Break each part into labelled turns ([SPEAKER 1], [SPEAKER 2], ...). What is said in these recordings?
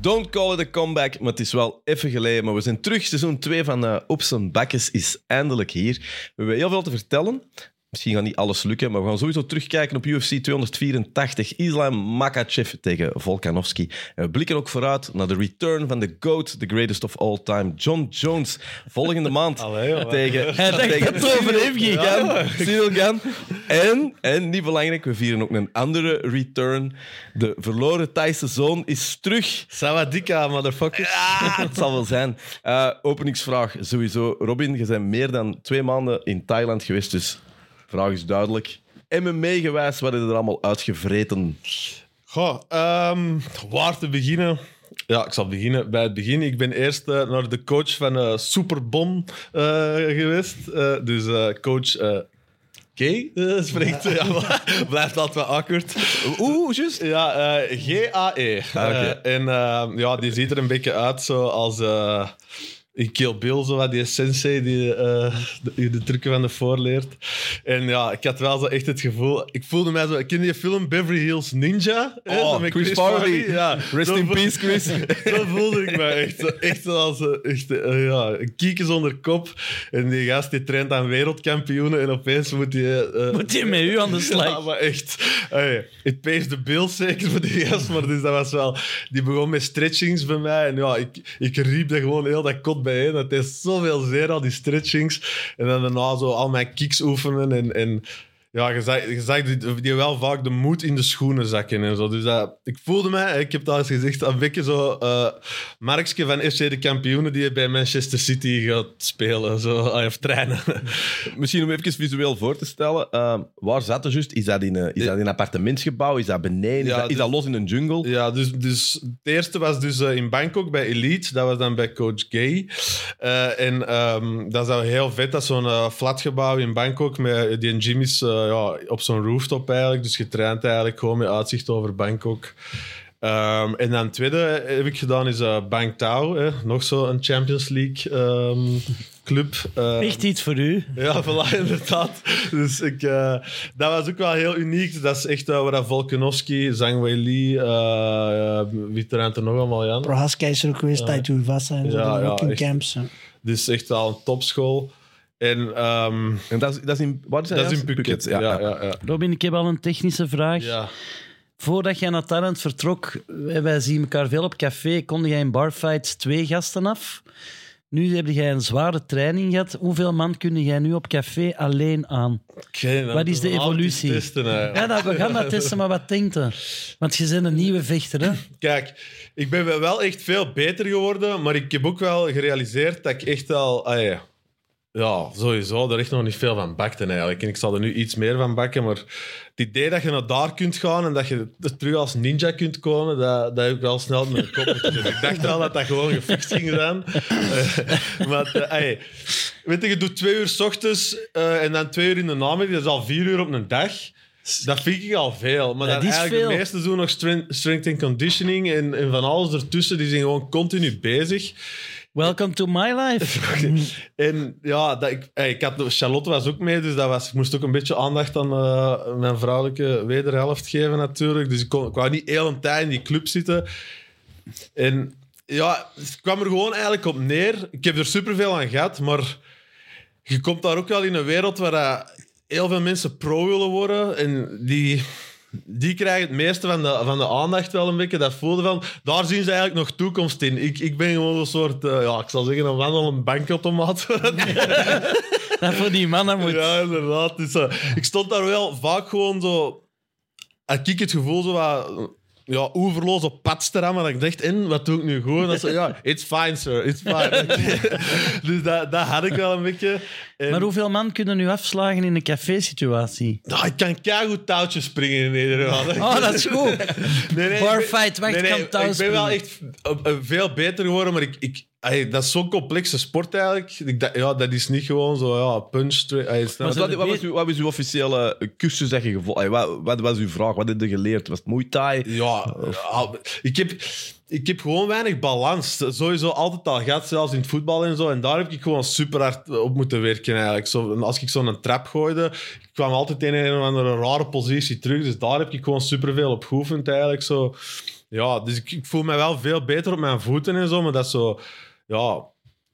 [SPEAKER 1] Don't call it a comeback, maar het is wel even geleden. Maar we zijn terug. Seizoen 2 van eh Op zijn Bakkes is eindelijk hier. We hebben heel veel te vertellen. Misschien gaat niet alles lukken, maar we gaan sowieso terugkijken op UFC 284. Islam Makachev tegen Volkanovski. En we blikken ook vooruit naar de return van de GOAT, the greatest of all time, John Jones. Volgende maand
[SPEAKER 2] Allee, hoor.
[SPEAKER 1] tegen...
[SPEAKER 3] Hij dacht
[SPEAKER 1] tegen
[SPEAKER 3] dat het over hem ging,
[SPEAKER 1] Cyril Gan. Cyril Gan. En, en, niet belangrijk, we vieren ook een andere return. De verloren Thaise zoon is terug.
[SPEAKER 2] Sawadika, motherfuckers.
[SPEAKER 1] Ah, het zal wel zijn. Eh, openingsvraag sowieso. Robin, je bent meer dan twee maanden in Thailand geweest, dus de vraag is duidelijk. MMA-gewijs, wat is er allemaal uitgevreten?
[SPEAKER 2] Goh, ehm, waar te beginnen? Ja, ik zal beginnen bij het begin. Ik ben eerst eh, naar de coach van eh Superbon eh, geweest. Eh, dus eh, coach eh K eh, spreekt. Ja. maar blijft altijd wel awkward.
[SPEAKER 1] Oeh, juist.
[SPEAKER 2] Ja, eh, G-A-E.
[SPEAKER 1] dus? Ah, oké.
[SPEAKER 2] Eh, en eh, ja, die ziet er een beetje uit zo als... eh, in Kill Bill, zo wat, die sensei die eh, de, die de trucken van de voorleert. En ja, ik had wel zo echt het gevoel... Ik voelde mij zo... Ik ken die film Beverly Hills Ninja. hè,
[SPEAKER 1] Oh,
[SPEAKER 2] zo met
[SPEAKER 1] Chris Farley.
[SPEAKER 2] Ja,
[SPEAKER 1] Rest
[SPEAKER 2] zo
[SPEAKER 1] in
[SPEAKER 2] vo-
[SPEAKER 1] peace, Chris.
[SPEAKER 2] zo voelde ik mij echt. Zo- Echt als eh, echt, eh, ja, een kiekjes onder kop. En die gast die traint aan wereldkampioenen en opeens moet hij... eh,
[SPEAKER 3] Moet je met u aan de
[SPEAKER 2] ja,
[SPEAKER 3] slag?
[SPEAKER 2] maar echt. Hey, it pays the bill zeker voor die gast. Maar dus dat was wel... Die begon met stretchings bij mij. En ja, ik, ik riep dat gewoon heel dat kot bijeen. Dat is zoveel zeer, al die stretchings. En dan daarna zo al mijn kicks oefenen. En, en ja, je zag, je zag die, die wel vaak de moed in de schoenen zakken en zo. Dus dat, ik voelde mij, ik heb dat eens gezegd, een beetje zo eh Markske van FC de Kampioenen die bij Manchester City gaat spelen zo, of trainen.
[SPEAKER 1] Misschien om even visueel voor te stellen. eh, waar zat er juist? Is dat in een, is dat in een appartementsgebouw? Is dat beneden? Is,
[SPEAKER 2] Ja,
[SPEAKER 1] dat, is
[SPEAKER 2] dus-
[SPEAKER 1] dat los in een jungle?
[SPEAKER 2] Ja, dus, dus het eerste was dus eh, in Bangkok bij Elite. Dat was dan bij Coach Gay. Eh, en ehm, dat is dan heel vet. Dat is zo'n eh, flatgebouw in Bangkok. Met, die gym is eh, ja, op zo'n rooftop eigenlijk. Dus je traint eigenlijk gewoon met uitzicht over Bangkok. Ehm, en dan het tweede heb ik gedaan is eh Bang Tao. Hè? Nog zo'n Champions League ehm, club. Eh,
[SPEAKER 3] Echt iets voor u.
[SPEAKER 2] ja, voilà, inderdaad. Dus ik, eh, dat was ook wel heel uniek. Dat is echt eh, waar Volkanovski, Zhang Wei Li, eh, eh, wie traint er nog allemaal aan?
[SPEAKER 4] Prohaska is er ook geweest, Taitu Vassa en zo.
[SPEAKER 2] Ja,
[SPEAKER 4] dat waren
[SPEAKER 2] ja,
[SPEAKER 4] ook in
[SPEAKER 2] echt.
[SPEAKER 4] camps. hè.
[SPEAKER 2] Dus echt wel een topschool. En ehm,
[SPEAKER 1] En dat is, dat is in, waar is
[SPEAKER 2] dat is
[SPEAKER 1] juist?
[SPEAKER 2] in Phuket. Ja, ja, ja. ja.
[SPEAKER 3] Robin, ik heb al een technische vraag. Voordat jij naar Thailand vertrok, eh, wij zien elkaar veel op café, konde jij in barfights twee gasten af. Nu heb jij een zware training gehad. Hoeveel man kun jij nu op café alleen aan?
[SPEAKER 2] Oké, dan
[SPEAKER 3] Wat is de
[SPEAKER 2] moeten we altijd
[SPEAKER 3] evolutie?
[SPEAKER 2] testen, hè.
[SPEAKER 3] Ja, dat, we gaan dat testen, maar wat denkt er? Want je bent een nieuwe vechter, hè?
[SPEAKER 2] Kijk, ik ben wel echt veel beter geworden, maar ik heb ook wel gerealiseerd dat ik echt al... ah ja, ja, sowieso, daar echt nog niet veel van bakte eigenlijk. En ik zal er nu iets meer van bakken, maar het idee dat je naar daar kunt gaan en dat je er terug als ninja kunt komen, dat, dat heb ik wel snel met mijn kop moeten zetten. Ik dacht al dat dat gewoon gefixt ging zijn. Eh, maar eh, ey, weet je, je doet twee uur s ochtends eh, en dan twee uur in de namiddag, dat is al vier uur op een dag. Dat vind ik al veel. Maar
[SPEAKER 3] Dat
[SPEAKER 2] dan
[SPEAKER 3] is
[SPEAKER 2] eigenlijk
[SPEAKER 3] veel.
[SPEAKER 2] de meesten doen nog strength, strength and conditioning en, en van alles ertussen. Die zijn gewoon continu bezig.
[SPEAKER 3] Welcome to my life.
[SPEAKER 2] En ja, dat ik, ey, ik had, Charlotte was ook mee, dus dat was, ik moest ook een beetje aandacht aan eh, mijn vrouwelijke wederhelft geven natuurlijk. Dus ik, kon, ik wou niet heel een tijd in die club zitten. En ja, het kwam er gewoon eigenlijk op neer. Ik heb er superveel aan gehad, maar je komt daar ook wel in een wereld waar eh, heel veel mensen pro willen worden. En die, die krijgen het meeste van de, van de aandacht wel een beetje. Dat voelde van, daar zien ze eigenlijk nog toekomst in. Ik, ik ben gewoon een soort, eh, ja, ik zal zeggen, een wandelend bankautomaat.
[SPEAKER 3] Dat Nou, voor die mannen moet.
[SPEAKER 2] ja, inderdaad. Dus, eh, ik stond daar wel vaak gewoon zo... Had ik het gevoel zo wat... Ja, oeverloos op pad te rammen. Dat ik dacht, in, wat doe ik nu goed? En dat ze, ja, it's fine, sir, it's fine. dus dat, dat had ik wel een beetje. En-
[SPEAKER 3] Maar hoeveel man kunnen nu afslagen in een café-situatie?
[SPEAKER 2] Nou, ik kan keigoed touwtjes springen in Nederland.
[SPEAKER 3] Oh, dat is goed.
[SPEAKER 2] Nee, nee, ik
[SPEAKER 3] Bar
[SPEAKER 2] ben-
[SPEAKER 3] fight, maar ik kan touw
[SPEAKER 2] Ik ben wel
[SPEAKER 3] springen.
[SPEAKER 2] echt eh, eh, veel beter geworden, maar ik... ik ey, dat is zo'n complexe sport eigenlijk. Ik dacht, ja, dat is niet gewoon zo, ja, punch... tra- ey, snap
[SPEAKER 1] Maar
[SPEAKER 2] je?
[SPEAKER 3] zijn
[SPEAKER 1] wat,
[SPEAKER 3] er
[SPEAKER 1] wat,
[SPEAKER 3] meer-
[SPEAKER 1] was uw, wat was uw officiële cursus dat je gevolgd Ay, Wat, wat was uw vraag? Wat heb je geleerd? Was het Muay Thai?
[SPEAKER 2] Ja, ja, ik heb, ik heb gewoon weinig balans. Sowieso altijd al gehad, zelfs in het voetbal en zo. En daar heb ik gewoon super hard op moeten werken eigenlijk. Zo, en als ik zo'n trap gooide, ik kwam altijd in een of andere rare positie terug. Dus daar heb ik gewoon superveel op geoefend eigenlijk. Zo. Ja, dus ik, ik voel me wel veel beter op mijn voeten en zo, maar dat is zo... Ja,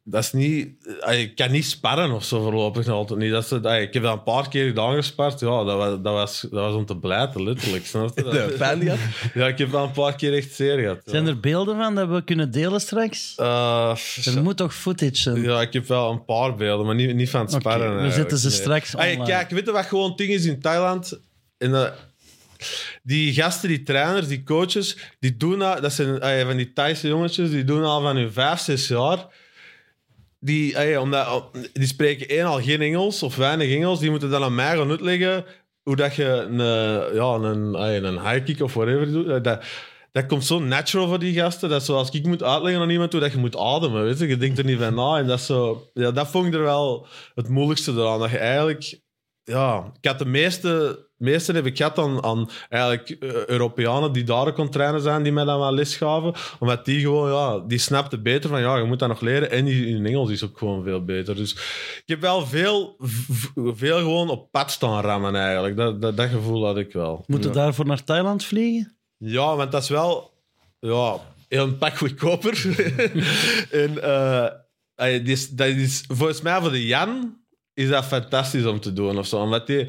[SPEAKER 2] dat is niet... eh, Ik kan niet sparren of zo voorlopig nog altijd niet. Dat is, eh, ik heb dat een paar keer gedaan gespart. Ja, dat was, dat was, dat was om te blijten, letterlijk. Snap je?
[SPEAKER 1] De
[SPEAKER 2] Dat-
[SPEAKER 1] pijn die had.
[SPEAKER 2] Ja, ik heb dat een paar keer echt zeer gehad. ja.
[SPEAKER 3] Zijn er beelden van dat we kunnen delen straks?
[SPEAKER 2] Eh,
[SPEAKER 3] Er moet toch footage zijn?
[SPEAKER 2] Ja, ik heb wel een paar beelden, maar niet, niet van het
[SPEAKER 3] Oké,
[SPEAKER 2] sparren.
[SPEAKER 3] we
[SPEAKER 2] eigenlijk,
[SPEAKER 3] zetten ze
[SPEAKER 2] nee.
[SPEAKER 3] straks
[SPEAKER 2] Hey,
[SPEAKER 3] online.
[SPEAKER 2] kijk, weet je wat gewoon het ding is in Thailand? En dat- die gasten, die trainers, die coaches, die doen dat, dat zijn hey, van die Thaise jongetjes, die doen al van hun vijf, zes jaar. Die, eh, hey, omdat, die spreken één al geen Engels of weinig Engels, die moeten dan aan mij gaan uitleggen hoe dat je een, eh, ja, een, hey, een high kick of whatever doet. Eh, Dat, dat komt zo natural voor die gasten, dat zoals ik moet uitleggen aan iemand hoe dat je moet ademen, weet je. Je denkt er niet van na en dat is zo... Ja, dat vond ik er wel het moeilijkste eraan, dat je eigenlijk... Ja, ik had de meeste... meeste heb ik gehad aan, aan eigenlijk eh, Europeanen die daar kon trainen zijn, die mij dan wel les gaven. Omdat die gewoon, ja, die snapten beter van, ja, je moet dat nog leren. En die, in Engels is ook gewoon veel beter. Dus ik heb wel veel, v- v- veel gewoon op pad staan rammen eigenlijk. Dat, dat, dat gevoel had ik wel.
[SPEAKER 3] Moeten
[SPEAKER 2] Ja.
[SPEAKER 3] we daarvoor naar Thailand vliegen?
[SPEAKER 2] Ja, want dat is wel ja, heel een pak goedkoper. en eh, ey, die is- dat is, volgens mij voor de Jan is dat fantastisch om te doen of zo. Omdat die,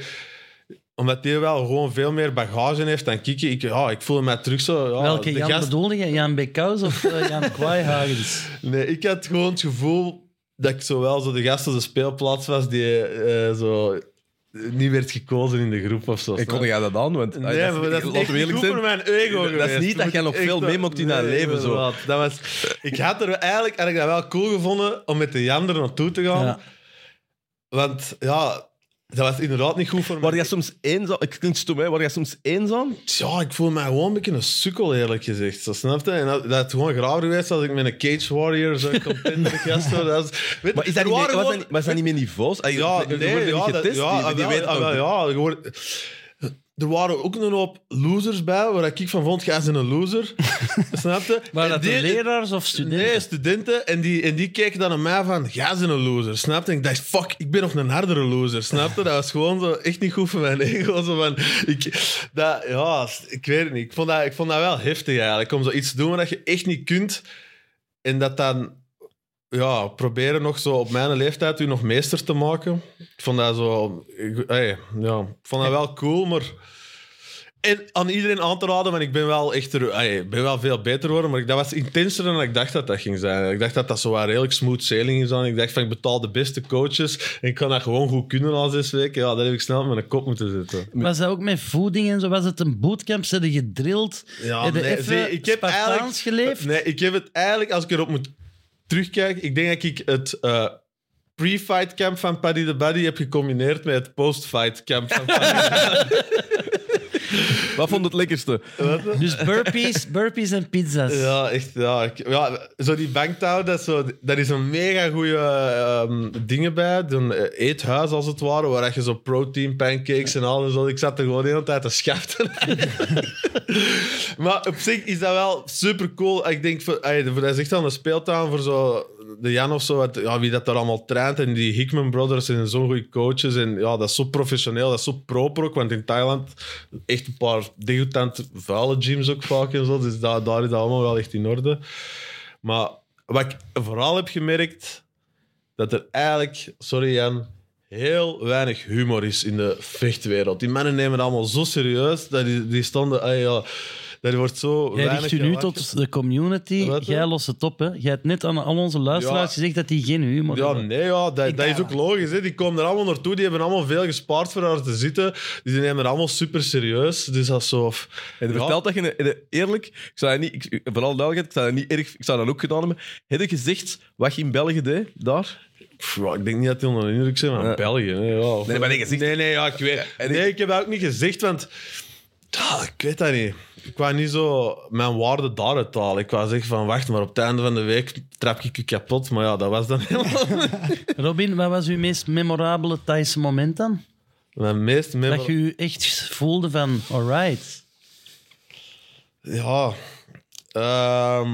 [SPEAKER 2] omdat die wel gewoon veel meer bagage heeft dan Kiki. Ik, ja, ik voel me terug zo. Ja,
[SPEAKER 3] Welke
[SPEAKER 2] Ah, de
[SPEAKER 3] Jan
[SPEAKER 2] gast-
[SPEAKER 3] bedoelde je? Jan Beckhaus of eh, Jan Kwaaihagens?
[SPEAKER 2] Nee, ik had gewoon het gevoel dat ik zowel zo de gast als de speelplaats was die eh, zo niet werd gekozen in de groep of zo.
[SPEAKER 1] Ik kon
[SPEAKER 2] Snap je?
[SPEAKER 1] jij dat aan, want ah,
[SPEAKER 2] Nee, maar dat
[SPEAKER 1] laten
[SPEAKER 2] is
[SPEAKER 1] we
[SPEAKER 2] echt
[SPEAKER 1] eerlijk
[SPEAKER 2] goed
[SPEAKER 1] zijn.
[SPEAKER 2] voor mijn ego
[SPEAKER 1] Dat is
[SPEAKER 2] geweest.
[SPEAKER 1] niet dat
[SPEAKER 2] Moet
[SPEAKER 1] jij nog
[SPEAKER 2] ik
[SPEAKER 1] veel
[SPEAKER 2] echt-
[SPEAKER 1] meemaakt in dat leven, zo.
[SPEAKER 2] inderdaad. Dat was, ik had er eigenlijk had ik dat wel cool gevonden om met de Jan er naartoe te gaan.
[SPEAKER 3] Ja.
[SPEAKER 2] Want ja, dat was inderdaad niet goed voor
[SPEAKER 1] Waar
[SPEAKER 2] mij.
[SPEAKER 1] jij soms eenzaam... Ik klink stom, hè. Waar jij soms eenzaam...
[SPEAKER 2] Ja, ik voel mij gewoon een beetje een sukkel, eerlijk gezegd. Zo, snap je? En dat, dat had gewoon graver geweest als ik met een Cage Warrior zo'n contender gast was. Dat is- weet je,
[SPEAKER 1] Maar is
[SPEAKER 2] er
[SPEAKER 1] dat niet, meer-
[SPEAKER 2] waren
[SPEAKER 1] was
[SPEAKER 2] gewoon-
[SPEAKER 1] dat niet- maar is dat niet meer niveaus? Ah, je-
[SPEAKER 2] Ja,
[SPEAKER 1] je- je
[SPEAKER 2] nee,
[SPEAKER 1] wordt er
[SPEAKER 2] ja,
[SPEAKER 1] niet
[SPEAKER 2] dat-
[SPEAKER 1] getest.
[SPEAKER 2] ja,
[SPEAKER 1] die, die
[SPEAKER 2] ah, wel,
[SPEAKER 1] weten
[SPEAKER 2] ah, wel,
[SPEAKER 1] ook-
[SPEAKER 2] ja, je wordt- er waren ook een hoop losers bij, waar ik van vond, jij bent een loser. Snapte?
[SPEAKER 3] Waren dat de leraars of studenten?
[SPEAKER 2] Nee, studenten. En die, en die keken dan naar mij van, jij bent een loser. Snapte? En ik dacht, fuck, ik ben nog een hardere loser. Snapte? Dat was gewoon zo echt niet goed voor mijn ego. Zo van, ik, dat, ja, ik weet het niet. Ik vond dat, ik vond dat wel heftig eigenlijk. Om zoiets te doen wat je echt niet kunt. En dat dan ja, proberen nog zo op mijn leeftijd u nog meester te maken. Ik vond dat zo... Ik, hey, ja, ik vond dat wel cool, maar... En aan iedereen aan te raden, want ik ben wel echt er, hey, ik ben wel veel beter geworden, maar ik- dat was intenser dan ik dacht dat dat ging zijn. Ik dacht dat dat zo wel redelijk smooth sailing is. aan. Ik dacht van, ik betaal de beste coaches en ik kan dat gewoon goed kunnen al zes weken. Ja, dat heb ik snel met mijn kop moeten zetten.
[SPEAKER 3] Was dat ook met voeding en zo? Was het een bootcamp? Zijn die gedrild?
[SPEAKER 2] Ja,
[SPEAKER 3] Heb je
[SPEAKER 2] nee,
[SPEAKER 3] even
[SPEAKER 2] zie, ik heb
[SPEAKER 3] Spartaans
[SPEAKER 2] eigenlijk-
[SPEAKER 3] geleefd?
[SPEAKER 2] Nee, ik heb het eigenlijk, als ik erop moet terugkijken, ik denk dat ik het eh, pre-fight camp van Paddy the Buddy heb gecombineerd met het post-fight camp van Paddy the
[SPEAKER 1] Wat vond het lekkerste?
[SPEAKER 2] Buddy.
[SPEAKER 3] Dus burpees, burpees en pizza's.
[SPEAKER 2] Ja, echt. Ja, ik- ja, zo die banktown, dat is, zo, dat is een mega goede ehm, dingen bij. Een eh, eethuis als het ware, waar je zo protein pancakes en al en zo. Ik zat er gewoon de hele tijd te schaften. maar op zich is dat wel super cool. Ik denk, voor, ey, voor- dat is echt wel een speeltuin voor zo de Jan of zo. wat- ja, wie dat daar allemaal traint. En die Hickman Brothers zijn zo'n goede coaches. En ja, dat is zo professioneel, dat is zo proper ook. Want in Thailand echt een paar degoutant vuile gyms ook vaak en zo. Dus daar, daar is dat allemaal wel echt in orde. Maar wat ik vooral heb gemerkt, dat er eigenlijk, sorry Jan, heel weinig humor is in de vechtwereld. Die mannen nemen het allemaal zo serieus, dat die, die stonden... ah ja, dat wordt zo
[SPEAKER 3] Jij richt
[SPEAKER 2] weinig
[SPEAKER 3] je nu
[SPEAKER 2] gelachen.
[SPEAKER 3] tot de community.
[SPEAKER 2] Wat, hè?
[SPEAKER 3] Jij lost het op, hè? Jij hebt net aan al onze luisteraars
[SPEAKER 2] Ja.
[SPEAKER 3] gezegd dat die geen humor
[SPEAKER 2] Ja,
[SPEAKER 3] hebben.
[SPEAKER 2] nee, ja, dat, dat is ook logisch. Hè. Die komen er allemaal naartoe, die hebben allemaal veel gespaard voor haar te zitten. Die nemen het allemaal super serieus. Dus dat is zo...
[SPEAKER 1] En
[SPEAKER 2] Ja.
[SPEAKER 1] vertelt dat je... en Eerlijk, ik zou dat niet... Ik, vooral duidelijkheid, ik zou dat niet erg... Ik zou dat ook gedaan hebben. Heb je gezegd wat je in België deed, daar?
[SPEAKER 2] Pff, ja, ik denk niet dat die onder de indruk zijn van
[SPEAKER 1] Ja.
[SPEAKER 2] België. Hè, ja.
[SPEAKER 1] Nee, maar nee, gezegd-
[SPEAKER 2] Nee, nee, ja, ik weet
[SPEAKER 1] En
[SPEAKER 2] Nee, ik heb dat ook niet gezegd, want... Ja, ik weet dat niet. Ik wou niet zo mijn waarde daaruit halen. Ik wou zeggen van, wacht, maar op het einde van de week trap ik je kapot. Maar ja, dat was dan helemaal...
[SPEAKER 3] Robin, wat was uw meest memorabele Thaise moment dan?
[SPEAKER 2] Mijn meest...
[SPEAKER 3] Dat je u echt voelde van, alright.
[SPEAKER 2] Ja. Ehm,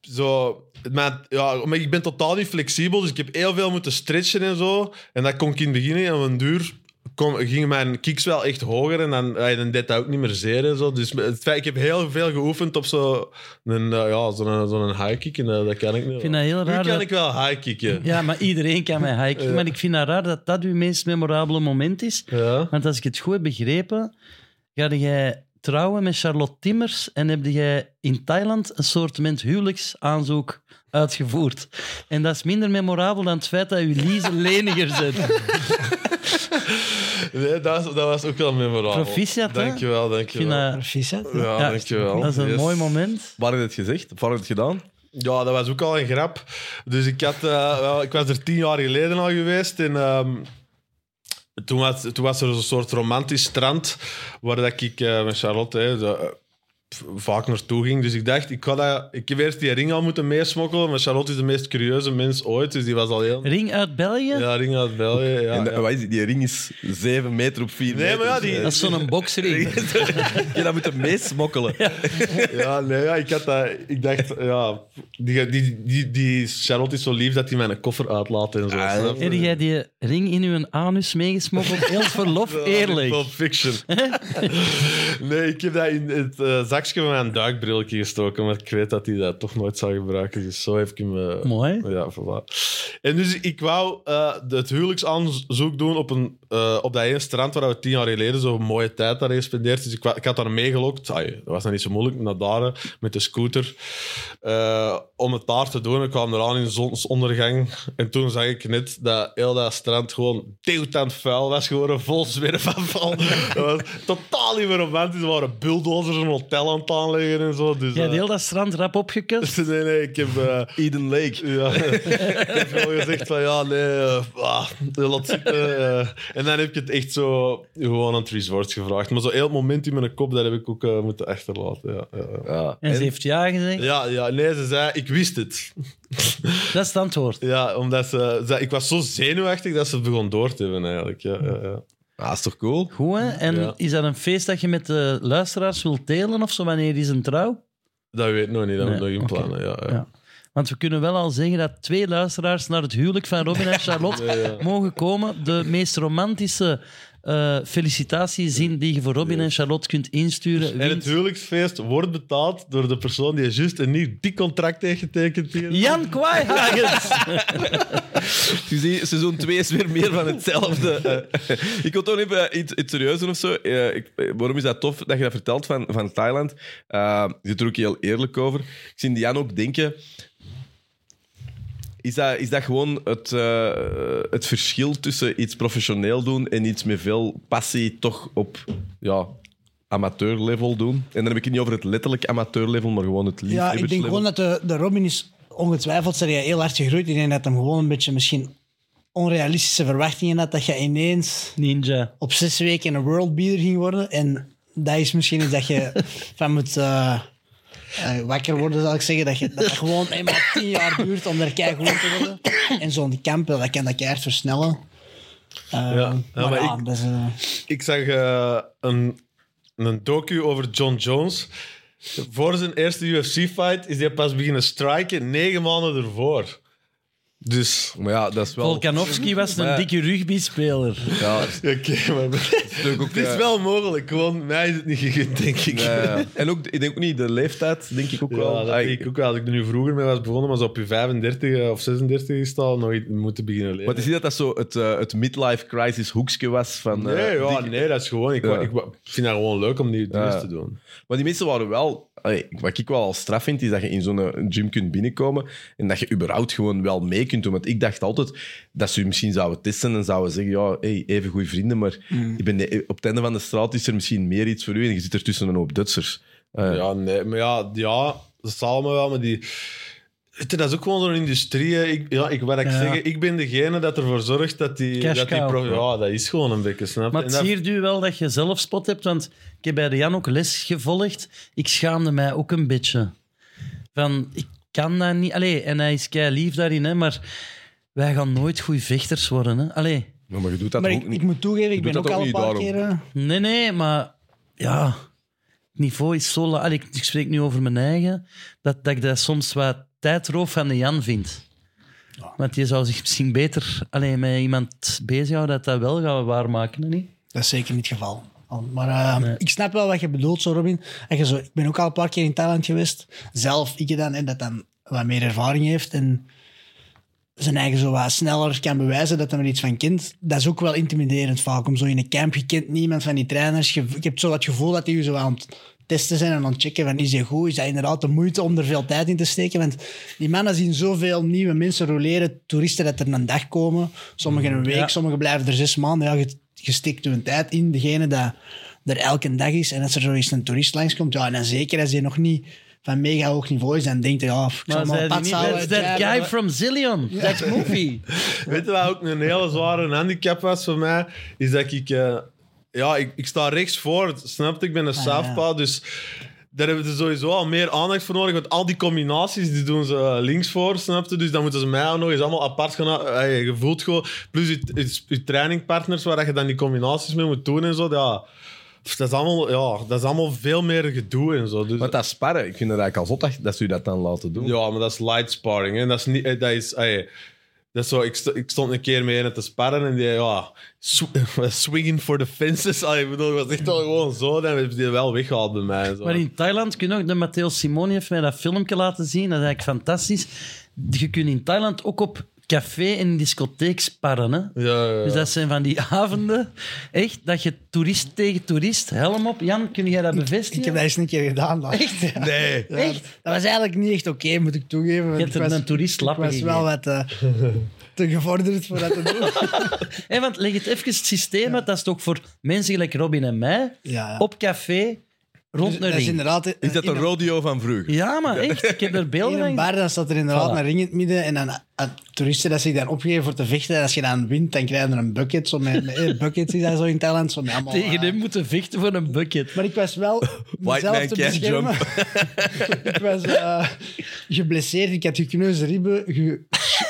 [SPEAKER 2] zo. Maar, ja, maar ik ben totaal niet flexibel, dus ik heb heel veel moeten stretchen en zo. En dat kon ik in het begin niet. En op een duur kom, gingen mijn kicks wel echt hoger en dan, eh, dan deed dat ook niet meer zeer en zo. Dus het feit, ik heb heel veel geoefend op zo'n een, eh, ja, zo'n zo'n high kick en eh, dat kan ik niet.
[SPEAKER 3] Ik vind dat heel
[SPEAKER 2] nu
[SPEAKER 3] raar
[SPEAKER 2] kan
[SPEAKER 3] dat-
[SPEAKER 2] ik wel high kicken. Ja.
[SPEAKER 3] Ja, maar iedereen kan mij hiken. Maar ik vind het raar dat dat uw meest memorabele moment is. Want als ik het goed heb begrepen, ga jij trouwen met Charlotte Timmers en heb jij in Thailand een soort huwelijksaanzoek uitgevoerd. En dat is minder memorabel dan het feit dat je Lies een leniger bent.
[SPEAKER 2] Nee, dat, was- dat was ook wel memorabel.
[SPEAKER 3] Proficiat, hè?
[SPEAKER 2] Dankjewel,
[SPEAKER 3] Ik vind
[SPEAKER 2] dankjewel.
[SPEAKER 3] dat,
[SPEAKER 4] Proficiat.
[SPEAKER 2] Ja,
[SPEAKER 3] ja,
[SPEAKER 2] dankjewel.
[SPEAKER 3] dat is een
[SPEAKER 2] Yes.
[SPEAKER 3] mooi moment.
[SPEAKER 1] Waar heb je het gezegd? Waar heb je het gedaan?
[SPEAKER 2] Ja, dat was ook al een grap. Dus ik, had, eh, wel, ik was er tien jaar geleden al geweest. En ehm, toen, was, toen was er een soort romantisch strand waar dat ik eh, met Charlotte hè, zo, eh, v- vaak naartoe ging. Dus ik dacht, ik, ga dat, ik heb eerst die ring al moeten meesmokkelen. Maar Charlotte is de meest curieuze mens ooit. Dus die was al heel...
[SPEAKER 3] Ring uit België?
[SPEAKER 2] Ja, ring uit België. Ja,
[SPEAKER 1] en,
[SPEAKER 2] Ah, ja.
[SPEAKER 1] de- wat is het? Die ring is 7 meter op 4
[SPEAKER 2] Nee,
[SPEAKER 1] meter.
[SPEAKER 2] maar ja, die-
[SPEAKER 3] Dat is zo'n boksring.
[SPEAKER 1] Je dat moet meesmokkelen.
[SPEAKER 2] Ja, nee, ja, ik had dat... Ik dacht, ja... Die, die, die, die Charlotte is zo lief dat hij mijn koffer uitlaat en zo.
[SPEAKER 1] Ah,
[SPEAKER 2] snap je?
[SPEAKER 3] Heb jij die ring in uw anus meegesmokkeld? Heel verlof, eerlijk.
[SPEAKER 2] Pulp Fiction. nee, ik heb dat in het eh, zakje van mijn duikbrilje gestoken, maar ik weet dat hij dat toch nooit zou gebruiken. Dus zo heb ik hem... eh,
[SPEAKER 3] Mooi.
[SPEAKER 2] ja, voilà. En dus ik wou eh, het huwelijksaanzoek doen op, een, eh, op dat ene strand waar we tien jaar geleden zo'n mooie tijd daar gespendeerd. Dus ik, wa- ik had daar meegelokt. Ai, dat was dan niet zo moeilijk, naar daar eh, met de scooter. eh, om het daar te doen. Ik kwam eraan in zonsondergang. En toen zag ik net dat heel dat strand gewoon deeltant vuil was geworden. Vol zwerfafval. dat was totaal niet meer romantisch. Er waren bulldozers een hotel aan het aanleggen en zo. Dus,
[SPEAKER 3] Jij
[SPEAKER 2] eh,
[SPEAKER 3] hebt heel dat strand rap opgekust.
[SPEAKER 2] Nee, nee, ik heb... eh,
[SPEAKER 1] Eden Lake.
[SPEAKER 2] ja, ik heb gewoon gezegd van ja, nee, eh, ah, laat zitten. eh. en dan heb ik het echt zo gewoon aan het resort gevraagd. Maar zo heel het moment in mijn kop, dat heb ik ook eh, moeten achterlaten. Ja, ja, ja.
[SPEAKER 1] Ja.
[SPEAKER 3] En ze heeft ja gezegd.
[SPEAKER 2] ja, ja, nee, ze zei, ik wist het.
[SPEAKER 3] Dat is het antwoord.
[SPEAKER 2] Ja, omdat ze, ze- ik was zo zenuwachtig dat ze het begon door te hebben eigenlijk. Ja, ja, ja.
[SPEAKER 1] Ah, is toch cool?
[SPEAKER 3] Goed, hè? En
[SPEAKER 2] Ja.
[SPEAKER 3] is dat een feest dat je met de luisteraars wilt delen of zo? Wanneer is een trouw?
[SPEAKER 2] Dat weet ik nog niet, dat moet
[SPEAKER 3] Nee,
[SPEAKER 2] nog in
[SPEAKER 3] oké.
[SPEAKER 2] plannen. Ja, ja.
[SPEAKER 3] Ja. Want we kunnen wel al zeggen dat twee luisteraars naar het huwelijk van Robin en Charlotte mogen komen. De meest romantische eh, felicitatiezin die je voor Robin en Charlotte kunt insturen.
[SPEAKER 2] En
[SPEAKER 3] wint-
[SPEAKER 2] het huwelijksfeest wordt betaald door de persoon die juist een nieuw dik contract heeft getekend. hier.
[SPEAKER 3] Jan Kwaaihagens!
[SPEAKER 1] Je ziet, seizoen 2 is weer meer van hetzelfde. Eh, ik wil toch even iets, iets serieus doen of zo. Eh, ik- eh, waarom is dat tof dat je dat vertelt van, van Thailand? Eh, je zit er ook heel eerlijk over. Ik zie Diane ook denken... Is dat, is dat gewoon het, eh, het verschil tussen iets professioneel doen en iets met veel passie toch op ja, amateurlevel doen? En dan heb ik het niet over het letterlijk amateurlevel, maar gewoon het
[SPEAKER 4] Ja, ik denk
[SPEAKER 1] liefhebberslevel.
[SPEAKER 4] gewoon dat de, de Robin is ongetwijfeld zijn jij heel hard gegroeid. Ik denk dat hem gewoon een beetje misschien onrealistische verwachtingen had dat je ineens
[SPEAKER 3] Ninja.
[SPEAKER 4] op zes weken een worldbeater ging worden. En dat is misschien iets dat je van moet eh, eh, wakker worden, zal ik zeggen. Dat, je, dat het gewoon eenmaal tien jaar duurt om daar keigoed te worden. En zo'n kampen, dat kan dat keihard versnellen. Eh, maar
[SPEAKER 2] maar
[SPEAKER 4] ja,
[SPEAKER 2] ik-
[SPEAKER 4] dat is, eh,
[SPEAKER 2] Ik zag eh, een, een docu over John Jones. Voor zijn eerste UFC-fight is hij pas beginnen striken negen maanden ervoor. Dus...
[SPEAKER 1] Maar ja, dat is wel...
[SPEAKER 3] Volkanovski was een
[SPEAKER 1] Maar-
[SPEAKER 3] dikke rugbyspeler.
[SPEAKER 1] Ja,
[SPEAKER 2] Oké, maar...
[SPEAKER 1] natuurlijk ook,
[SPEAKER 2] Het is
[SPEAKER 1] eh,
[SPEAKER 2] wel mogelijk, gewoon mij is het niet gegund, denk ik.
[SPEAKER 1] Ja, ja. En ook, ik denk ook niet, de leeftijd denk ik ook wel.
[SPEAKER 2] Ja, dat
[SPEAKER 1] Ah,
[SPEAKER 2] denk ik ook wel. Als ik er nu vroeger mee was begonnen, maar zo op je 35 of 36 is het al nog iets moeten beginnen leren.
[SPEAKER 1] Maar het is niet dat dat zo het, eh, het midlife crisis hoekje was van... eh,
[SPEAKER 2] Nee, ja,
[SPEAKER 1] die-
[SPEAKER 2] nee, dat is gewoon... Ik,
[SPEAKER 1] Ja.
[SPEAKER 2] ik vind dat gewoon leuk om die dingen
[SPEAKER 1] Ja.
[SPEAKER 2] te doen.
[SPEAKER 1] Maar die mensen waren wel... allee, wat ik wel al straf vind, is dat je in zo'n eh, gym kunt binnenkomen en dat je überhaupt gewoon wel mee kunt doen. Want ik dacht altijd dat ze je misschien zouden testen en zouden zeggen, ja, hey, even goede vrienden, maar
[SPEAKER 2] Mm.
[SPEAKER 1] ik ben, de- op het einde van de straat is er misschien meer iets voor u en je zit er tussen een hoop Duitsers. Eh,
[SPEAKER 2] Ja, nee, maar ja, ja dat zal me wel, maar die... Weet je, Dat is ook gewoon zo'n industrie. hè. Ik, ja, ik, wat ik
[SPEAKER 3] Ja.
[SPEAKER 2] zeg, ik ben degene dat ervoor zorgt dat die...
[SPEAKER 3] Cash
[SPEAKER 2] dat die
[SPEAKER 3] cow.
[SPEAKER 2] ja, dat is gewoon een beetje, snap je?
[SPEAKER 3] Maar
[SPEAKER 2] En
[SPEAKER 3] het
[SPEAKER 2] dat-
[SPEAKER 3] siert u wel dat je zelfspot hebt, want ik heb bij de Jan ook les gevolgd. Ik schaamde mij ook een beetje. Van, ik kan dat niet. Allee, en hij is kei lief daarin, hè, maar wij gaan nooit goede vechters worden. Hè. Allee,
[SPEAKER 1] maar, je doet dat
[SPEAKER 4] maar
[SPEAKER 1] ook
[SPEAKER 4] ik,
[SPEAKER 1] niet.
[SPEAKER 4] ik moet toegeven, ik
[SPEAKER 1] doet
[SPEAKER 4] ben
[SPEAKER 1] dat ook
[SPEAKER 4] ook al een
[SPEAKER 1] niet
[SPEAKER 4] paar
[SPEAKER 1] daarom.
[SPEAKER 4] keer... eh,
[SPEAKER 3] nee, nee, maar ja, het niveau is zo laag. Allee, ik, ik spreek nu over mijn eigen, dat, dat ik dat soms wat tijdroof van de Jan vind. Want je zou zich misschien beter alleen met iemand bezighouden dat dat wel gaat waarmaken, hè, niet?
[SPEAKER 4] Dat is zeker niet het geval. Al- Maar eh, ik snap wel wat je bedoelt, zo Robin. Dat je zo, ik ben ook al een paar keer in Thailand geweest. Zelf, ik dan, en dat dan wat meer ervaring heeft en zijn eigen zo wat sneller kan bewijzen dat hij er iets van kent. Dat is ook wel intimiderend vaak, om zo in een camp, je kent niemand van die trainers. Je, je hebt zo het gevoel dat die je zo aan het testen zijn en aan het checken van is hij goed, is dat inderdaad de moeite om er veel tijd in te steken. Want die mannen zien zoveel nieuwe mensen roleren, toeristen dat er een dag komen, sommigen een week,
[SPEAKER 3] Mm, Ja.
[SPEAKER 4] sommigen blijven er zes maanden. Ja, je, je steekt hun tijd in, degene dat er elke dag is. En als er zoiets een toerist langskomt, ja, en dan zeker als hij nog niet van mega hoog niveau is, dan denkt hij, ja, pff, ik zal
[SPEAKER 3] Maar
[SPEAKER 4] maar
[SPEAKER 3] zei
[SPEAKER 4] een
[SPEAKER 3] die
[SPEAKER 4] pad
[SPEAKER 3] niet,
[SPEAKER 4] zouden
[SPEAKER 3] that's that
[SPEAKER 4] uitrijden."
[SPEAKER 3] guy from Zillion, that movie.
[SPEAKER 2] Weet je wat ook een hele zware handicap was voor mij? Is dat ik... eh, ja, ik, ik sta rechts voor. Snap je? Ik ben een southpaw, dus... Daar hebben ze sowieso al meer aandacht voor nodig. Want al die combinaties die doen ze eh, links voor, snap je? Dus dan moeten ze mij ook nog eens allemaal apart gaan. eh, Je voelt gewoon. Plus je, je, je trainingpartners waar je dan die combinaties mee moet doen en zo. Ja, pff, dat is allemaal, ja, dat is allemaal veel meer gedoe en zo. Dus,
[SPEAKER 1] Want dat sparren, ik vind het eigenlijk al zot dat, dat ze u dat dan laten doen.
[SPEAKER 2] ja, maar dat is light sparring. Hè. Dat is niet... eh, Dat is, eh, dat is zo, ik, sto- ik stond een keer mee in te sparren en die, ja, sw- swinging for the fences. Ah, ik bedoel, ik was echt al gewoon zo. Dan hebben ze die wel weggehaald bij mij. en Zo.
[SPEAKER 3] Maar in Thailand kun je ook, de Matteo Simoni heeft mij dat filmpje laten zien, dat is eigenlijk fantastisch. Je kunt in Thailand ook op café en discotheek sparren. Hè?
[SPEAKER 2] Ja, ja, ja.
[SPEAKER 3] Dus dat zijn van die avonden, echt, dat je toerist tegen toerist, helm op. Jan, kun jij dat bevestigen?
[SPEAKER 4] Ik heb dat eens een keer gedaan. Maar. Echt?
[SPEAKER 2] Nee.
[SPEAKER 4] Echt? Dat was eigenlijk niet echt oké, moet ik toegeven. want
[SPEAKER 3] Je hebt
[SPEAKER 4] ik
[SPEAKER 3] er
[SPEAKER 4] was-
[SPEAKER 3] een toerist
[SPEAKER 4] Ik
[SPEAKER 3] lappen
[SPEAKER 4] was wel wat eh, te gevorderd voor dat te doen.
[SPEAKER 3] Hé, want leg het even het systeem uit, dat is toch voor mensen gelijk Robin en mij,
[SPEAKER 4] Ja, ja.
[SPEAKER 3] op café, rond
[SPEAKER 4] dat
[SPEAKER 3] een
[SPEAKER 4] is
[SPEAKER 3] ring.
[SPEAKER 4] inderdaad... eh,
[SPEAKER 1] Is dat de rodeo van vroeger?
[SPEAKER 3] Ja, maar echt, ik heb er beelden
[SPEAKER 4] In
[SPEAKER 3] van.
[SPEAKER 4] een bar dan staat er inderdaad
[SPEAKER 3] Voilà.
[SPEAKER 4] een ring in het midden. En dan eh, toeristen dat zich dan opgeven voor te vechten. En als je dan wint, dan krijg je een bucket. Zo met, met- eh, buckets is dat zo in Thailand. Zo met allemaal,
[SPEAKER 3] Tegen
[SPEAKER 4] eh,
[SPEAKER 3] hem moeten vechten voor een bucket.
[SPEAKER 4] Maar ik was wel mezelf
[SPEAKER 1] man
[SPEAKER 4] te
[SPEAKER 1] can't
[SPEAKER 4] beschermen. ik was eh, geblesseerd. Ik had gekneusde ribben, ge-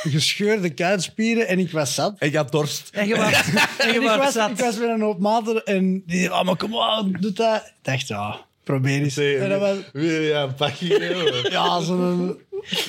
[SPEAKER 4] gescheurde kuitspieren en ik was zat.
[SPEAKER 1] En je had dorst.
[SPEAKER 3] En je was, en je
[SPEAKER 4] En
[SPEAKER 3] was
[SPEAKER 4] ik, was,
[SPEAKER 3] zat.
[SPEAKER 4] ik was met een hoop maten en die oh, maar come on, doet dat. Ik dacht, ja, probeer eens.
[SPEAKER 2] Nee,
[SPEAKER 4] en dat was,
[SPEAKER 2] Weer ja, een pakje. hè, hoor.
[SPEAKER 4] ja, zo'n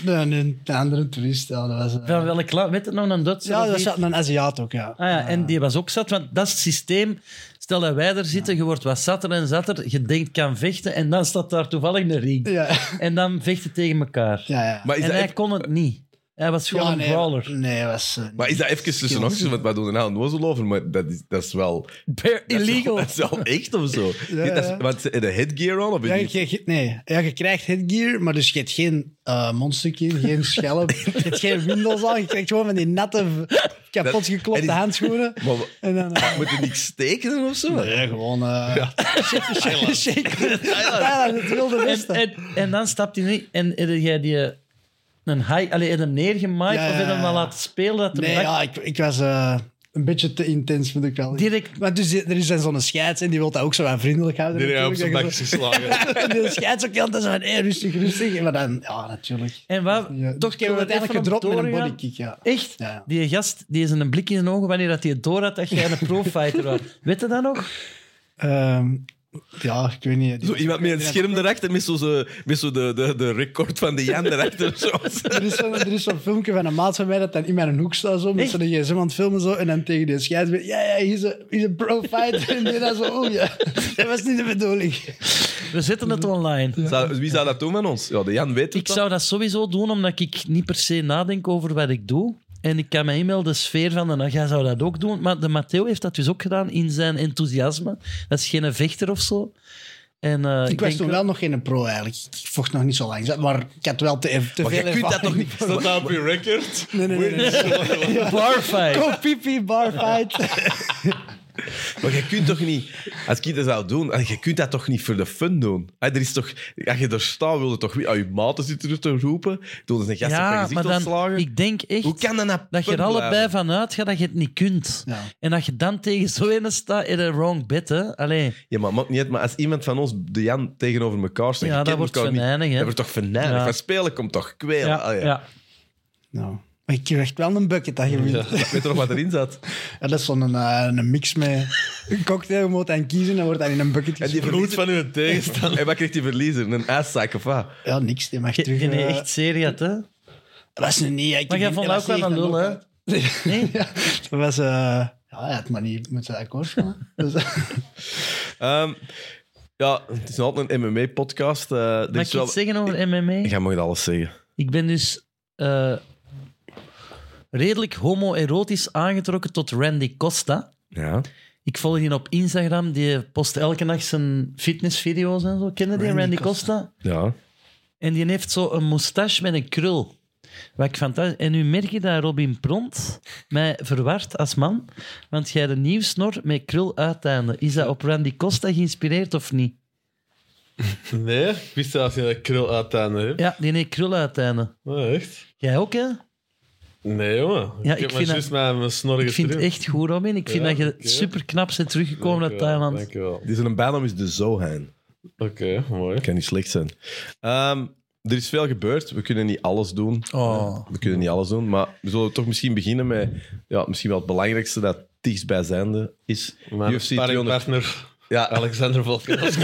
[SPEAKER 4] een, een, een andere toerist. Ja, dat was, eh,
[SPEAKER 3] Van welk land? Weet het nog, een Duitser?
[SPEAKER 4] ja,
[SPEAKER 3] of
[SPEAKER 4] dat was
[SPEAKER 3] iets?
[SPEAKER 4] ja, een Aziat ook, ja.
[SPEAKER 3] Ah ja, en die was ook zat, want dat is het systeem. Stel dat wij er zitten, je wordt wat zatter en zatter, je denkt kan vechten en dan staat daar toevallig een ring.
[SPEAKER 4] Ja,
[SPEAKER 3] En dan vechten tegen elkaar.
[SPEAKER 4] ja. ja.
[SPEAKER 1] Maar is,
[SPEAKER 3] en
[SPEAKER 1] dat
[SPEAKER 3] hij
[SPEAKER 1] even,
[SPEAKER 3] kon het niet. Hij was gewoon
[SPEAKER 4] Ja,
[SPEAKER 3] een
[SPEAKER 4] nee,
[SPEAKER 3] brawler.
[SPEAKER 4] Nee, dat was... eh,
[SPEAKER 1] maar is dat even tussen nog? Want wij doen er nou een nozel over, maar dat is, dat is wel...
[SPEAKER 3] Bare illegal.
[SPEAKER 1] Dat is wel echt of zo.
[SPEAKER 4] Ja,
[SPEAKER 1] Dat is-
[SPEAKER 4] ja.
[SPEAKER 1] want ze- de headgear on of
[SPEAKER 4] Ja,
[SPEAKER 1] niet?
[SPEAKER 4] je, je- nee. ja, je krijgt headgear, maar dus je hebt geen eh monsterkin, geen schelp, je hebt geen windows aan. Je krijgt gewoon van die natte, kapot
[SPEAKER 1] en
[SPEAKER 4] geklopte
[SPEAKER 1] die-
[SPEAKER 4] handschoenen.
[SPEAKER 1] Maar we-
[SPEAKER 4] En dan... eh,
[SPEAKER 1] moet je niks tekenen of zo?
[SPEAKER 4] nee, gewoon... eh Thailand. het wilde
[SPEAKER 3] En,
[SPEAKER 4] westen.
[SPEAKER 3] en, en dan stapt hij niet en heb jij die eh, een high, allee, heb je hem neergemaaid
[SPEAKER 4] Ja, ja,
[SPEAKER 3] of heb je hem wel
[SPEAKER 4] ja.
[SPEAKER 3] laten spelen? Dat hem
[SPEAKER 4] Nee,
[SPEAKER 3] dacht-
[SPEAKER 4] ja, ik, ik was eh, een beetje te intens, moet ik wel
[SPEAKER 3] Direct-
[SPEAKER 4] Maar dus, er is dan zo'n scheids en die wil dat ook zo wat vriendelijk houden.
[SPEAKER 2] Die heb op zijn
[SPEAKER 4] natuurlijk,
[SPEAKER 2] bek
[SPEAKER 4] dat je
[SPEAKER 2] geslagen.
[SPEAKER 4] zo- Die scheids ook heel dat is van, hey, rustig, rustig. Maar dan, ja, natuurlijk.
[SPEAKER 3] En wat,
[SPEAKER 4] Ja, dus
[SPEAKER 3] toch
[SPEAKER 4] ik heb hem
[SPEAKER 3] kunnen we het
[SPEAKER 4] uiteindelijk
[SPEAKER 3] even
[SPEAKER 4] gedropt
[SPEAKER 3] op
[SPEAKER 4] met een
[SPEAKER 3] doorgaan?
[SPEAKER 4] bodykick, ja.
[SPEAKER 3] Echt?
[SPEAKER 4] Ja, ja.
[SPEAKER 3] Die gast die is een blik in zijn ogen wanneer dat hij door had dat jij een pro-fighter was. Weet je dat nog?
[SPEAKER 4] Ehm, ja, ik weet niet.
[SPEAKER 1] Zo iemand met een scherm erachter, met zo, zo, met zo de, de, de record van de Jan erachter. Zo.
[SPEAKER 4] Er is zo'n er is zo'n filmpje van een maat van mij dat dan in mijn hoek staat, zo, met
[SPEAKER 3] Echt?
[SPEAKER 4] zo'n gsm aan het filmen zo, en dan tegen die scheids zegt, ja, ja, hij is een- hij is een pro-fighter. En die dan zo, oh ja, dat was niet de bedoeling.
[SPEAKER 3] We zetten het online.
[SPEAKER 1] Zou- wie zou dat doen van ons? Ja, de Jan weet het
[SPEAKER 3] Ik
[SPEAKER 1] dan.
[SPEAKER 3] zou dat sowieso doen omdat ik niet per se nadenk over wat ik doe. En ik kan me inmelden de sfeer van de nacht. Jij zou dat ook doen. Maar de Matteo heeft dat dus ook gedaan in zijn enthousiasme. Dat is geen vechter of zo. En, eh,
[SPEAKER 4] Ik, was
[SPEAKER 3] denk
[SPEAKER 4] toen wel nog geen pro eigenlijk. Ik vocht nog niet zo lang, maar ik had wel te, te veel
[SPEAKER 1] Maar je kunt dat toch
[SPEAKER 4] ervaring.
[SPEAKER 1] niet...
[SPEAKER 2] Staat dat nou op je record?
[SPEAKER 4] Nee, nee, nee. nee.
[SPEAKER 3] Barfight.
[SPEAKER 4] Go pipi, bar fight.
[SPEAKER 1] Maar je kunt toch niet, als ik dat zou doen, eh, je kunt dat toch niet voor de fun doen? Hè, er is toch, als je er staat, wil je toch wie aan je maten zitten er te roepen? Doe eens een gast op je
[SPEAKER 3] Ja,
[SPEAKER 1] gezicht
[SPEAKER 3] maar dan,
[SPEAKER 1] ontslagen.
[SPEAKER 3] ik denk echt
[SPEAKER 1] Hoe kan dat nou
[SPEAKER 3] dat je er
[SPEAKER 1] fun
[SPEAKER 3] allebei
[SPEAKER 1] blijven?
[SPEAKER 3] vanuit gaat dat je het niet kunt.
[SPEAKER 4] Ja.
[SPEAKER 3] En dat je dan tegen zo'n staat in een wrong bed. Hè? Allee.
[SPEAKER 1] Ja, maar maakt niet uit, maar als iemand van ons de Jan tegenover elkaar staat,
[SPEAKER 3] Ja,
[SPEAKER 1] je
[SPEAKER 3] dat
[SPEAKER 1] kent
[SPEAKER 3] wordt
[SPEAKER 1] elkaar niet,
[SPEAKER 3] venijnig, hè.
[SPEAKER 1] Dat wordt toch venijnig?
[SPEAKER 3] Ja.
[SPEAKER 1] Van spelen komt toch kweel?
[SPEAKER 3] Ja,
[SPEAKER 1] Ah, ja.
[SPEAKER 3] ja.
[SPEAKER 4] Nou, maar ik krijg wel een bucket dat je wint.
[SPEAKER 1] Weet je nog wat erin zat?
[SPEAKER 4] Ja, dat is zo'n eh, een mix met een cocktail. Je moet aan kiezen, dan wordt dat in een bucket
[SPEAKER 1] En die
[SPEAKER 4] gesproken.
[SPEAKER 2] Bloed
[SPEAKER 1] verliezer...
[SPEAKER 2] van uw tegenstander.
[SPEAKER 1] En wat kreeg die verliezer? Een ijszak of wat?
[SPEAKER 4] Ja, niks. Die mag
[SPEAKER 3] Je,
[SPEAKER 4] terug...
[SPEAKER 3] je
[SPEAKER 4] eh,
[SPEAKER 3] echt serie had, hè?
[SPEAKER 4] Dat was nu niet... Ik
[SPEAKER 3] Maar jij vond
[SPEAKER 4] dat
[SPEAKER 3] ook wel
[SPEAKER 4] was
[SPEAKER 3] een
[SPEAKER 4] niet
[SPEAKER 3] lul, hè?
[SPEAKER 4] echt
[SPEAKER 3] Nee?
[SPEAKER 4] Dat was... eh ja, hij had maar niet met zijn akkoord gaan. hè. Dus,
[SPEAKER 1] Ehm, ja, het is nog altijd een MMA-podcast. eh er
[SPEAKER 3] Mag
[SPEAKER 1] is
[SPEAKER 3] ik iets
[SPEAKER 1] wel...
[SPEAKER 3] zeggen over MMA?
[SPEAKER 1] Jij mag alles zeggen.
[SPEAKER 3] Ik ben dus eh, redelijk homoerotisch aangetrokken tot Randy Costa.
[SPEAKER 1] Ja.
[SPEAKER 3] Ik volg die op Instagram. Die post elke dag zijn fitnessvideo's en zo. Kennen die
[SPEAKER 4] Randy
[SPEAKER 3] Randy, Costa?
[SPEAKER 1] Ja.
[SPEAKER 3] En die heeft zo een moustache met een krul. Wat ik fantastisch... En nu merk je dat Robin Pront mij verward als man. Want jij de nieuwsnor met krul uiteinde. Is dat op Randy Costa geïnspireerd of niet?
[SPEAKER 2] Nee, ik wist dat je dat krul uiteinde hebt.
[SPEAKER 3] Ja, die heeft krul uiteinde.
[SPEAKER 2] Nee, echt?
[SPEAKER 3] Jij ook, hè?
[SPEAKER 2] Nee, jongen.
[SPEAKER 3] Ja,
[SPEAKER 2] ik
[SPEAKER 3] ik
[SPEAKER 2] heb maar
[SPEAKER 3] vind
[SPEAKER 2] juist mijn, mijn
[SPEAKER 3] Ik
[SPEAKER 2] snorrige
[SPEAKER 3] vind het
[SPEAKER 2] trui.
[SPEAKER 3] echt goed, Robin. Ik vind
[SPEAKER 2] Ja,
[SPEAKER 3] dat je
[SPEAKER 2] oké.
[SPEAKER 3] super knap bent teruggekomen uit
[SPEAKER 2] Dankjewel,
[SPEAKER 3] Thailand.
[SPEAKER 2] Dankjewel.
[SPEAKER 1] Die zijn bijnaam is de Zohan.
[SPEAKER 2] Oké, mooi.
[SPEAKER 1] Kan niet slecht zijn. Ehm, er is veel gebeurd. We kunnen niet alles doen.
[SPEAKER 3] Oh.
[SPEAKER 1] We kunnen niet alles doen, maar we zullen toch misschien beginnen met ja, misschien wel het belangrijkste dat het dichtstbijzijnde is.
[SPEAKER 2] Mijn
[SPEAKER 1] UFC 200.
[SPEAKER 2] sparringpartner
[SPEAKER 1] Ja,
[SPEAKER 2] Alexander Volkanovski.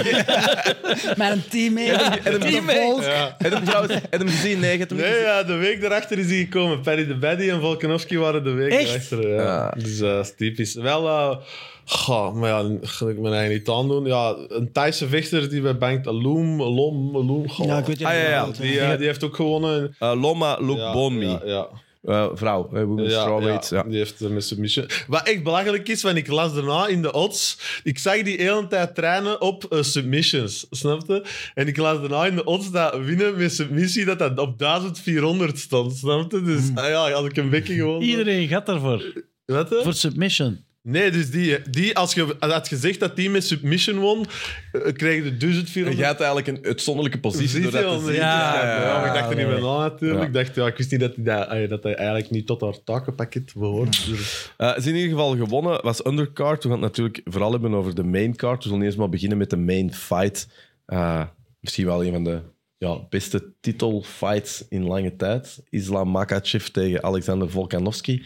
[SPEAKER 4] Met een teammate.
[SPEAKER 1] Adam,
[SPEAKER 4] Met een volk.
[SPEAKER 2] ja.
[SPEAKER 1] Adam, trouwens, Adam gezien? Nee, je hebt hem niet
[SPEAKER 2] Nee, ja, de week daarachter is hij gekomen. Paddy de Baddy en Volkanovski waren de week
[SPEAKER 3] Echt?
[SPEAKER 2] daarachter. Ja.
[SPEAKER 1] Ja.
[SPEAKER 2] Dus eh, dat is typisch. Wel, eh, goh, maar ja, ga ik mijn eigen niet aandoen. Ja, een Thaise vechter die bij Bangt Alum, Alum, Alum. goh.
[SPEAKER 4] Ja, ik weet niet
[SPEAKER 1] Ah, ja, ja,
[SPEAKER 4] wat, hè.
[SPEAKER 2] die, eh, die heeft ook gewonnen.
[SPEAKER 1] gezien. Eh, Loma
[SPEAKER 2] Ja,
[SPEAKER 1] Lukbonmi,
[SPEAKER 2] Ja, ja.
[SPEAKER 1] Eh, vrouw, eh, women's
[SPEAKER 2] Ja,
[SPEAKER 1] strawweight.
[SPEAKER 2] Dus ja,
[SPEAKER 1] Ja.
[SPEAKER 2] die heeft eh, met submission. Wat echt belachelijk is, want ik las daarna in de odds. Ik zag die hele tijd trainen op eh, submissions, snapte? En ik las daarna in de odds dat winnen met submissie dat dat op 1400 stond, snapte? Dus ah ja, had ik een bekje gewonnen.
[SPEAKER 3] Iedereen gaat daarvoor.
[SPEAKER 2] Wat, hè?
[SPEAKER 3] Voor submission.
[SPEAKER 2] Nee, dus die, die als je had gezegd dat die met submission won, eh, kreeg je 1400
[SPEAKER 1] Je gaat eigenlijk een uitzonderlijke positie door dat te zien.
[SPEAKER 3] Ja,
[SPEAKER 2] ja, maar ik dacht er niet
[SPEAKER 3] nee.
[SPEAKER 2] meer na natuurlijk.
[SPEAKER 1] Ja.
[SPEAKER 2] Ik dacht, ja, ik wist niet dat hij, dat, eh, dat hij eigenlijk niet tot haar takenpakket behoort. Dus-
[SPEAKER 1] Eh, is in ieder geval gewonnen, was undercard. We gaan het natuurlijk vooral hebben over de main card. We zullen eerst maar beginnen met de main fight. Eh, misschien wel een van de ja, beste titelfights in lange tijd. Islam Makachev tegen Alexander Volkanovski.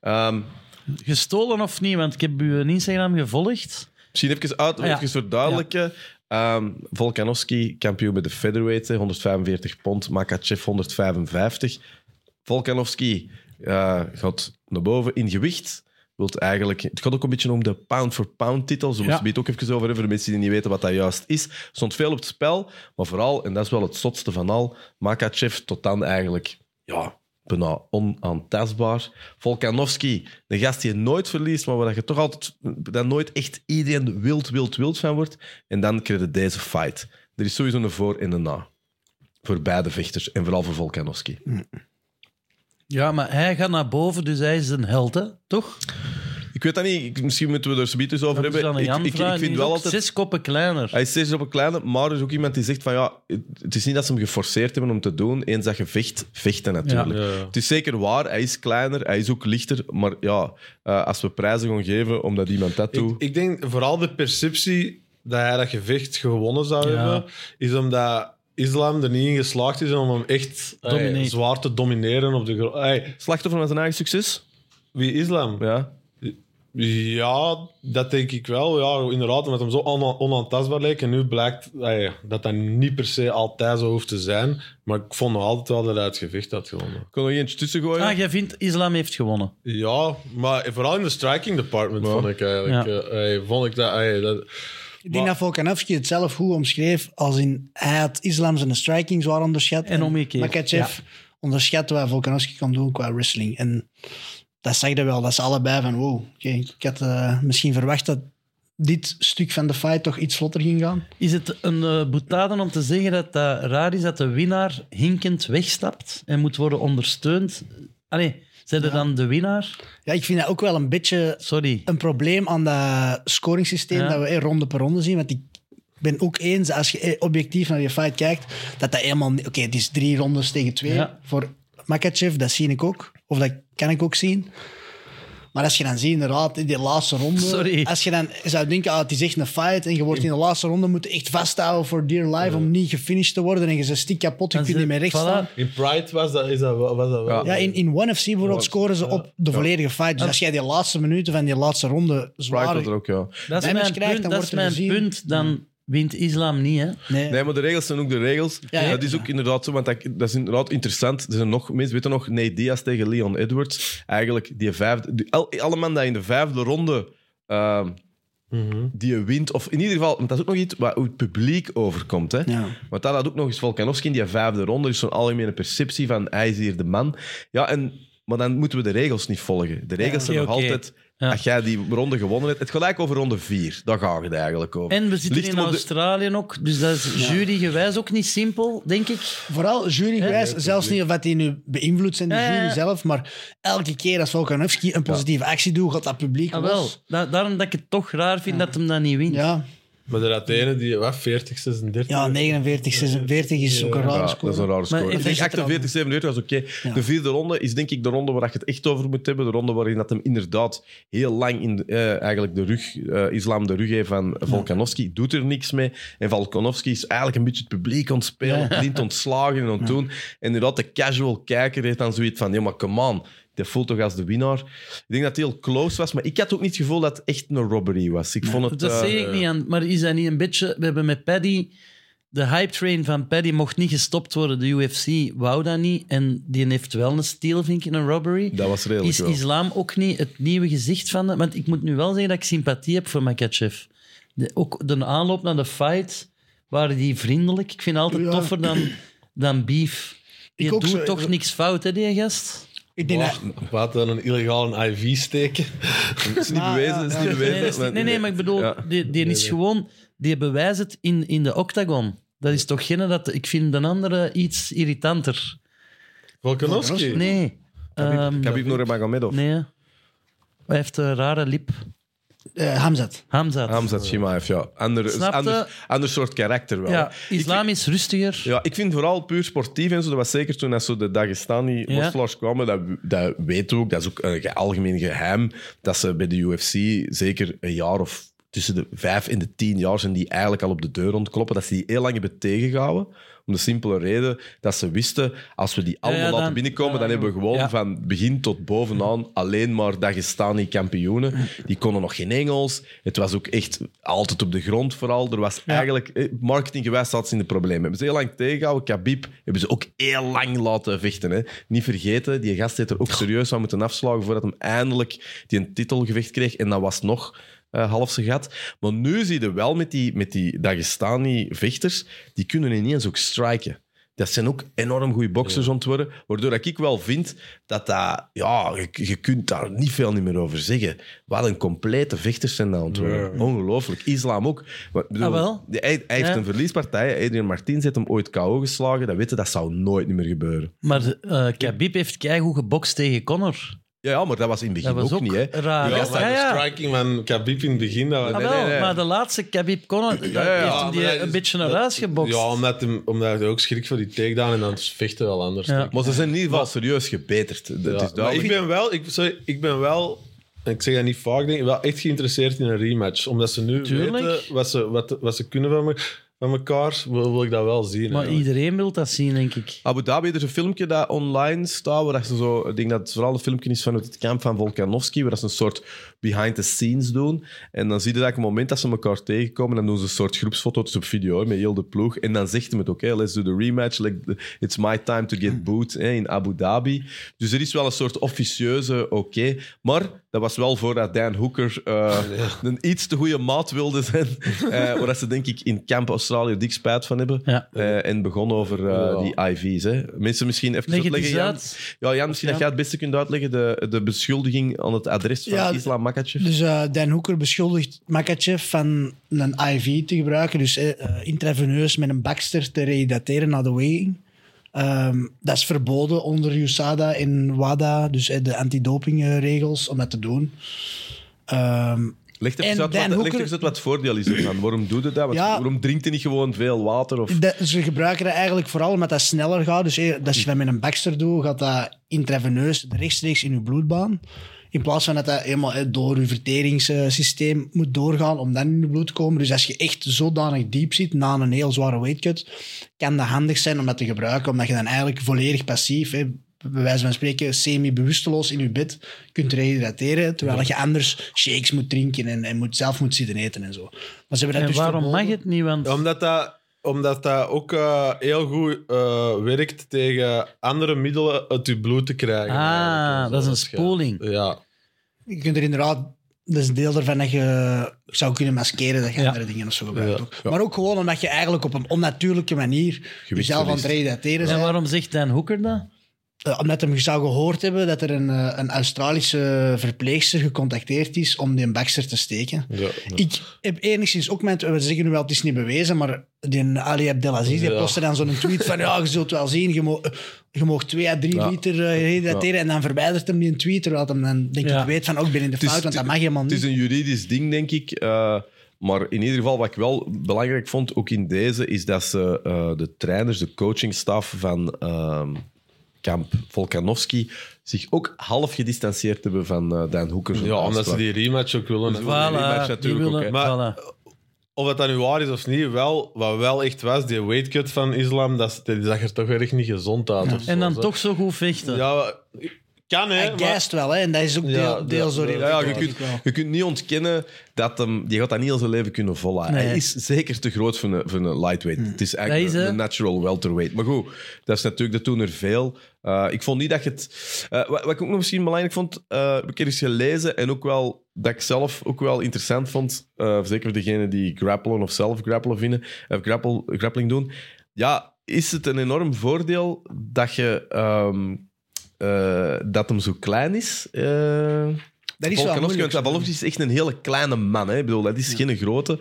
[SPEAKER 1] Ehm,
[SPEAKER 3] Gestolen of niet? Want ik heb uw Instagram gevolgd.
[SPEAKER 1] misschien even, uit,
[SPEAKER 3] Ah, ja.
[SPEAKER 1] even verduidelijken. Ehm, Volkanovski, kampioen bij de featherweight, hè, 145 pond. Makachev 155. Volkanovski eh, gaat naar boven in gewicht. Wilt eigenlijk, het gaat ook een beetje om de pound-for-pound titel. Zo
[SPEAKER 3] Ja.
[SPEAKER 1] ja. het ook even over hebben, voor de mensen die niet weten wat dat juist is. Er stond veel op het spel, maar vooral, en dat is wel het zotste van al, Makachev tot dan eigenlijk ja, bijna onaantastbaar. Volkanovski, de gast die je nooit verliest, maar waar je toch altijd dat nooit echt iedereen wild, wild, wild van wordt. En dan krijg je deze fight. Er is sowieso een voor en een na. Voor beide vechters en vooral voor Volkanovski.
[SPEAKER 3] Ja, maar hij gaat naar boven, dus hij is een held, hè? toch?
[SPEAKER 1] Ik weet dat niet. Ik- Misschien moeten we er zoiets eens over
[SPEAKER 3] Dat is
[SPEAKER 1] hebben.
[SPEAKER 3] dan een
[SPEAKER 1] Ik, ik, ik
[SPEAKER 3] Jan-vraag. Die
[SPEAKER 1] vind
[SPEAKER 3] is
[SPEAKER 1] wel
[SPEAKER 3] ook
[SPEAKER 1] altijd... Ah,
[SPEAKER 3] Zes koppen kleiner.
[SPEAKER 1] Hij is steeds op een kleine, maar er is ook iemand die zegt van ja, het, het is niet dat ze hem geforceerd hebben om te doen. Eens dat je vecht, vechten natuurlijk.
[SPEAKER 2] Ja, ja.
[SPEAKER 1] Het is zeker waar, hij is kleiner, hij is ook lichter. Maar ja, eh, als we prijzen gaan geven omdat iemand dat doet...
[SPEAKER 2] Ik, ik denk vooral de perceptie dat hij dat gevecht gewonnen zou
[SPEAKER 3] Ja.
[SPEAKER 2] hebben, is omdat Islam er niet in geslaagd is om hem echt ey,
[SPEAKER 3] Domineert.
[SPEAKER 2] zwaar te domineren op de gro- ey,
[SPEAKER 1] Slachtoffer van zijn eigen succes?
[SPEAKER 2] Wie Islam? Ja.
[SPEAKER 1] Ja.
[SPEAKER 2] dat denk ik wel. Ja, inderdaad, omdat hem zo on- onaantastbaar leek. En nu blijkt ey, dat dat niet per se altijd zo hoeft te zijn. Maar ik vond nog altijd wel dat hij het gevecht had gewonnen.
[SPEAKER 1] Ik kon nog eentje tussen gooien.
[SPEAKER 3] Ah, jij vindt Islam heeft gewonnen.
[SPEAKER 2] Ja, maar vooral in de striking department
[SPEAKER 1] Ja.
[SPEAKER 2] vond ik eigenlijk.
[SPEAKER 3] Ja.
[SPEAKER 2] eh, ey, vond ik dat, ey, dat
[SPEAKER 4] Ik denk dat Volkanovski het zelf goed omschreef als in hij had islam zijn striking zwaar onderschat.
[SPEAKER 3] En omgekeerd,
[SPEAKER 4] Makachev onderschat wat Volkanovski kon doen qua wrestling. En dat zag je wel, dat ze allebei van wow. oké, ik had eh, misschien verwacht dat dit stuk van de fight toch iets vlotter ging gaan.
[SPEAKER 3] Is het een eh boetade om te zeggen dat dat raar is dat de winnaar hinkend wegstapt en moet worden ondersteund? Allee, zijn er dan de winnaar?
[SPEAKER 4] Ja, ik vind dat ook wel een beetje
[SPEAKER 3] Sorry.
[SPEAKER 4] een probleem aan dat scoringssysteem
[SPEAKER 3] Ja.
[SPEAKER 4] dat we eh, ronde per ronde zien. Want ik ben ook eens, als je eh, objectief naar je fight kijkt, dat dat helemaal... niet- Oké, het is drie rondes tegen twee
[SPEAKER 3] Ja.
[SPEAKER 4] voor Makachev. Dat zie ik ook. Of dat kan ik ook zien. Maar als je dan ziet, inderdaad, in die laatste ronde...
[SPEAKER 3] Sorry.
[SPEAKER 4] Als je dan zou denken, ah, het is echt een fight en je wordt in de laatste ronde moet je echt vasthouden voor dear life om niet gefinished te worden en je zit stiek kapot, je
[SPEAKER 3] Dan
[SPEAKER 4] kunt niet
[SPEAKER 3] zit-
[SPEAKER 4] meer recht
[SPEAKER 3] voilà.
[SPEAKER 4] staan.
[SPEAKER 2] in Pride was dat, is dat, wel- was dat wel.
[SPEAKER 1] Ja.
[SPEAKER 4] Ja, in, in ONE FC bijvoorbeeld scoren ze op de volledige fight. Dus als jij die laatste minuten van die laatste ronde
[SPEAKER 1] Pride
[SPEAKER 4] zwaar
[SPEAKER 1] had er ook, ja.
[SPEAKER 3] Dat is
[SPEAKER 4] Damage
[SPEAKER 3] mijn
[SPEAKER 4] krijgt,
[SPEAKER 3] punt. Dat
[SPEAKER 4] dan wordt
[SPEAKER 3] is
[SPEAKER 4] er
[SPEAKER 3] mijn
[SPEAKER 4] gezien.
[SPEAKER 3] punt. Dan wint islam niet, hè?
[SPEAKER 4] Nee.
[SPEAKER 1] Nee, maar de regels zijn ook de regels.
[SPEAKER 4] Ja, ja.
[SPEAKER 1] dat is ook inderdaad zo, want dat, dat is inderdaad interessant. Er zijn nog mensen, weten nog, nee, Diaz tegen Leon Edwards. Eigenlijk, die vijfde, die, al- alle man die in de vijfde ronde ehm,
[SPEAKER 3] Mhm.
[SPEAKER 1] die wint, of in ieder geval, want dat is ook nog iets waar hoe het publiek overkomt. Hè?
[SPEAKER 4] Ja.
[SPEAKER 1] Want dat had ook nog eens Volkanovski in die vijfde ronde, dus zo'n algemene perceptie van hij is hier de man. Ja, en, maar dan moeten we de regels niet volgen. De regels zijn
[SPEAKER 3] Oké,
[SPEAKER 1] nog
[SPEAKER 3] oké.
[SPEAKER 1] altijd.
[SPEAKER 3] Ja.
[SPEAKER 1] Als jij die ronde gewonnen hebt, het gelijk over ronde vier. Daar gaat het eigenlijk over.
[SPEAKER 3] En we zitten
[SPEAKER 1] Ligt
[SPEAKER 3] in
[SPEAKER 1] hem op de-
[SPEAKER 3] Australië ook, dus dat is jurygewijs ook niet simpel, denk ik.
[SPEAKER 4] Vooral jurygewijs, zelfs niet of dat die nu beïnvloed zijn, de
[SPEAKER 3] Ja, ja, ja.
[SPEAKER 4] jury zelf, maar elke keer als Volkanovski een positieve actie doet, gaat dat publiek
[SPEAKER 3] Ah, wel.
[SPEAKER 4] los.
[SPEAKER 3] Da- daarom dat ik het toch raar vind dat hem dat niet wint.
[SPEAKER 4] Ja,
[SPEAKER 2] Maar de Athene, die, wat, 40, 36?
[SPEAKER 4] ja 49, 46 is ook een rare
[SPEAKER 1] Ja,
[SPEAKER 4] score.
[SPEAKER 1] dat is een rare score.
[SPEAKER 3] even
[SPEAKER 1] Ik denk
[SPEAKER 4] zit er al-
[SPEAKER 1] 48, 47 was oké.
[SPEAKER 4] Ja.
[SPEAKER 1] De vierde ronde is denk ik de ronde waar je het echt over moet hebben. De ronde waarin dat hem inderdaad heel lang in de, eh, eigenlijk de rug, eh, islam de rug heeft van Volkanovski. Doet er niks mee. En Volkanovski is eigenlijk een beetje het publiek ontspelen, blind ontslagen en ontdoen. En inderdaad, de casual kijker heeft dan zoiets van, ja maar come on. Dat voelt toch als de winnaar. Ik denk dat het heel close was, maar ik had ook niet het gevoel dat het echt een robbery was. Ik vond het...
[SPEAKER 3] Dat
[SPEAKER 1] eh,
[SPEAKER 3] zeg ik niet aan, maar is dat niet een beetje... We hebben met Paddy... De hype train van Paddy mocht niet gestopt worden. De UFC wou dat niet. En die heeft wel een steal, vind ik, in een robbery.
[SPEAKER 1] Dat was redelijk
[SPEAKER 3] Is
[SPEAKER 1] wel.
[SPEAKER 3] islam ook niet het nieuwe gezicht van... De, want ik moet nu wel zeggen dat ik sympathie heb voor Makachev. De, ook de aanloop naar de fight waren die vriendelijk. Ik vind het altijd
[SPEAKER 4] Ja.
[SPEAKER 3] toffer dan, dan beef. Je
[SPEAKER 4] Ik ook
[SPEAKER 3] doet
[SPEAKER 4] zo.
[SPEAKER 3] toch niks fout, hè, die gast?
[SPEAKER 4] Ik denk dat...
[SPEAKER 2] Wat dan een illegale IV steken?
[SPEAKER 1] Het is niet
[SPEAKER 4] Ah,
[SPEAKER 1] bewezen,
[SPEAKER 4] ja,
[SPEAKER 1] het is
[SPEAKER 4] ja.
[SPEAKER 1] niet
[SPEAKER 3] Nee,
[SPEAKER 1] bewezen.
[SPEAKER 3] dat is niet- nee, nee, maar ik bedoel,
[SPEAKER 1] Ja.
[SPEAKER 3] die, die is gewoon... Die bewijst het in, in de octagon. Dat is toch geen dat... Ik vind de andere iets irritanter.
[SPEAKER 2] Volkanovski?
[SPEAKER 3] Nee. Ehm,
[SPEAKER 1] Khabib Nurmagomedov.
[SPEAKER 3] nee. Hij heeft een rare lip.
[SPEAKER 4] eh, Hamzat.
[SPEAKER 3] Hamzat.
[SPEAKER 1] Hamzat Shimaev, ja. Ander,
[SPEAKER 3] Snapte?
[SPEAKER 1] ander, ander soort karakter wel.
[SPEAKER 3] Ja, islam
[SPEAKER 1] Ik,
[SPEAKER 3] is rustiger.
[SPEAKER 1] ja, ik vind vooral puur sportief en zo. Dat was zeker toen dat zo de Dagestani
[SPEAKER 3] Ja.
[SPEAKER 1] worstelaars kwamen. Dat, dat weten we ook. Dat is ook een ge- algemeen geheim. Dat ze bij de UFC zeker een jaar of tussen de vijf en de tien jaar zijn die eigenlijk al op de deur rondkloppen. Dat ze die heel lang hebben tegengehouden. Om de simpele reden dat ze wisten, als we die allemaal
[SPEAKER 3] ja,
[SPEAKER 1] laten
[SPEAKER 3] dan-
[SPEAKER 1] binnenkomen, dan,
[SPEAKER 3] dan-
[SPEAKER 1] hebben we gewoon
[SPEAKER 3] ja.
[SPEAKER 1] van begin tot bovenaan alleen maar Dagestani kampioenen. Die konden nog geen Engels. Het was ook echt altijd op de grond vooral. Er was eigenlijk, eh, marketinggewijs zat ze in de problemen. Hebben ze heel lang tegengehouden. Khabib hebben ze ook heel lang laten vechten. Hè. Niet vergeten, die gast heeft er ook serieus aan moeten afslagen voordat hem eindelijk die een titelgevecht kreeg. En dat was nog eh, half zijn gat. Maar nu zie je wel met die, met die Dagestani-vechters, die kunnen ineens ook striken. Dat zijn ook enorm goede boxers ontworpen, waardoor dat ik wel vind dat dat... Ja, je, je kunt daar niet veel niet meer over zeggen. Wat een complete vechters zijn dat ontworpen. Ongelooflijk. Islam ook. Wat- ik bedoel,
[SPEAKER 3] Ah, wel?
[SPEAKER 1] die- Hij, hij heeft
[SPEAKER 3] Ja.
[SPEAKER 1] een verliespartij. Adrian Martins heeft hem ooit KO geslagen. Dat weten, dat zou nooit meer gebeuren.
[SPEAKER 3] Maar eh Khabib heeft keigoed gebokst tegen Connor.
[SPEAKER 1] Ja, ja, maar dat was in het
[SPEAKER 3] Dat
[SPEAKER 1] begin
[SPEAKER 3] was
[SPEAKER 1] ook,
[SPEAKER 3] ook
[SPEAKER 1] niet, hè.
[SPEAKER 3] raar.
[SPEAKER 2] Ja,
[SPEAKER 3] Ja,
[SPEAKER 2] maar
[SPEAKER 3] ja, ja.
[SPEAKER 2] de striking van Khabib in het begin... Dat
[SPEAKER 3] Ah,
[SPEAKER 1] nee,
[SPEAKER 3] wel,
[SPEAKER 1] nee, nee.
[SPEAKER 3] maar de laatste Khabib Connor
[SPEAKER 1] ja, ja.
[SPEAKER 3] heeft hem
[SPEAKER 2] Ah,
[SPEAKER 3] die
[SPEAKER 2] maar dat
[SPEAKER 3] een
[SPEAKER 2] is-
[SPEAKER 3] beetje naar
[SPEAKER 2] dat-
[SPEAKER 3] huis gebokst.
[SPEAKER 2] Ja, omdat, hem, omdat hij ook schrik voor die takedown en dan is vechten wel anders.
[SPEAKER 3] Ja.
[SPEAKER 2] denk ik.
[SPEAKER 1] Maar ze zijn in ieder geval serieus gebeterd. Dat
[SPEAKER 2] Ja,
[SPEAKER 1] is
[SPEAKER 2] maar
[SPEAKER 1] duidelijk.
[SPEAKER 2] ik ben wel, ik, sorry, ik ben wel, en ik zeg dat niet vaak, denk ik, wel echt geïnteresseerd in een rematch. Omdat ze nu
[SPEAKER 3] Tuurlijk.
[SPEAKER 2] weten wat ze, wat, wat ze kunnen van, me, van elkaar, wil, wil ik dat wel zien.
[SPEAKER 3] maar
[SPEAKER 2] eigenlijk.
[SPEAKER 3] iedereen wil dat zien, denk ik.
[SPEAKER 1] Abu Dhabi, er is een filmpje dat online staat, waar dat ze zo, ik denk dat het vooral een filmpje is vanuit het kamp van Volkanovski, waar dat ze een soort behind the scenes doen. En dan zie je dat op het moment dat ze elkaar tegenkomen, dan doen ze een soort groepsfoto, het is op video, hè, met heel de ploeg. En dan zegt hem het ook, hè, let's do the rematch, like, the- it's my time to get booed hè, in Abu Dhabi. Dus er is wel een soort officieuze oké. Maar dat was wel voordat Dan Hooker eh, een iets te goede maat wilde zijn, eh, waar dat ze denk ik in kamp Australië dik spijt van hebben.
[SPEAKER 3] Ja.
[SPEAKER 1] Eh, en begon over eh,
[SPEAKER 2] Ja.
[SPEAKER 1] die IV's. Hè. Mensen misschien even
[SPEAKER 3] Leg het
[SPEAKER 1] uitleggen,
[SPEAKER 3] eens
[SPEAKER 1] Jan.
[SPEAKER 3] uit.
[SPEAKER 1] Ja, Jan, misschien
[SPEAKER 3] Ja.
[SPEAKER 1] dat jij het beste kunt uitleggen. De, de beschuldiging aan het adres van
[SPEAKER 4] Ja,
[SPEAKER 1] Islam Makachev.
[SPEAKER 4] Dus eh, Dan Hoeker beschuldigt Makachev van een IV te gebruiken, dus eh, eh, intraveneus met een bakster te rehydraten na de weighing. Ehm, dat is verboden onder USADA en WADA, dus eh, de antidopingregels, om dat te doen. Ehm,
[SPEAKER 1] Leg
[SPEAKER 4] en
[SPEAKER 1] even uit
[SPEAKER 4] Dan
[SPEAKER 1] wat, leg
[SPEAKER 4] Hoeker-
[SPEAKER 1] even uit wat het voordeel is ervan. Waarom doe je dat? Want
[SPEAKER 4] Ja.
[SPEAKER 1] Waarom drinkt hij niet gewoon veel water? Of...
[SPEAKER 4] Dat- ze gebruiken dat eigenlijk vooral omdat dat sneller gaat. Dus eh, als je dat met een Baxter doet, gaat dat intraveneus rechtstreeks in je bloedbaan. In plaats van dat dat helemaal eh, door je verteringssysteem moet doorgaan om dan in je bloed te komen. Dus als je echt zodanig diep zit na een heel zware weightcut, kan dat handig zijn om dat te gebruiken. Omdat je dan eigenlijk volledig passief, hè, bij wijze van spreken semi-bewusteloos in je bed kunt rehydrateren, terwijl je anders shakes moet drinken en, en moet, zelf moet zitten eten en zo. Maar ze hebben dat
[SPEAKER 3] En
[SPEAKER 4] dus
[SPEAKER 3] waarom
[SPEAKER 4] verboden.
[SPEAKER 3] mag het niet? Want
[SPEAKER 2] Ja, Omdat dat, omdat dat ook eh, heel goed eh, werkt tegen andere middelen uit je bloed te krijgen.
[SPEAKER 3] Ah,
[SPEAKER 2] eigenlijk, en zo.
[SPEAKER 3] dat is een
[SPEAKER 2] je-
[SPEAKER 3] spoeling.
[SPEAKER 2] Ja.
[SPEAKER 4] Je kunt er inderdaad... Dat is een deel daarvan dat je zou kunnen maskeren dat je
[SPEAKER 3] Ja.
[SPEAKER 4] andere dingen of zo gebruikt.
[SPEAKER 2] Ja.
[SPEAKER 4] ook. Maar ook gewoon omdat je eigenlijk op een onnatuurlijke manier jezelf aan het rehydrateren
[SPEAKER 3] en
[SPEAKER 4] bent.
[SPEAKER 3] waarom zegt Dan Hoeker dat?
[SPEAKER 4] Eh, omdat hem zou gehoord hebben dat er een, eh, een Australische verpleegster gecontacteerd is om die een Baxter te steken.
[SPEAKER 2] Ja.
[SPEAKER 4] Ik heb enigszins ook mijn... We zeggen nu wel, het is niet bewezen, maar die Ali Abdelaziz, die
[SPEAKER 2] Ja.
[SPEAKER 4] postte dan zo'n tweet van ja, je zult wel zien, je, mo eh, je mag twee à drie
[SPEAKER 2] Ja.
[SPEAKER 4] liter eh, rehydrateren en dan verwijdert hem die een tweet, terwijl hem dan denk
[SPEAKER 3] Ja.
[SPEAKER 4] ik weet van ook binnen de
[SPEAKER 1] is-
[SPEAKER 4] fout, want dat mag helemaal
[SPEAKER 1] Het
[SPEAKER 4] niet.
[SPEAKER 1] is een juridisch ding, denk ik. eh, maar in ieder geval, wat ik wel belangrijk vond, ook in deze, is dat ze eh, de trainers, de coachingstaf van ehm, kamp Volkanovski, zich ook half gedistanceerd hebben van eh Dan Hoekers.
[SPEAKER 2] ja, omdat ze die rematch ook willen.
[SPEAKER 1] Ze willen-
[SPEAKER 3] Voilà,
[SPEAKER 1] die match
[SPEAKER 3] die
[SPEAKER 1] natuurlijk ook,
[SPEAKER 3] willen-
[SPEAKER 2] hè. Maar-
[SPEAKER 3] voilà.
[SPEAKER 2] Of dat dat nu waar is of niet, wel, wat wel echt was, die weightcut van Islam, dat, die zag er toch echt niet gezond uit. of
[SPEAKER 3] En
[SPEAKER 2] zo,
[SPEAKER 3] dan
[SPEAKER 2] zo.
[SPEAKER 3] toch zo goed vechten.
[SPEAKER 2] Ja, kan hè.
[SPEAKER 4] Hij geist wel, hè, en dat is ook
[SPEAKER 2] Ja,
[SPEAKER 4] deel, deel
[SPEAKER 2] ja,
[SPEAKER 4] zo
[SPEAKER 2] ja,
[SPEAKER 1] Ja,
[SPEAKER 4] rehydrateren,
[SPEAKER 1] je,
[SPEAKER 4] denk
[SPEAKER 1] kunt,
[SPEAKER 4] ik wel.
[SPEAKER 1] je kunt niet ontkennen dat hem, die gaat dat niet heel zijn leven kunnen volhouden.
[SPEAKER 3] Nee. Hm.
[SPEAKER 1] Hij is zeker te groot voor een, voor een lightweight. Het is eigenlijk
[SPEAKER 3] Dat is,
[SPEAKER 1] een,
[SPEAKER 3] eh, hè?
[SPEAKER 1] een natural welterweight. Maar goed, dat is natuurlijk, dat doen er veel. Eh, ik vond niet dat je het... eh, wat, wat ik ook nog misschien belangrijk vond, eh, heb ik eens gelezen en ook wel dat ik zelf ook wel interessant vond, eh, zeker voor degenen die grappelen of zelf grappelen vinden, of grapple, grappling doen, ja, is het een enorm voordeel dat je... ehm, eh, dat hem zo klein is. eh,
[SPEAKER 4] Dat is wel
[SPEAKER 1] Volkanovski,
[SPEAKER 4] moeilijk.
[SPEAKER 1] want Volkanovski is echt een hele kleine man. Hè. Ik bedoel, dat is geen grote.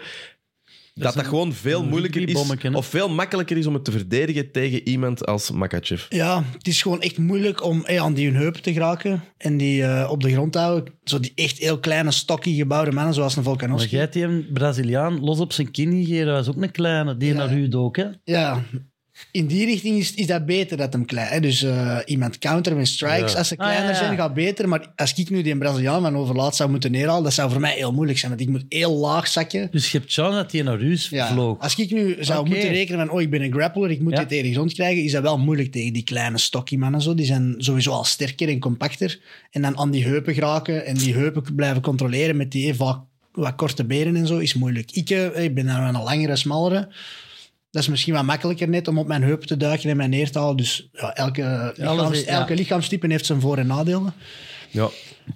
[SPEAKER 1] Dat dat
[SPEAKER 3] een-
[SPEAKER 1] gewoon veel
[SPEAKER 3] een
[SPEAKER 1] moeilijker
[SPEAKER 3] rugbybommetje,
[SPEAKER 1] is,
[SPEAKER 3] hè?
[SPEAKER 1] of veel makkelijker is om het te verdedigen tegen iemand als Makachev.
[SPEAKER 4] Ja, het is gewoon echt moeilijk om eh, aan die hun heupen te geraken en die eh, op de grond te houden. Zo die echt heel kleine, stokkie gebouwde mannen zoals een
[SPEAKER 3] Maar
[SPEAKER 4] Volkanovski.
[SPEAKER 3] jij die een Braziliaan los op zijn kin gegeven, dat was ook een kleine, die naar u dook. Hè?
[SPEAKER 4] Ja, in die richting is, is dat beter dat hem klein. Hè? Dus eh, iemand counteren met strikes,
[SPEAKER 2] Ja.
[SPEAKER 4] als ze
[SPEAKER 3] Ah,
[SPEAKER 4] kleiner
[SPEAKER 3] ja, ja.
[SPEAKER 4] zijn, gaat beter. Maar als ik nu die Braziliaan van overlaat zou moeten neerhalen, dat zou voor mij heel moeilijk zijn, want ik moet heel laag zakken.
[SPEAKER 3] Dus je hebt chance dat die naar u
[SPEAKER 4] Ja.
[SPEAKER 3] vloog.
[SPEAKER 4] Als ik nu zou
[SPEAKER 3] Oké.
[SPEAKER 4] moeten rekenen van, oh, ik ben een grappler, ik moet
[SPEAKER 3] Ja.
[SPEAKER 4] dit tegen de grond krijgen, is dat wel moeilijk tegen die kleine stokkie mannen. Zo. Die zijn sowieso al sterker en compacter. En dan aan die heupen geraken en die heupen blijven controleren met die eh, vaak wat korte benen en zo, is moeilijk. Ik, eh, ik ben dan wel een langere, smallere. Dat is misschien wat makkelijker net om op mijn heupen te duiken en mij neer te halen. Dus ja, elke, lichaams,
[SPEAKER 3] is- ja.
[SPEAKER 4] elke lichaamstype heeft zijn voor- en nadelen.
[SPEAKER 1] Ja.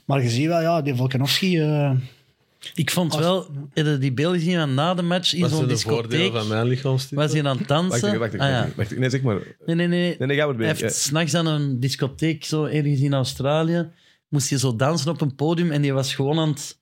[SPEAKER 4] Maar je ziet wel, ja, die Volkanovski... eh,
[SPEAKER 3] Ik vond wel, heb je die beelden gezien van na de match in
[SPEAKER 2] Wat
[SPEAKER 3] zo'n
[SPEAKER 2] zijn de voordelen
[SPEAKER 3] discotheek?
[SPEAKER 2] van mijn lichaamstype?
[SPEAKER 3] Was hij aan het
[SPEAKER 1] Wacht,
[SPEAKER 3] dansen?
[SPEAKER 1] even, wacht, even,
[SPEAKER 3] Ah, ja.
[SPEAKER 1] wacht, even. Nee, zeg maar.
[SPEAKER 3] Nee, nee, nee.
[SPEAKER 1] Nee, nee, ga maar
[SPEAKER 3] Hij
[SPEAKER 1] bij.
[SPEAKER 3] heeft
[SPEAKER 1] Ja.
[SPEAKER 3] s'nachts aan een discotheek, zo ergens in Australië, moest je zo dansen op een podium en die was gewoon aan het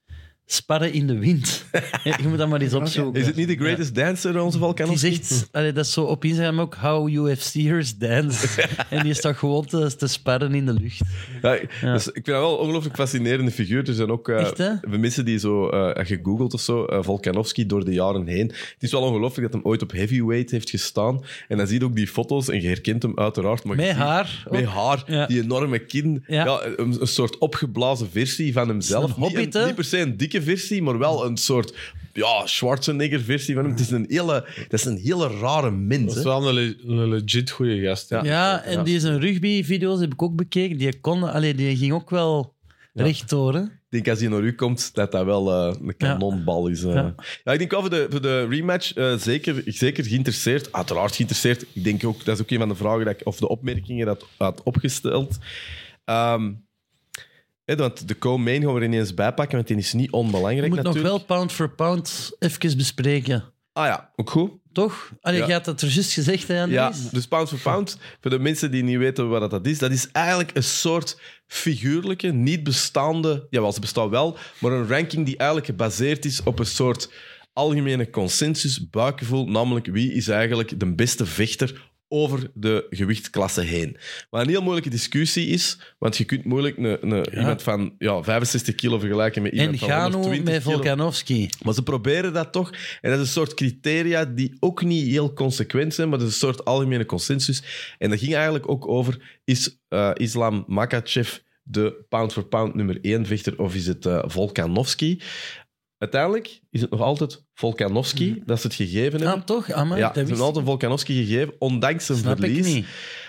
[SPEAKER 3] sparren in de wind. je moet dat maar eens opzoeken.
[SPEAKER 1] Is het niet de greatest dancer, onze
[SPEAKER 3] Die
[SPEAKER 1] Volkanovski?
[SPEAKER 3] zegt, allee, dat is zo op Instagram ook, how UFC'ers dance. en die is toch gewoon te, te sparren in de lucht.
[SPEAKER 1] Ja, dus ik vind dat wel een ongelooflijk fascinerende figuur. Er zijn ook eh,
[SPEAKER 3] Echt, hè?
[SPEAKER 1] we mensen die zo eh gegoogeld of zo, eh, Volkanovski door de jaren heen. Het is wel ongelooflijk dat hem ooit op heavyweight heeft gestaan. En dan zie je ook die foto's en je herkent hem uiteraard. Maar je
[SPEAKER 3] Met
[SPEAKER 1] ziet-
[SPEAKER 3] haar.
[SPEAKER 1] Met
[SPEAKER 3] ook.
[SPEAKER 1] haar,
[SPEAKER 3] Ja.
[SPEAKER 1] die enorme kin.
[SPEAKER 3] Ja.
[SPEAKER 1] Ja. een, een soort opgeblazen versie van hemzelf.
[SPEAKER 3] een hobbit,
[SPEAKER 1] niet, een-
[SPEAKER 3] hè?
[SPEAKER 1] niet per se een dikke versie, maar wel een soort ja, Schwarzenegger versie van hem. Het is een hele, dat is een hele rare mens.
[SPEAKER 2] Dat is
[SPEAKER 1] hè.
[SPEAKER 2] wel een, le- een legit goede gast. hè.
[SPEAKER 3] Ja, en die zijn rugby-video's heb ik ook bekeken. Die, kon, allee, die ging ook wel rechtdoor. Hè?
[SPEAKER 1] Ik denk als hij naar u komt, dat dat wel eh, een kanonbal is. eh.
[SPEAKER 3] Ja.
[SPEAKER 1] Ja. ik denk wel voor de, voor de rematch eh, zeker, zeker geïnteresseerd. Uiteraard geïnteresseerd. Ik denk ook, dat is ook een van de vragen dat ik, of de opmerkingen dat ik had opgesteld. Ehm, hè, want de co-main gaan we er ineens bij pakken, want die is niet onbelangrijk
[SPEAKER 3] Je moet nog
[SPEAKER 1] natuurlijk.
[SPEAKER 3] wel pound for pound even bespreken.
[SPEAKER 1] Ah ja, ook goed.
[SPEAKER 3] Toch? Allee,
[SPEAKER 1] Ja.
[SPEAKER 3] Je had dat er juist gezegd, hè,
[SPEAKER 1] Ja,
[SPEAKER 3] Andries?
[SPEAKER 1] dus pound for pound, voor de mensen die niet weten wat dat is, dat is eigenlijk een soort figuurlijke, niet bestaande, jawel, ze bestaat wel, maar een ranking die eigenlijk gebaseerd is op een soort algemene consensus, buikgevoel, namelijk wie is eigenlijk de beste vechter over de gewichtsklasse heen. Wat een heel moeilijke discussie is, want je kunt moeilijk een, een, iemand van ja, 65 kilo vergelijken met iemand
[SPEAKER 3] En
[SPEAKER 1] van
[SPEAKER 3] Gano
[SPEAKER 1] 120
[SPEAKER 3] met
[SPEAKER 1] kilo.
[SPEAKER 3] Volkanovski.
[SPEAKER 1] Maar ze proberen dat toch. En dat is een soort criteria die ook niet heel consequent zijn, maar dat is een soort algemene consensus. En dat ging eigenlijk ook over, is eh, Islam Makachev de pound-for-pound nummer één vechter of is het eh, Volkanovski? uiteindelijk is het nog altijd Volkanovski dat ze het gegeven hebben.
[SPEAKER 3] Mhm. Ah, toch? Amai,
[SPEAKER 1] ja,
[SPEAKER 3] dat
[SPEAKER 1] ze hebben
[SPEAKER 3] wist
[SPEAKER 1] altijd Volkanovski gegeven, ondanks zijn
[SPEAKER 3] ik. Snap ik
[SPEAKER 1] verlies.
[SPEAKER 3] niet.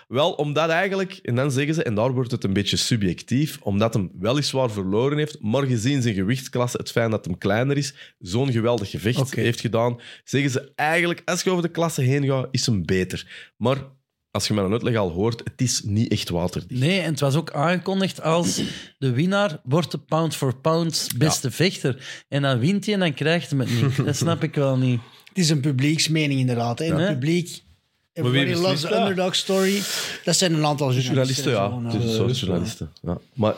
[SPEAKER 1] Wel, omdat eigenlijk, en dan zeggen ze, en daar wordt het een beetje subjectief, omdat hem weliswaar verloren heeft, maar gezien zijn gewichtsklasse, het feit dat hem kleiner is, zo'n geweldig gevecht
[SPEAKER 3] Oké.
[SPEAKER 1] heeft gedaan, zeggen ze eigenlijk, als je over de klasse heen gaat, is hem beter. Maar als je mijn uitleg al hoort, het is niet echt waterdicht.
[SPEAKER 3] Nee, en het was ook aangekondigd als de winnaar wordt de pound for pound beste vechter. En dan wint hij en dan krijgt hij het niet. Dat snap ik wel niet.
[SPEAKER 4] Het is een publieksmening inderdaad. hè. En
[SPEAKER 3] Ja.
[SPEAKER 4] het publiek...
[SPEAKER 2] wie
[SPEAKER 4] Everybody loves
[SPEAKER 2] beslist
[SPEAKER 4] the
[SPEAKER 2] dat?
[SPEAKER 4] underdog story. Dat zijn een aantal journalisten.
[SPEAKER 1] Journalisten, ja.
[SPEAKER 4] Gewoon,
[SPEAKER 1] Het is een
[SPEAKER 4] eh,
[SPEAKER 1] soort
[SPEAKER 2] dus, ja.
[SPEAKER 1] journalisten. Ja. Maar,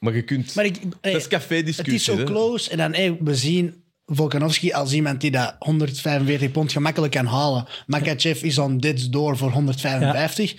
[SPEAKER 1] maar je kunt...
[SPEAKER 4] Maar ik, eh,
[SPEAKER 1] dat is
[SPEAKER 4] het is
[SPEAKER 1] café-discussie.
[SPEAKER 4] zo
[SPEAKER 1] hè.
[SPEAKER 4] close. En dan, eh, we zien Volkanovski als iemand die dat 145 pond gemakkelijk kan halen. Makachev is dan dit door voor 155.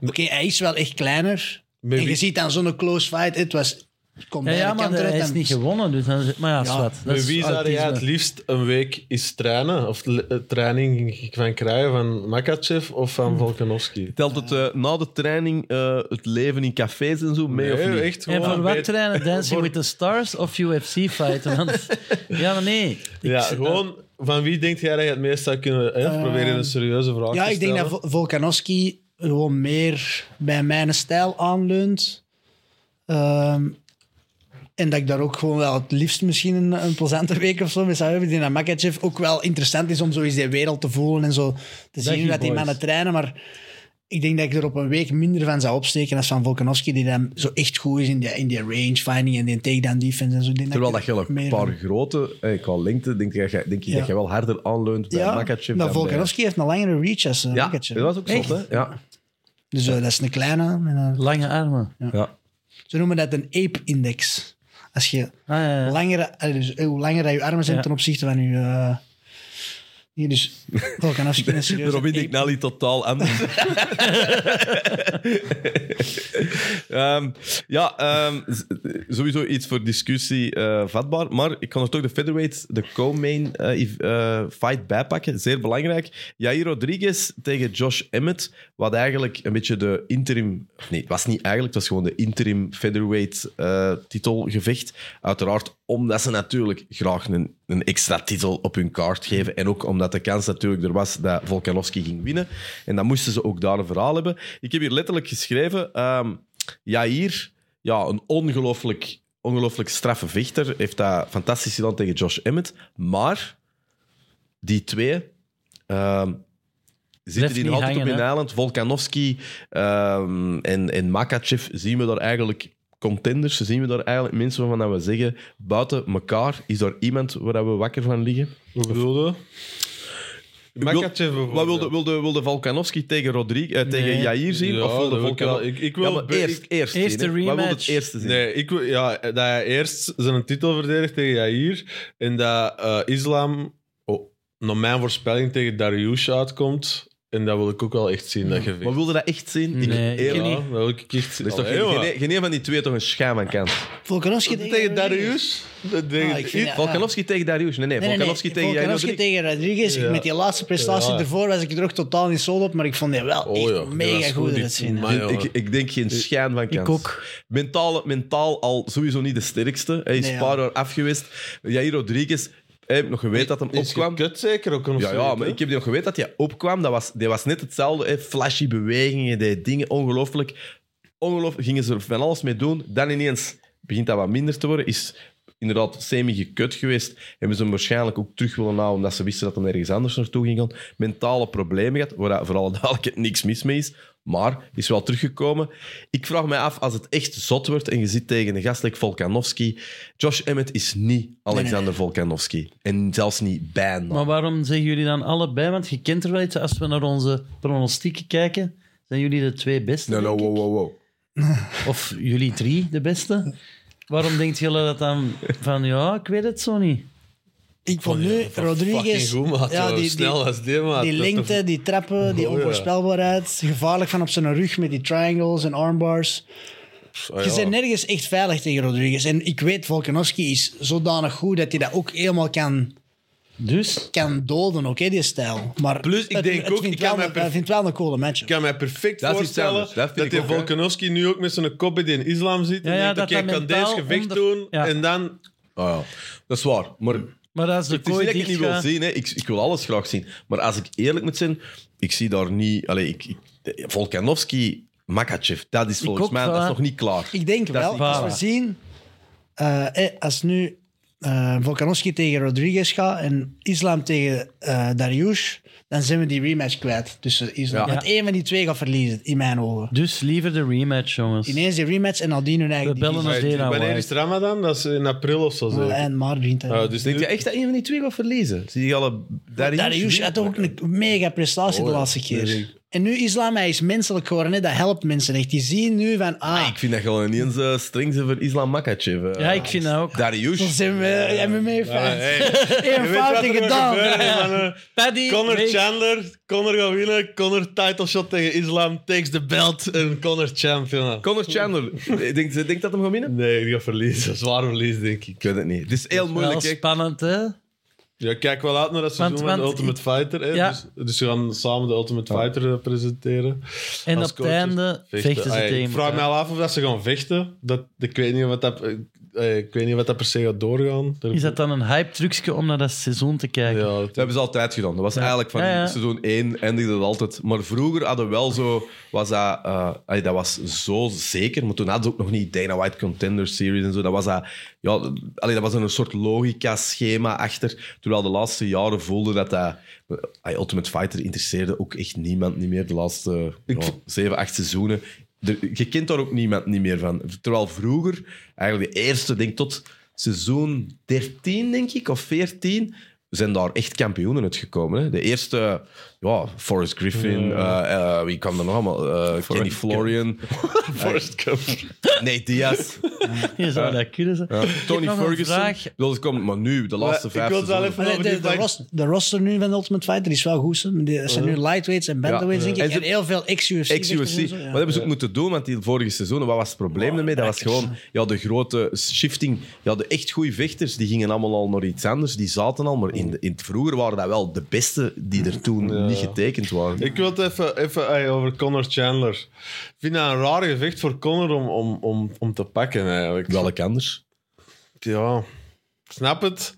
[SPEAKER 4] Oké, hij is wel echt kleiner.
[SPEAKER 2] Maybe.
[SPEAKER 4] En je ziet dan zo'n close fight. Het was... Het komt
[SPEAKER 3] Ja,
[SPEAKER 4] beide
[SPEAKER 3] ja maar
[SPEAKER 4] kanten
[SPEAKER 3] hij
[SPEAKER 4] uit
[SPEAKER 3] is
[SPEAKER 4] en-
[SPEAKER 3] niet gewonnen. Dus dan, maar ja, zwart. dat
[SPEAKER 2] Met
[SPEAKER 3] is
[SPEAKER 2] wie zou jij
[SPEAKER 3] autisme.
[SPEAKER 2] het liefst een week eens trainen? Of le- eh, training van krijgen van Makachev of van Volkanovski?
[SPEAKER 1] Telt het eh, na de training eh, het leven in cafés en zo mee of
[SPEAKER 2] Nee,
[SPEAKER 1] niet?
[SPEAKER 2] echt gewoon
[SPEAKER 3] En voor
[SPEAKER 2] een
[SPEAKER 3] wat
[SPEAKER 2] beetje-
[SPEAKER 3] trainen? Dancing
[SPEAKER 2] voor-
[SPEAKER 3] with the Stars of UFC fighten? Want, ja, maar nee. Ik-
[SPEAKER 2] Ja, gewoon van wie denk jij dat je het meest zou kunnen... Hè? Probeer je een serieuze vraag
[SPEAKER 4] Ja,
[SPEAKER 2] te
[SPEAKER 4] ik denk dat
[SPEAKER 2] stellen.
[SPEAKER 4] Vol- Volkanovski gewoon meer bij mijn stijl aanleunt. Ehm, en dat ik daar ook gewoon wel het liefst misschien een, een plezante week of zo mee zou hebben. Ik denk dat Makachev ook wel interessant is om zo eens die wereld te voelen en zo te zien hoe dat die
[SPEAKER 3] boys.
[SPEAKER 4] mannen trainen. Maar ik denk dat ik er op een week minder van zou opsteken als van Volkanovski, die dan zo echt goed is in die, in die range finding en die takedown defense en zo. Ik denk dat
[SPEAKER 1] Terwijl
[SPEAKER 4] ik
[SPEAKER 1] dat
[SPEAKER 4] er
[SPEAKER 1] je nog een
[SPEAKER 4] meer
[SPEAKER 1] paar
[SPEAKER 4] van-
[SPEAKER 1] grote, eh, qua lengte, denk, je, denk je
[SPEAKER 4] Ja.
[SPEAKER 1] dat je wel harder aanleunt bij
[SPEAKER 4] Ja,
[SPEAKER 1] Makachev
[SPEAKER 4] maar
[SPEAKER 1] dan
[SPEAKER 4] Volkanovski heeft een langere reach als eh,
[SPEAKER 1] bij- Ja,
[SPEAKER 4] Makachev.
[SPEAKER 1] dat was ook zot,
[SPEAKER 3] Echt?
[SPEAKER 1] hè? Ja.
[SPEAKER 4] Dus eh, dat is een kleine. en, eh,
[SPEAKER 3] Lange armen. Ah,
[SPEAKER 1] Ja.
[SPEAKER 4] Ze noemen dat een ape-index. Als je
[SPEAKER 3] Ah, ja, ja.
[SPEAKER 4] langere, eh, dus hoe langer dat je armen zijn
[SPEAKER 3] Ja.
[SPEAKER 4] ten opzichte van je... eh hier dus, Volkanovski is serieus.
[SPEAKER 1] Robin
[SPEAKER 4] een
[SPEAKER 1] denkt Nelly totaal anders. Ehm, ja, ehm, z- sowieso iets voor discussie eh, vatbaar. Maar ik kan er toch de featherweight, de co-main eh, if- eh, fight bijpakken. Zeer belangrijk. Jair Rodriguez tegen Josh Emmett. Wat eigenlijk een beetje de interim... of Nee, het was niet eigenlijk. Het was gewoon de interim featherweight eh, titelgevecht. Uiteraard omdat ze natuurlijk graag een, een extra titel op hun kaart geven. En ook omdat de kans natuurlijk er was dat Volkanovski ging winnen. En dan moesten ze ook daar een verhaal hebben. Ik heb hier letterlijk geschreven... ehm, Jair, ja, een ongelooflijk, ongelooflijk straffe vechter. Heeft dat fantastisch gedaan tegen Josh Emmett. Maar die twee ehm, zitten
[SPEAKER 3] Blijft
[SPEAKER 1] die
[SPEAKER 3] niet
[SPEAKER 1] nog altijd op
[SPEAKER 3] hangen,
[SPEAKER 1] hun
[SPEAKER 3] hè?
[SPEAKER 1] eiland. Volkanovski ehm, en, en Makachev zien we daar eigenlijk contenders. Zien we daar eigenlijk mensen waarvan dat we zeggen, buiten elkaar is daar iemand waar dat we wakker van liggen.
[SPEAKER 2] Wat bedoel je? Makachev bijvoorbeeld.
[SPEAKER 1] Wat wilde, wilde, wilde Volkanovski tegen, Rodrigue, eh, tegen
[SPEAKER 3] Nee.
[SPEAKER 1] Jair zien?
[SPEAKER 2] Ja,
[SPEAKER 1] of wilde
[SPEAKER 2] dat wil ik wel.
[SPEAKER 1] Volkanovski...
[SPEAKER 2] Ik- ik wil-
[SPEAKER 1] Ja, maar eerst,
[SPEAKER 2] ik-
[SPEAKER 1] eerst,
[SPEAKER 3] eerst
[SPEAKER 1] zien,
[SPEAKER 3] de
[SPEAKER 1] hè. Wat wil het
[SPEAKER 3] rematch.
[SPEAKER 1] eerste zien?
[SPEAKER 2] Nee, ik, wil- ja, dat hij eerst zijn titel verdedigt tegen Jair. En dat eh, Islam, oh, naar mijn voorspelling, tegen Dariush uitkomt. En dat wil ik ook wel echt zien, dat gevecht.
[SPEAKER 1] Maar wilde dat echt zien?
[SPEAKER 3] Nee,
[SPEAKER 1] ik,
[SPEAKER 2] ja,
[SPEAKER 3] ik
[SPEAKER 1] eerlijk.
[SPEAKER 3] niet.
[SPEAKER 2] dat wil ik echt
[SPEAKER 1] Er
[SPEAKER 2] zien.
[SPEAKER 1] is toch
[SPEAKER 2] Allee,
[SPEAKER 1] geen,
[SPEAKER 2] jongen.
[SPEAKER 1] geen, geen een van die twee toch een schaam aan kant?
[SPEAKER 4] Volkanovski
[SPEAKER 2] Tegen Darius?
[SPEAKER 4] Ah, ik vind dat-
[SPEAKER 1] Volkanovski tegen Darius. Nee, nee,
[SPEAKER 4] Nee, nee, nee.
[SPEAKER 1] Volkanovski tegen Jair
[SPEAKER 4] Volkanovski
[SPEAKER 1] Rodriguez.
[SPEAKER 4] tegen Rodriguez. Ik-
[SPEAKER 2] Ja.
[SPEAKER 4] Met die laatste prestatie
[SPEAKER 2] Ja.
[SPEAKER 4] ervoor was ik er ook totaal niet sold op, maar ik vond die wel
[SPEAKER 2] Oh
[SPEAKER 4] echt
[SPEAKER 2] ja, die was
[SPEAKER 4] mega
[SPEAKER 2] goed,
[SPEAKER 4] goed
[SPEAKER 2] die-
[SPEAKER 4] eruit zien. hè.
[SPEAKER 2] maar- tegen-
[SPEAKER 1] Ik, ik- ik denk geen schijn van kans.
[SPEAKER 3] ook.
[SPEAKER 1] Mentaal, mentaal al sowieso niet de sterkste. Hij is
[SPEAKER 4] Nee,
[SPEAKER 1] een
[SPEAKER 4] ja.
[SPEAKER 1] paar jaar af geweest. Jair Rodriguez, hij heeft nog geweten dat hem
[SPEAKER 2] Is
[SPEAKER 1] opkwam.
[SPEAKER 2] gekut zeker ook nog
[SPEAKER 1] Ja, ja, maar ik heb nog geweten dat hij opkwam. Dat was, die was net hetzelfde. Hè. Flashy bewegingen, die dingen, ongelooflijk. Ongelooflijk, gingen ze er van alles mee doen. Dan ineens begint dat wat minder te worden. Is inderdaad semi-gekut geweest. Hebben ze hem waarschijnlijk ook terug willen houden, omdat ze wisten dat hij ergens anders naartoe ging gaan. Mentale problemen gehad, waar dat voor alle duidelijkheid niks mis mee is. Maar is wel teruggekomen. Ik vraag mij af, als het echt zot wordt en je zit tegen een gast like Volkanovski... Josh Emmett is niet Alexander Volkanovski. En zelfs niet bijna.
[SPEAKER 3] Maar waarom zeggen jullie dan allebei? Want je kent er wel iets. Als we naar onze pronostieken kijken, zijn jullie de twee beste.
[SPEAKER 1] Nee,
[SPEAKER 3] denk
[SPEAKER 1] nee,
[SPEAKER 3] ik.
[SPEAKER 1] wow, wow, wow.
[SPEAKER 3] Of jullie drie de beste. Waarom denkt jullie dat dan van, ja, ik weet het zo niet.
[SPEAKER 4] Ik vond nu Rodriguez... ja, die- die-
[SPEAKER 2] snel als die, maat.
[SPEAKER 4] Die
[SPEAKER 2] Dat is toch-
[SPEAKER 4] lengte, die trappen, die
[SPEAKER 2] Oh, ja.
[SPEAKER 4] onvoorspelbaarheid. Gevaarlijk van op zijn rug met die triangles en armbars.
[SPEAKER 2] Ah,
[SPEAKER 4] Je
[SPEAKER 2] ja.
[SPEAKER 4] bent nergens echt veilig tegen Rodriguez. En ik weet, Volkanovski is zodanig goed dat hij dat ook helemaal kan,
[SPEAKER 3] Dus,
[SPEAKER 4] kan doden, ook, hè, die stijl. Maar
[SPEAKER 2] Plus, ik
[SPEAKER 4] het-
[SPEAKER 2] denk
[SPEAKER 4] het
[SPEAKER 2] ook,
[SPEAKER 4] Vindt
[SPEAKER 2] ik kan
[SPEAKER 4] wel,
[SPEAKER 2] me
[SPEAKER 4] een-
[SPEAKER 2] per-
[SPEAKER 4] hij vindt wel een coole match.
[SPEAKER 2] Ik kan mij perfect
[SPEAKER 1] Dat is iets
[SPEAKER 2] voorstellen
[SPEAKER 1] anders. Dat
[SPEAKER 2] dat,
[SPEAKER 1] vind ik
[SPEAKER 2] die
[SPEAKER 1] ook, hè.
[SPEAKER 2] Volkanovski nu ook met zijn kop bij die Islam zit.
[SPEAKER 3] Ja,
[SPEAKER 2] en
[SPEAKER 3] ja,
[SPEAKER 2] denkt,
[SPEAKER 3] dat
[SPEAKER 2] oké,
[SPEAKER 3] dat
[SPEAKER 2] ik kan
[SPEAKER 3] mentaal
[SPEAKER 2] deze gevecht
[SPEAKER 3] onder-
[SPEAKER 2] doen.
[SPEAKER 3] Ja.
[SPEAKER 2] En dan
[SPEAKER 1] Ah, ja. Dat is waar. Maar
[SPEAKER 3] Maar als de
[SPEAKER 1] het is niet
[SPEAKER 3] kooi
[SPEAKER 1] dat ik het niet
[SPEAKER 3] dicht
[SPEAKER 1] wil
[SPEAKER 3] gaat...
[SPEAKER 1] zien. Hè. Ik, ik wil alles graag zien. Maar als ik eerlijk moet zijn, ik zie daar niet... Allee, ik, ik, Volkanovski, Makachev, dat is volgens
[SPEAKER 3] ook,
[SPEAKER 1] mij dat is
[SPEAKER 3] voilà.
[SPEAKER 1] nog niet klaar.
[SPEAKER 4] Ik denk
[SPEAKER 1] Dat is
[SPEAKER 4] wel,
[SPEAKER 1] niet
[SPEAKER 4] als
[SPEAKER 3] waar.
[SPEAKER 4] we zien, eh, eh, als nu eh Volkanovski tegen Rodriguez gaat en Islam tegen eh Darius, dan zijn we die rematch kwijt tussen
[SPEAKER 1] Ja.
[SPEAKER 4] Islam. Want één van die twee gaat verliezen, in mijn ogen.
[SPEAKER 3] Dus liever de rematch, jongens.
[SPEAKER 4] Ineens die rematch en nadien hun eigen
[SPEAKER 3] We bellen
[SPEAKER 4] divisie.
[SPEAKER 3] als
[SPEAKER 2] Hey,
[SPEAKER 3] Dana
[SPEAKER 2] Wanneer
[SPEAKER 3] White.
[SPEAKER 2] is Ramadan? Dat is in april of zo.
[SPEAKER 4] Wel,
[SPEAKER 2] zeker.
[SPEAKER 4] Eind maart begint hij.
[SPEAKER 2] Ah, dus
[SPEAKER 1] Denk
[SPEAKER 2] nu-
[SPEAKER 1] je echt dat een van die twee gaat verliezen? Zie je alle... Darius,
[SPEAKER 4] Darius had ook een mega prestatie
[SPEAKER 2] Oh,
[SPEAKER 4] de laatste keer. En nu Islam, hij is menselijk geworden. hè. Dat helpt mensen echt. Die zien nu van, ah,
[SPEAKER 1] Ik vind dat gewoon ineens eh, streng zijn voor Islam Makachev. eh.
[SPEAKER 3] Ja, ik vind dat ook.
[SPEAKER 4] dan
[SPEAKER 1] Darius.
[SPEAKER 4] zijn we MMA
[SPEAKER 2] Ah,
[SPEAKER 4] fans.
[SPEAKER 2] hey.
[SPEAKER 3] eh,
[SPEAKER 4] Eén
[SPEAKER 2] Je weet wat
[SPEAKER 4] foutje
[SPEAKER 2] er gaat
[SPEAKER 4] gedaan.
[SPEAKER 2] gebeuren, mannen.
[SPEAKER 3] Paddy,
[SPEAKER 2] Conor
[SPEAKER 3] Blake.
[SPEAKER 2] Chandler, Conor gaat winnen. Conor title shot tegen Islam, takes the belt en Conor champion.
[SPEAKER 1] Conor Chandler. Ik denk, denk dat hem gaat winnen?
[SPEAKER 2] Nee, die gaat verliezen. Zwaar verlies, denk ik.
[SPEAKER 1] Ik weet het niet. Het is heel moeilijk.
[SPEAKER 3] Wel
[SPEAKER 1] hè.
[SPEAKER 3] spannend, hè?
[SPEAKER 2] Ja, ik kijk wel uit naar dat seizoen van
[SPEAKER 3] want-
[SPEAKER 2] de Ultimate Fighter. Hè?
[SPEAKER 3] Ja.
[SPEAKER 2] Dus, dus we gaan samen de Ultimate Fighter eh, presenteren.
[SPEAKER 3] En
[SPEAKER 2] Als
[SPEAKER 3] op het
[SPEAKER 2] coaches
[SPEAKER 3] einde
[SPEAKER 2] vechten.
[SPEAKER 3] vechten ze
[SPEAKER 2] Ah, ja,
[SPEAKER 3] tegen
[SPEAKER 2] Ik vraag me
[SPEAKER 3] elkaar.
[SPEAKER 2] al af of dat ze gaan vechten. Dat, ik, weet niet wat dat, eh, eh, ik weet niet wat dat per se gaat doorgaan.
[SPEAKER 3] Is dat dan een hype-trucje om naar dat seizoen te kijken?
[SPEAKER 2] Ja, dat-
[SPEAKER 1] Dat hebben ze altijd gedaan. Dat was eigenlijk van
[SPEAKER 3] Ja, ja.
[SPEAKER 1] seizoen 1 eindigde dat altijd. Maar vroeger hadden we wel zo... Was dat, eh, allee, dat was zo zeker. Maar toen hadden ze ook nog niet Dana White Contender Series en zo. Dat was, dat, ja, allee, dat was een soort logica-schema achter. Terwijl de laatste jaren voelde dat dat... allee, Ultimate Fighter interesseerde ook echt niemand niet meer. De laatste ja, zeven, acht seizoenen. Er- je kent daar ook niemand niet meer van. Terwijl vroeger, eigenlijk de eerste, denk ik, tot seizoen 13, denk ik, of 14, zijn daar echt kampioenen uitgekomen. Hè? De eerste, ja, Forrest Griffin, eh, eh, wie kwam er nog allemaal? Eh, Kenny Florian,
[SPEAKER 2] Forrest Gump.
[SPEAKER 1] Nate Diaz,
[SPEAKER 3] Je zou dat kunnen zijn. Ik heb
[SPEAKER 1] Tony
[SPEAKER 3] nog een
[SPEAKER 1] Ferguson.
[SPEAKER 3] vraag.
[SPEAKER 1] Dat komt maar nu, de laatste
[SPEAKER 2] Maar ik
[SPEAKER 1] vijf
[SPEAKER 2] wil het wel
[SPEAKER 1] seizoenen.
[SPEAKER 2] even-
[SPEAKER 4] Maar de, de, de, ros- de roster nu van de Ultimate Fighter is wel goed. hè. Maar die- Er zijn nu lightweights en bantamweights,
[SPEAKER 1] Ja.
[SPEAKER 4] denk ik.
[SPEAKER 1] En
[SPEAKER 4] En
[SPEAKER 1] ze-
[SPEAKER 4] heel veel ex-UFC.
[SPEAKER 1] Ex-UFC. Wat hebben ze ook moeten doen? Want die vorige seizoenen, wat was het probleem daarmee? Dat was gewoon ja, de grote shifting. Ja, de echt goede vechters, die gingen allemaal al naar iets anders. Die zaten al, maar in, de- in het vroeger waren dat wel de beste die er toen niet getekend waren.
[SPEAKER 2] Ik wil het even, even ey, over Conor Chandler. Ik vind dat een raar gevecht voor Conor om, om, om, om te pakken, eigenlijk.
[SPEAKER 1] Welk anders?
[SPEAKER 2] Ja, ik snap het.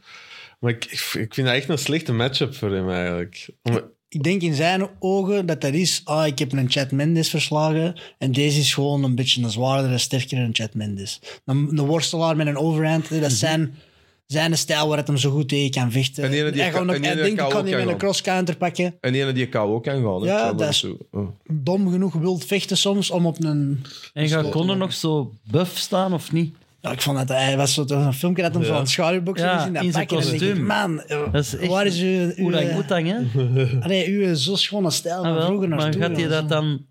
[SPEAKER 2] Maar ik, ik ik vind dat echt een slechte matchup voor hem, eigenlijk. Om-
[SPEAKER 4] Ik denk in zijn ogen dat dat is... Ah, ik heb een Chad Mendes verslagen. En deze is gewoon een beetje een zwaardere, sterkere dan Chad Mendes. Een, een worstelaar met een overhand. hè, Dat
[SPEAKER 1] Mhm.
[SPEAKER 4] is zijn, zijn stijl waar het hem zo goed tegen kan vechten.
[SPEAKER 1] En die ene die
[SPEAKER 4] hij
[SPEAKER 1] kan-
[SPEAKER 4] kan, ook-
[SPEAKER 1] en die
[SPEAKER 4] hij
[SPEAKER 1] ene
[SPEAKER 4] denkt,
[SPEAKER 1] kan
[SPEAKER 4] ik kan
[SPEAKER 1] ook
[SPEAKER 4] die met
[SPEAKER 1] gaan.
[SPEAKER 4] een cross-counter pakken.
[SPEAKER 1] En die ene die KO kan gaan. hè?
[SPEAKER 4] Ja,
[SPEAKER 1] Chandler
[SPEAKER 4] dat is-
[SPEAKER 1] zo. Oh.
[SPEAKER 4] Dom genoeg wilt vechten soms om op een...
[SPEAKER 3] En gaat Conor nog zo buff staan of niet?
[SPEAKER 4] Ja, ik vond dat hij was zo, er was een filmpje dat hem
[SPEAKER 2] Ja.
[SPEAKER 4] zo aan het schaduwboksen
[SPEAKER 3] Ja,
[SPEAKER 4] is in dat
[SPEAKER 3] in zijn
[SPEAKER 4] pakje. En dan denk ik,
[SPEAKER 3] kostuum.
[SPEAKER 4] man, eh,
[SPEAKER 3] Dat is echt
[SPEAKER 4] waar is uw, uw,
[SPEAKER 3] Oerang Oetang, hè?
[SPEAKER 4] allee, uw zo schone stijl
[SPEAKER 3] Ah,
[SPEAKER 4] van
[SPEAKER 3] wel.
[SPEAKER 4] vroeger
[SPEAKER 3] Maar
[SPEAKER 4] naartoe?
[SPEAKER 3] gaat hij
[SPEAKER 4] jongens?
[SPEAKER 3] dat dan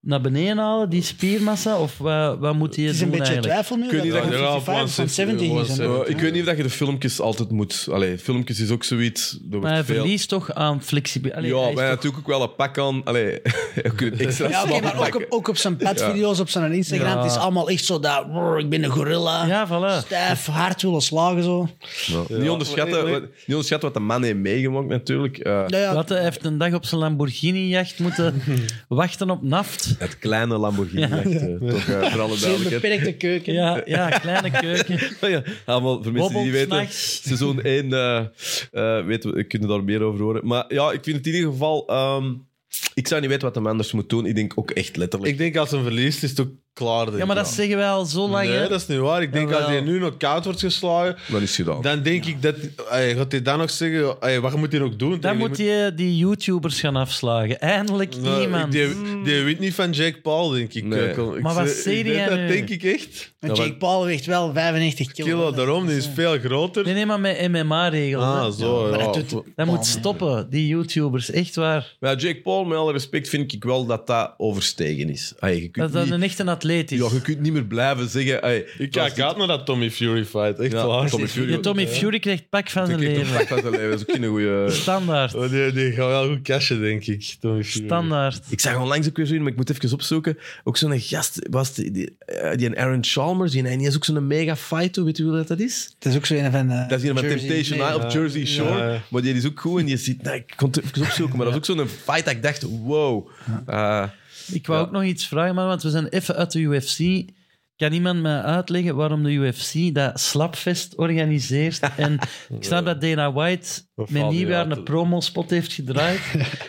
[SPEAKER 3] naar beneden halen, die spiermassa? Of wat, wat moet hij
[SPEAKER 4] Het is
[SPEAKER 3] doen
[SPEAKER 4] een beetje
[SPEAKER 3] eigenlijk?
[SPEAKER 4] twijfel nu.
[SPEAKER 1] Kun je
[SPEAKER 4] dat
[SPEAKER 1] dat-
[SPEAKER 4] hij
[SPEAKER 2] ja,
[SPEAKER 4] 55
[SPEAKER 2] op
[SPEAKER 4] van 70 is.
[SPEAKER 2] 170.
[SPEAKER 1] Eh, ik weet niet of dat je de filmpjes altijd moet... Allee, filmpjes is ook zoiets... er wordt
[SPEAKER 3] Maar hij
[SPEAKER 1] veel-
[SPEAKER 3] verliest toch aan flexibiliteit.
[SPEAKER 1] Ja, wij natuurlijk ook wel een pak aan. Allee, ook een extra
[SPEAKER 4] Ja, oké,
[SPEAKER 1] slap
[SPEAKER 4] maar ook
[SPEAKER 1] pak.
[SPEAKER 4] op, ook op zijn petvideo's, op zijn Instagram,
[SPEAKER 3] Ja.
[SPEAKER 4] het is allemaal echt zo dat, "Brr, ik ben een gorilla,
[SPEAKER 3] Ja, voilà.
[SPEAKER 4] stijf, hard willen slagen zo. Nou
[SPEAKER 1] Ja. Niet, onderschatten,
[SPEAKER 2] maar-
[SPEAKER 1] wat, niet onderschatten wat de man heeft meegemaakt natuurlijk. Eh,
[SPEAKER 4] Ja, ja,
[SPEAKER 3] Wat, hij heeft een dag op zijn Lamborghini-jacht moeten wachten op naft.
[SPEAKER 1] Het kleine Lamborghini. echt, eh, toch, eh, voor alle
[SPEAKER 4] zeer
[SPEAKER 1] duidelijkheid. Oh
[SPEAKER 4] beperkte keuken.
[SPEAKER 3] Ja, ja kleine keuken.
[SPEAKER 1] Ja, allemaal, voor mensen die niet
[SPEAKER 3] Bobbelt
[SPEAKER 1] weten,
[SPEAKER 3] s'nachts.
[SPEAKER 1] seizoen 1 eh eh, weten we, kunnen daar meer over horen. Maar ja, ik vind het in ieder geval... ehm, ik zou niet weten wat hem anders moet doen. Ik denk ook echt letterlijk.
[SPEAKER 2] Ik denk als hij verliest, is het ook klaar. denk
[SPEAKER 3] Ja, maar
[SPEAKER 2] ik.
[SPEAKER 3] dat zeggen wij al zo lang.
[SPEAKER 2] Nee,
[SPEAKER 3] hè.
[SPEAKER 2] dat is niet waar. Ik denk
[SPEAKER 3] Jawel.
[SPEAKER 2] als hij nu nog koud wordt geslagen,
[SPEAKER 1] dat is gedaan.
[SPEAKER 2] dan denk ik dat... Ey, gaat hij dan nog zeggen... ey, wat moet hij nog doen?
[SPEAKER 3] Dan
[SPEAKER 2] tegen
[SPEAKER 3] moet je die YouTubers gaan afslagen. Eindelijk
[SPEAKER 2] Nee,
[SPEAKER 3] iemand.
[SPEAKER 2] "Nou, Die, die weet niet van Jake Paul, denk ik.
[SPEAKER 1] Nee.
[SPEAKER 2] Ik- ik-
[SPEAKER 3] Mm. Maar wat
[SPEAKER 2] ik-
[SPEAKER 3] zei
[SPEAKER 2] ik
[SPEAKER 3] die
[SPEAKER 2] weet
[SPEAKER 3] nu?
[SPEAKER 2] Dat denk ik echt.
[SPEAKER 4] Want Jake Paul weegt wel 95 kilo.
[SPEAKER 2] Kilo, daarom, die is veel groter.
[SPEAKER 3] Nee, nee, maar met MMA-regels.
[SPEAKER 2] Ah, zo,
[SPEAKER 4] Maar
[SPEAKER 2] ja.
[SPEAKER 4] dat doet-
[SPEAKER 3] Dat
[SPEAKER 4] Paul,
[SPEAKER 3] moet
[SPEAKER 4] nee.
[SPEAKER 3] stoppen, die YouTubers. Echt waar.
[SPEAKER 1] Maar ja, Jake Paul, met alle respect, vind ik wel dat dat overstegen is. Ay, je,
[SPEAKER 3] Dat
[SPEAKER 1] kunt
[SPEAKER 3] dat
[SPEAKER 1] niet,
[SPEAKER 3] een echte atleet is.
[SPEAKER 1] ja, je kunt niet meer blijven zeggen... ay,
[SPEAKER 2] Ik
[SPEAKER 1] dat is
[SPEAKER 2] kijk uit naar dat Tommy Fury fight, echt
[SPEAKER 1] Ja,
[SPEAKER 2] waar.
[SPEAKER 1] Tommy Fury.
[SPEAKER 3] Ja, Tommy Fury krijgt pak van
[SPEAKER 1] dit-
[SPEAKER 3] zijn
[SPEAKER 1] dit krijgt een
[SPEAKER 3] leven.
[SPEAKER 1] vak van zijn leven. Dat is ook geen goeie...
[SPEAKER 3] Standaard.
[SPEAKER 2] Oh, die, die gaat wel goed cashen, denk ik. Tommy Fury.
[SPEAKER 3] Standaard.
[SPEAKER 1] Ik zag onlangs ook weer zien, maar ik moet even opzoeken. Ook zo'n gast, was die, die, eh, die een Aaron Chalmers, die, en die is ook zo'n mega fighter, weet je hoe dat dat is?
[SPEAKER 4] Het is ook zo een van... eh,
[SPEAKER 1] Dat is iemand van
[SPEAKER 4] Jersey.
[SPEAKER 1] Temptation
[SPEAKER 4] Nee,
[SPEAKER 1] High of Jersey Shore,
[SPEAKER 2] Ja.
[SPEAKER 1] maar die is ook goed en die ziet, nou, ik kon het even opzoeken, maar dat was ook zo'n fight dat ik dacht, wow. Eh,
[SPEAKER 3] Ik wou ook nog iets vragen, man, want we zijn even uit de UFC. Kan iemand mij uitleggen waarom de UFC dat slapfest organiseert? En ik snap dat Dana White
[SPEAKER 2] Dat
[SPEAKER 3] met
[SPEAKER 2] valt niet
[SPEAKER 3] nieuwjaar
[SPEAKER 2] uit te-
[SPEAKER 3] een promospot heeft gedraaid.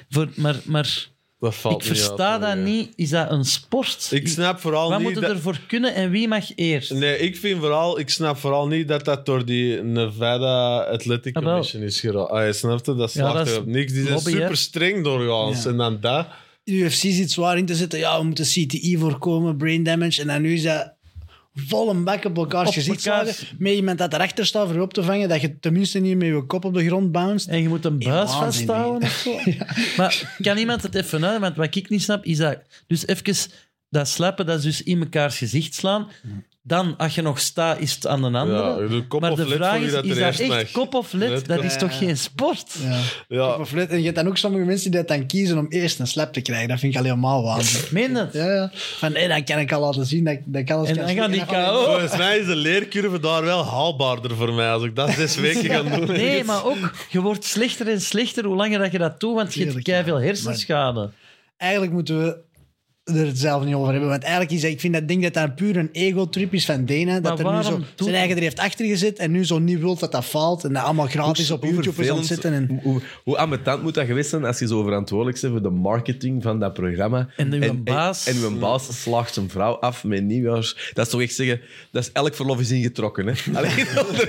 [SPEAKER 3] voor, maar maar
[SPEAKER 2] Dat valt
[SPEAKER 3] ik versta
[SPEAKER 2] uit,
[SPEAKER 3] dat
[SPEAKER 2] nee.
[SPEAKER 3] niet. Is dat een sport?
[SPEAKER 2] Ik snap vooral
[SPEAKER 3] Wat
[SPEAKER 2] niet...
[SPEAKER 3] moet
[SPEAKER 2] dat-
[SPEAKER 3] ervoor kunnen en wie mag eerst?
[SPEAKER 2] Nee, ik vind vooral... Ik snap vooral niet dat dat door die Nevada Athletic
[SPEAKER 3] Ah, wel.
[SPEAKER 2] Commission is geraakt. Ah, je snapte? Dat
[SPEAKER 3] Ja,
[SPEAKER 2] slaagt
[SPEAKER 3] dat is
[SPEAKER 2] er op niks. Die zijn
[SPEAKER 3] lobby, hè.
[SPEAKER 2] super streng doorgaans.
[SPEAKER 4] Ja.
[SPEAKER 2] En dan dat...
[SPEAKER 4] De UFC zit zwaar in te zitten. Ja, we moeten CTI voorkomen, brain damage. En dan nu is dat vol een bak op elkaar
[SPEAKER 3] Op
[SPEAKER 4] gezicht
[SPEAKER 3] elkaar.
[SPEAKER 4] slagen. Met iemand dat erachter staat voor op te vangen. Dat je tenminste niet met je kop op de grond bounced.
[SPEAKER 3] En je moet een buis
[SPEAKER 4] waanzin,
[SPEAKER 3] vasthouden of zo. Maar kan iemand het even uit? Want wat ik niet snap, is dat... Dus even dat slappen, dat is dus in mekaars gezicht slaan.
[SPEAKER 4] Mm.
[SPEAKER 3] Dan, als je nog staat, is het aan de andere.
[SPEAKER 2] Ja, de kop
[SPEAKER 3] maar
[SPEAKER 2] of
[SPEAKER 3] de
[SPEAKER 2] lid
[SPEAKER 3] vraag
[SPEAKER 2] voor wie
[SPEAKER 3] is,
[SPEAKER 2] dat
[SPEAKER 3] is
[SPEAKER 2] er
[SPEAKER 3] dat
[SPEAKER 2] eerst
[SPEAKER 3] echt
[SPEAKER 2] mag.
[SPEAKER 3] kop of lid?
[SPEAKER 2] Lid,
[SPEAKER 3] dat
[SPEAKER 2] kop.
[SPEAKER 3] is toch geen sport?
[SPEAKER 4] Ja.
[SPEAKER 2] Ja,
[SPEAKER 4] Of let- En je hebt dan ook sommige mensen die dat dan kiezen om eerst een slap te krijgen. Dat vind ik al helemaal waanzin.
[SPEAKER 3] Ik meen het.
[SPEAKER 4] Ja, ja. Van, hé, dat kan ik al laten zien. Dat, dat ik alles
[SPEAKER 3] En
[SPEAKER 4] kan
[SPEAKER 3] dan gaan
[SPEAKER 4] slikken.
[SPEAKER 3] die
[SPEAKER 4] En
[SPEAKER 3] KO.
[SPEAKER 4] dan-
[SPEAKER 2] Volgens mij is de leercurve daar wel haalbaarder voor mij als ik dat zes weken ga doen.
[SPEAKER 3] Nee, maar ook, je wordt slechter en slechter hoe langer dat je dat doet, want je hebt
[SPEAKER 4] Tuurlijk, ja.
[SPEAKER 3] keiveel hersenschade.
[SPEAKER 4] eigenlijk moeten we er het zelf niet over hebben. Want eigenlijk is dat, ik vind dat ding dat daar puur een ego-trip is van Dena. Dat er nu
[SPEAKER 3] waarom
[SPEAKER 4] zo
[SPEAKER 3] doet
[SPEAKER 4] zijn eigen er heeft achter gezet en nu zo niet wilt dat dat faalt. En dat allemaal gratis op
[SPEAKER 1] Hoe
[SPEAKER 4] YouTube is aan het
[SPEAKER 1] vervelend-
[SPEAKER 4] zitten. En,
[SPEAKER 1] Hoe, hoe, hoe ambetant moet dat geweest zijn als je zo verantwoordelijk bent voor de marketing van dat programma.
[SPEAKER 3] En uw baas-
[SPEAKER 1] En, en uw baas slaagt zijn vrouw af met nieuwjaars. Dat is toch echt zeggen, dat is elk verlof is ingetrokken. Hè? Alleen dan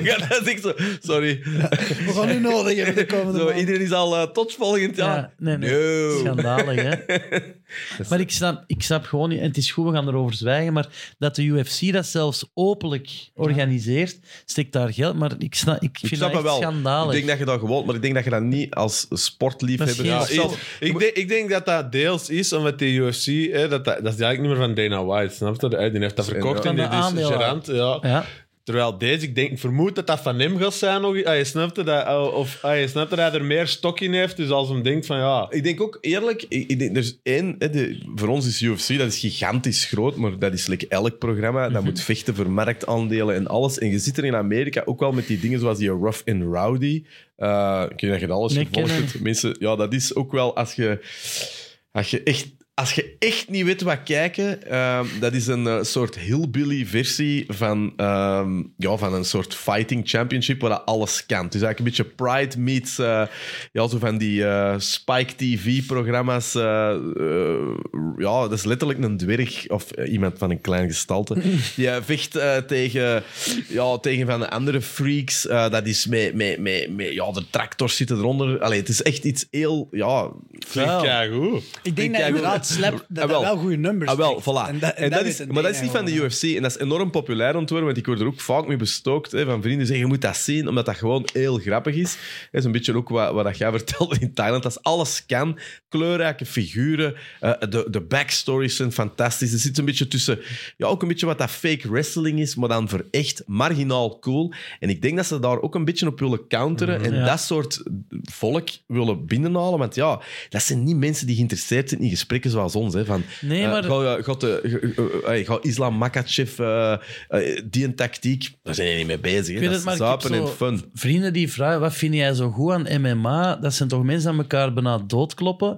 [SPEAKER 1] gaat dat is echt zo, sorry.
[SPEAKER 4] we gaan nu nodig hebben de komende
[SPEAKER 1] Zo,
[SPEAKER 4] maand.
[SPEAKER 1] iedereen is al eh, tot volgend jaar.
[SPEAKER 3] Ja, nee, nee.
[SPEAKER 1] No.
[SPEAKER 3] Schandalig, hè? maar ik snap, ik snap gewoon niet, en het is goed, we gaan erover zwijgen, maar dat de UFC dat zelfs openlijk organiseert, steekt daar geld, maar ik, snap, ik vind
[SPEAKER 1] snap
[SPEAKER 3] dat
[SPEAKER 1] het
[SPEAKER 3] echt
[SPEAKER 1] wel.
[SPEAKER 3] schandalig.
[SPEAKER 1] Ik denk dat je dat gewoon, maar ik denk dat je dat niet als sportliefhebber...
[SPEAKER 3] Dat
[SPEAKER 2] Ja,
[SPEAKER 3] is
[SPEAKER 1] of
[SPEAKER 3] geen-
[SPEAKER 1] zelfs-
[SPEAKER 2] ik, ik, denk, ik denk dat dat deels is omdat die UFC, hè, dat, dat, dat is eigenlijk niet meer van Dana White, snap je? Hij- Die heeft dat verkocht
[SPEAKER 1] Van
[SPEAKER 2] en
[SPEAKER 3] de
[SPEAKER 2] die is
[SPEAKER 3] aandeelhouder.
[SPEAKER 2] gerand. Ja.
[SPEAKER 3] Ja.
[SPEAKER 2] Terwijl deze, ik denk, ik vermoed dat dat van hem gaat zijn. Nog, ah, je snapt het, dat, ah, of ah, je snapt dat hij er meer stok in heeft. Dus als hem denkt van ja,
[SPEAKER 1] Ik denk ook eerlijk, ik, ik denk, er is één, hè, de, voor ons is UFC, dat is gigantisch groot, maar dat is like elk programma. Dat moet vechten voor marktaandelen en alles. En je zit er in Amerika ook wel met die dingen zoals die Rough and Rowdy. Eh, ik weet dat je dat alles
[SPEAKER 3] Nee,
[SPEAKER 1] gevolgd
[SPEAKER 3] kennen.
[SPEAKER 1] hebt. Mensen, ja, dat is ook wel als je, als je echt... Als je echt niet weet wat kijken, eh, dat is een eh, soort hillbilly versie van, ehm, ja, van een soort fighting championship waar dat alles kan. Het is eigenlijk een beetje Pride meets eh, ja, zo van die eh, Spike TV-programma's. eh, ja, dat is letterlijk een dwerg of eh, iemand van een klein gestalte. Die eh, vecht eh, tegen, ja, tegen van de andere freaks. Eh, dat is met, met, met, met ja, de tractors zitten eronder. Allee, het is echt iets heel, ja,
[SPEAKER 2] klinkt keigoed.
[SPEAKER 4] Ik denk
[SPEAKER 1] Ik
[SPEAKER 4] dat
[SPEAKER 1] kijk
[SPEAKER 4] inderdaad
[SPEAKER 1] ook-
[SPEAKER 4] slap, dat dat
[SPEAKER 1] Ah, wel.
[SPEAKER 4] wel goede nummers
[SPEAKER 1] Ah, wel,
[SPEAKER 4] trekt.
[SPEAKER 1] voilà. En
[SPEAKER 4] da-
[SPEAKER 1] dat,
[SPEAKER 4] weet
[SPEAKER 1] is,
[SPEAKER 4] het
[SPEAKER 1] maar dat is
[SPEAKER 4] Dana
[SPEAKER 1] niet van de
[SPEAKER 4] gewoon.
[SPEAKER 1] UFC. En dat is enorm populair ontworpen, want ik word er ook vaak mee bestookt hè, van vrienden die zeggen, je moet dat zien, omdat dat gewoon heel grappig is. Dat is een beetje ook wat, wat dat jij vertelde in Thailand. Dat is alles kan. Kleurrijke figuren. eh, de, de backstories zijn fantastisch. Er zit een beetje tussen, ja, ook een beetje wat dat fake wrestling is, maar dan voor echt marginaal cool. En ik denk dat ze daar ook een beetje op willen counteren en
[SPEAKER 3] Mhm. Ja.
[SPEAKER 1] dat soort volk willen binnenhalen. Want ja, dat zijn niet mensen die geïnteresseerd zijn in gesprekken zoals ons. Hè, van,
[SPEAKER 3] Nee,
[SPEAKER 1] eh,
[SPEAKER 3] maar-
[SPEAKER 1] ga, ja, gaat de- eh, eh, eh, gaat Islam Makachev, eh, eh, die een tactiek, daar zijn jullie niet mee bezig. Hè?
[SPEAKER 3] Ik weet
[SPEAKER 1] Dat
[SPEAKER 3] het,
[SPEAKER 1] is
[SPEAKER 3] maar ik
[SPEAKER 1] zuipen
[SPEAKER 3] heb
[SPEAKER 1] en
[SPEAKER 3] zo
[SPEAKER 1] fun.
[SPEAKER 3] Vrienden die vragen, wat vind jij zo goed aan MMA? Dat zijn toch mensen aan elkaar bijna doodkloppen.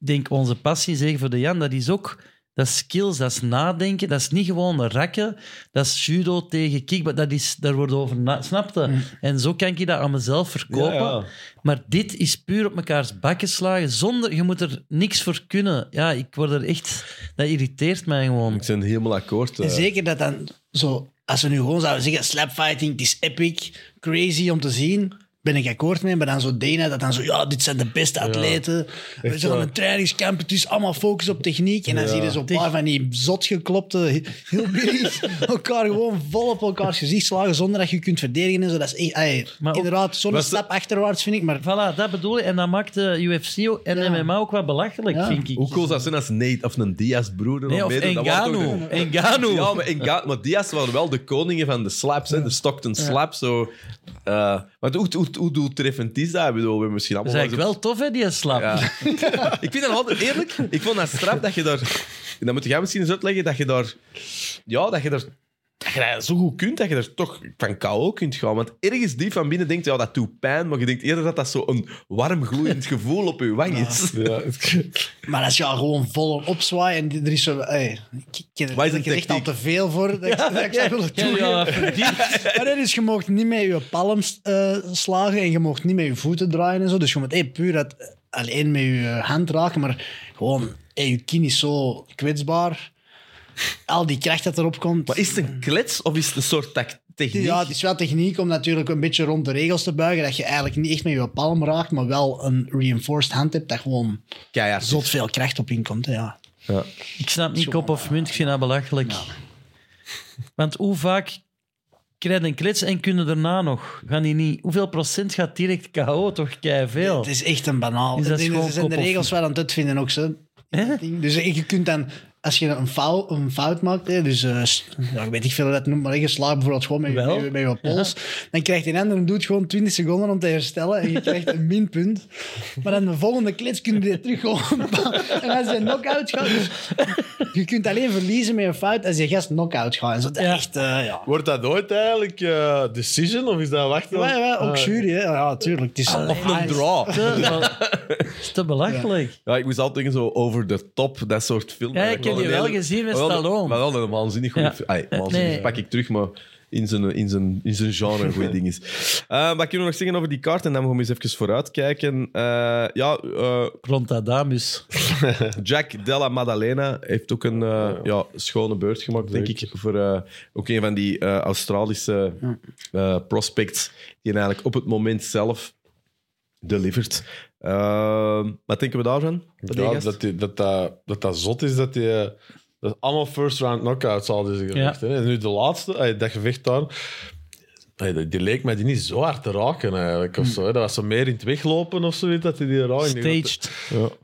[SPEAKER 3] Ik denk, onze passie, zeg voor de Jan, dat is ook... Dat is skills, dat is nadenken, dat is niet gewoon rakken. Dat is judo tegen kickbox, dat is, daar wordt over na... Snap je? En zo kan ik dat aan mezelf verkopen.
[SPEAKER 2] Ja, ja.
[SPEAKER 3] Maar dit is puur op mekaars bakken slagen, zonder... Je moet er niks voor kunnen. Ja, ik word er echt... Dat irriteert mij gewoon.
[SPEAKER 1] Ik ben helemaal akkoord. eh.
[SPEAKER 4] En zeker dat dan zo, als we nu gewoon zouden zeggen: slapfighting, het is epic, crazy om te zien. Ben ik akkoord mee, maar dan zo Dana, dat dan zo, ja, dit zijn de beste atleten. We zijn op
[SPEAKER 2] waar.
[SPEAKER 4] een trainingskamp, het is allemaal focus op techniek. En dan zie je zo'n paar van die zotgeklopte hillbillies elkaar gewoon vol op elkaars gezicht slagen zonder dat je je kunt verdedigen en zo. Dat is echt, ai,
[SPEAKER 3] Maar ook-
[SPEAKER 4] inderdaad, zo'n
[SPEAKER 1] was de-
[SPEAKER 4] stap achterwaarts vind ik, maar
[SPEAKER 3] Voilà, dat bedoel ik. En dat maakt de UFC ook- en
[SPEAKER 4] Ja.
[SPEAKER 3] MMA ook wat belachelijk,
[SPEAKER 4] Ja.
[SPEAKER 3] vind ik.
[SPEAKER 1] Hoe cool zou het zijn als Nate of een Diaz-broeder
[SPEAKER 3] Nee,
[SPEAKER 1] nog
[SPEAKER 3] of
[SPEAKER 1] meedoet? Dat was toch
[SPEAKER 3] Engano.
[SPEAKER 1] de-
[SPEAKER 3] Engano.
[SPEAKER 1] Ja, maar, Enga- maar Diaz waren wel de koningen van de slaps, hè? de Stockton slaps. Zo. Eh, maar hoe, hoe, hoe doeltreffend is dat? Ik bedoel, we hebben misschien
[SPEAKER 3] Dat
[SPEAKER 1] allemaal
[SPEAKER 3] is
[SPEAKER 1] wel eens
[SPEAKER 3] eigenlijk wel tof, hè, die slap.
[SPEAKER 1] Ja. ik vind dat altijd eerlijk. Ik vond dat straf dat je daar. En dat moet jij misschien eens uitleggen dat je daar. Ja, dat je daar dat je dat zo goed kunt, dat je er toch van KO kunt gaan. Want ergens diep van binnen denkt, ja, dat doet pijn, maar je denkt eerder dat dat zo'n warm, gloeiend gevoel op je wang is.
[SPEAKER 2] Ja.
[SPEAKER 4] Maar als je al gewoon vol opzwaai en er is zo... Hey, ik- ik ken
[SPEAKER 1] Wat is een
[SPEAKER 4] er echt al
[SPEAKER 1] techniek?
[SPEAKER 4] te veel voor dat ik, dat ik zou willen
[SPEAKER 3] Ja,
[SPEAKER 4] toegeven.
[SPEAKER 3] ja, verdiend.
[SPEAKER 4] Maar dat is, je mocht niet met je palm eh, slagen en je mocht niet met je voeten draaien en zo. Dus je moet hey, puur dat, eh, alleen met je eh, hand raken, maar gewoon, hey, je kin is zo kwetsbaar. Al die kracht dat erop komt.
[SPEAKER 1] Maar is het een klets of is het een soort tac- techniek?
[SPEAKER 4] Ja, het is wel techniek om natuurlijk een beetje rond de regels te buigen. Dat je eigenlijk niet echt met je palm raakt, maar wel een reinforced hand hebt dat gewoon
[SPEAKER 1] Keihard.
[SPEAKER 4] zot veel kracht op inkomt. hè, Ja.
[SPEAKER 1] Ja.
[SPEAKER 3] Ik snap niet kop of munt, ik vind dat belachelijk. Want hoe vaak krijg je een klits en kunnen daarna nog? Gaan die niet? Hoeveel procent gaat direct KO? Toch veel.
[SPEAKER 4] Het is echt een banaal.
[SPEAKER 3] Is dat
[SPEAKER 4] Ik denk
[SPEAKER 3] gewoon
[SPEAKER 4] ze zijn de
[SPEAKER 3] kop of-
[SPEAKER 4] regels wel aan het uitvinden ook. Zo. Dus je kunt dan, als je een fout, een fout maakt, hè, dus eh, s- ja, ik weet niet veel hoe dat noemt, maar je slaat bijvoorbeeld gewoon met, je-
[SPEAKER 3] Wel?
[SPEAKER 4] met, je- met je pols, dan krijgt een ander een doet gewoon 20 seconden om te herstellen en je krijgt een minpunt. Maar dan de volgende klits kun je die terug gewoon En als je knock-out gaat, dus je kunt alleen verliezen met een fout als je gast knock-out gaat. En zo, dat is
[SPEAKER 3] Ja.
[SPEAKER 4] echt, eh, ja.
[SPEAKER 2] Wordt dat ooit eigenlijk eh, decision of is dat wachten?
[SPEAKER 4] Ja, ja, ook
[SPEAKER 2] Eh,
[SPEAKER 4] jury, hè. Ja, tuurlijk. Het is,
[SPEAKER 1] Of een draw.
[SPEAKER 3] Het is te belachelijk.
[SPEAKER 1] Ja, ik moest altijd denken zo over de top, dat soort filmen.
[SPEAKER 3] Ja, ik heb die wel gezien met
[SPEAKER 1] Maar wel-
[SPEAKER 3] Stallone.
[SPEAKER 1] Maar wel een waanzinnig goed...
[SPEAKER 3] Ja.
[SPEAKER 1] Ai, waanzinnig
[SPEAKER 3] Nee.
[SPEAKER 1] pak ik terug, maar in zijn, in zijn, in zijn genre een goed ding is. Eh, wat kunnen we nog zeggen over die kaart? En dan gaan we eens even vooruitkijken. Eh, ja, eh,
[SPEAKER 3] Prontadamus.
[SPEAKER 1] Jack Della Maddalena heeft ook een eh,
[SPEAKER 2] Oh,
[SPEAKER 1] ja, schone beurt gemaakt, denk ik. Voor eh, ook een van die eh, Australische eh, prospects die eigenlijk op het moment zelf delivered. Eh, wat denken we daarvan? Wat denk
[SPEAKER 2] Ja,
[SPEAKER 1] je, gast?
[SPEAKER 2] dat, die- dat, dat, dat dat zot is dat die... eh, Dat allemaal first round knockouts al deze gevechten. hè. En nu de laatste, eh, dat gevecht daar... eh, die- Die leek mij die niet zo hard te raken eigenlijk.
[SPEAKER 4] Hm.
[SPEAKER 2] Of zo, hè. Dat was zo meer in het weglopen of zoiets. Dat die die raakte.
[SPEAKER 3] Staged.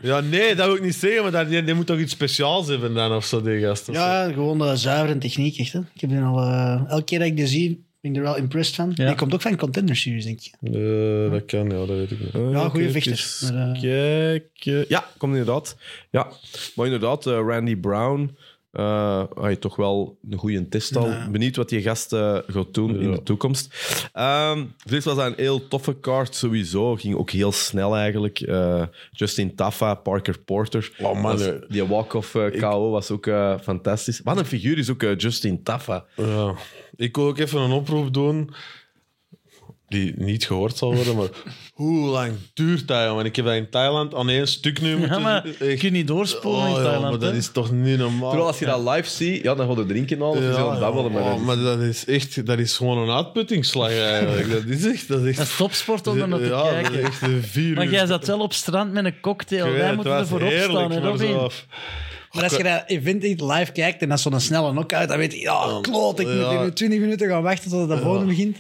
[SPEAKER 2] Ja, nee, dat wil ik niet zeggen. Maar dat, die, die moet toch iets speciaals hebben dan of zo, die gast. of zo.
[SPEAKER 4] Ja, gewoon eh, zuiver en techniek, echt. Hè. Ik heb die al, eh, elke keer dat ik die zie, ben ik er wel impressed van.
[SPEAKER 3] Ja.
[SPEAKER 4] Die komt ook van Contender Series, denk ik.
[SPEAKER 2] Eh, dat kan, ja, dat weet ik niet.
[SPEAKER 4] Ja, goede
[SPEAKER 1] Oké,
[SPEAKER 4] vechters.
[SPEAKER 1] even
[SPEAKER 4] Maar, eh,
[SPEAKER 1] Kijken. Ja, komt inderdaad. Ja, maar inderdaad, eh, Randy Brown. eh hij toch wel een goede test al. Benieuwd wat die gast eh, gaat doen in de toekomst. Ehm dit was een heel toffe kaart sowieso. Ging ook heel snel eigenlijk. Eh, Justin Taffa, Parker Porter.
[SPEAKER 2] Oh, man,
[SPEAKER 1] Was-
[SPEAKER 2] eh.
[SPEAKER 1] die walk-off eh, KO was ook eh, fantastisch. Wat een figuur is ook eh, Justin Taffa.
[SPEAKER 2] Ja. Ik wil ook even een oproep doen die niet gehoord zal worden, maar hoe lang duurt dat, jongen? Ik heb dat in Thailand aan één stuk nu
[SPEAKER 3] Ja,
[SPEAKER 2] moeten-
[SPEAKER 3] maar je
[SPEAKER 2] Echt.
[SPEAKER 3] kunt niet doorspoelen
[SPEAKER 2] Oh,
[SPEAKER 3] in
[SPEAKER 2] ja,
[SPEAKER 3] Thailand.
[SPEAKER 2] maar dat
[SPEAKER 3] hè.
[SPEAKER 2] is toch niet normaal?
[SPEAKER 1] Terwijl als je dat live ziet, ja, dan gaat het drinken al. Of je
[SPEAKER 2] Ja,
[SPEAKER 1] gaat babbelen. Maar
[SPEAKER 2] oh,
[SPEAKER 1] dat is-
[SPEAKER 2] maar dat is echt, dat is gewoon een uitputtingsslag eigenlijk. Dat is echt, dat is
[SPEAKER 3] Dat is
[SPEAKER 2] echt,
[SPEAKER 3] topsport om er naar te
[SPEAKER 2] ja, dat is
[SPEAKER 3] kijken.
[SPEAKER 2] echt een vier
[SPEAKER 3] Maar
[SPEAKER 2] uur-
[SPEAKER 3] jij zat wel op strand met een cocktail.
[SPEAKER 2] Ik weet
[SPEAKER 3] Wij
[SPEAKER 2] het,
[SPEAKER 3] moeten
[SPEAKER 2] het
[SPEAKER 3] er
[SPEAKER 2] was
[SPEAKER 3] voor opstaan, hè,
[SPEAKER 2] heerlijk, maar zo-
[SPEAKER 3] Robin?
[SPEAKER 4] maar als je dat event niet live kijkt en dat is zo'n snelle knock-out, dan weet je, ja, kloot, ik moet
[SPEAKER 2] Ja.
[SPEAKER 4] hier nu 20 minuten gaan wachten tot de volgende begint.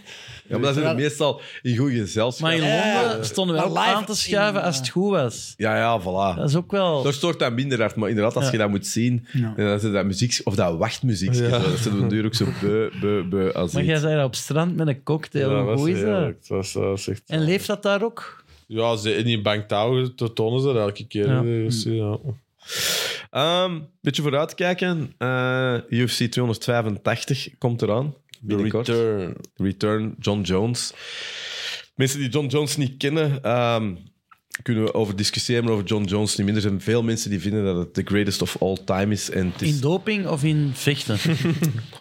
[SPEAKER 1] ja, maar dat is meestal in goede gezelschap.
[SPEAKER 3] Maar in Londen stonden we
[SPEAKER 4] Maar
[SPEAKER 3] ook
[SPEAKER 4] live
[SPEAKER 3] aan te schuiven
[SPEAKER 4] in, eh.
[SPEAKER 3] als het goed was.
[SPEAKER 1] Ja, ja, voilà.
[SPEAKER 3] Dat is ook wel...
[SPEAKER 1] Daar stort dat minder hard, maar inderdaad, als je dat moet zien, en dan zit dat muziek, of dat wachtmuziek,
[SPEAKER 2] Ja.
[SPEAKER 1] dat zit op de duur ook zo beu, beu, beu als
[SPEAKER 3] Maar
[SPEAKER 1] iets.
[SPEAKER 3] jij zei dat op strand met een cocktail.
[SPEAKER 2] Ja,
[SPEAKER 3] Hoe
[SPEAKER 2] was
[SPEAKER 3] goed is dat?
[SPEAKER 2] heerlijk. Het was, dat was echt...
[SPEAKER 3] En leeft dat daar ook?
[SPEAKER 2] Ja, ze, in die banktaal tonen ze dat elke keer.
[SPEAKER 3] Ja.
[SPEAKER 2] hè. Dus, ja.
[SPEAKER 1] Ehm, beetje vooruitkijken. eh UFC 285 komt eraan. Binnenkort.
[SPEAKER 2] Return.
[SPEAKER 1] Return, John Jones. Mensen die John Jones niet kennen, ehm, kunnen we over discussiëren, maar over John Jones niet minder. Er zijn veel mensen die vinden dat het the greatest of all time is. En het is
[SPEAKER 3] In doping of in vechten?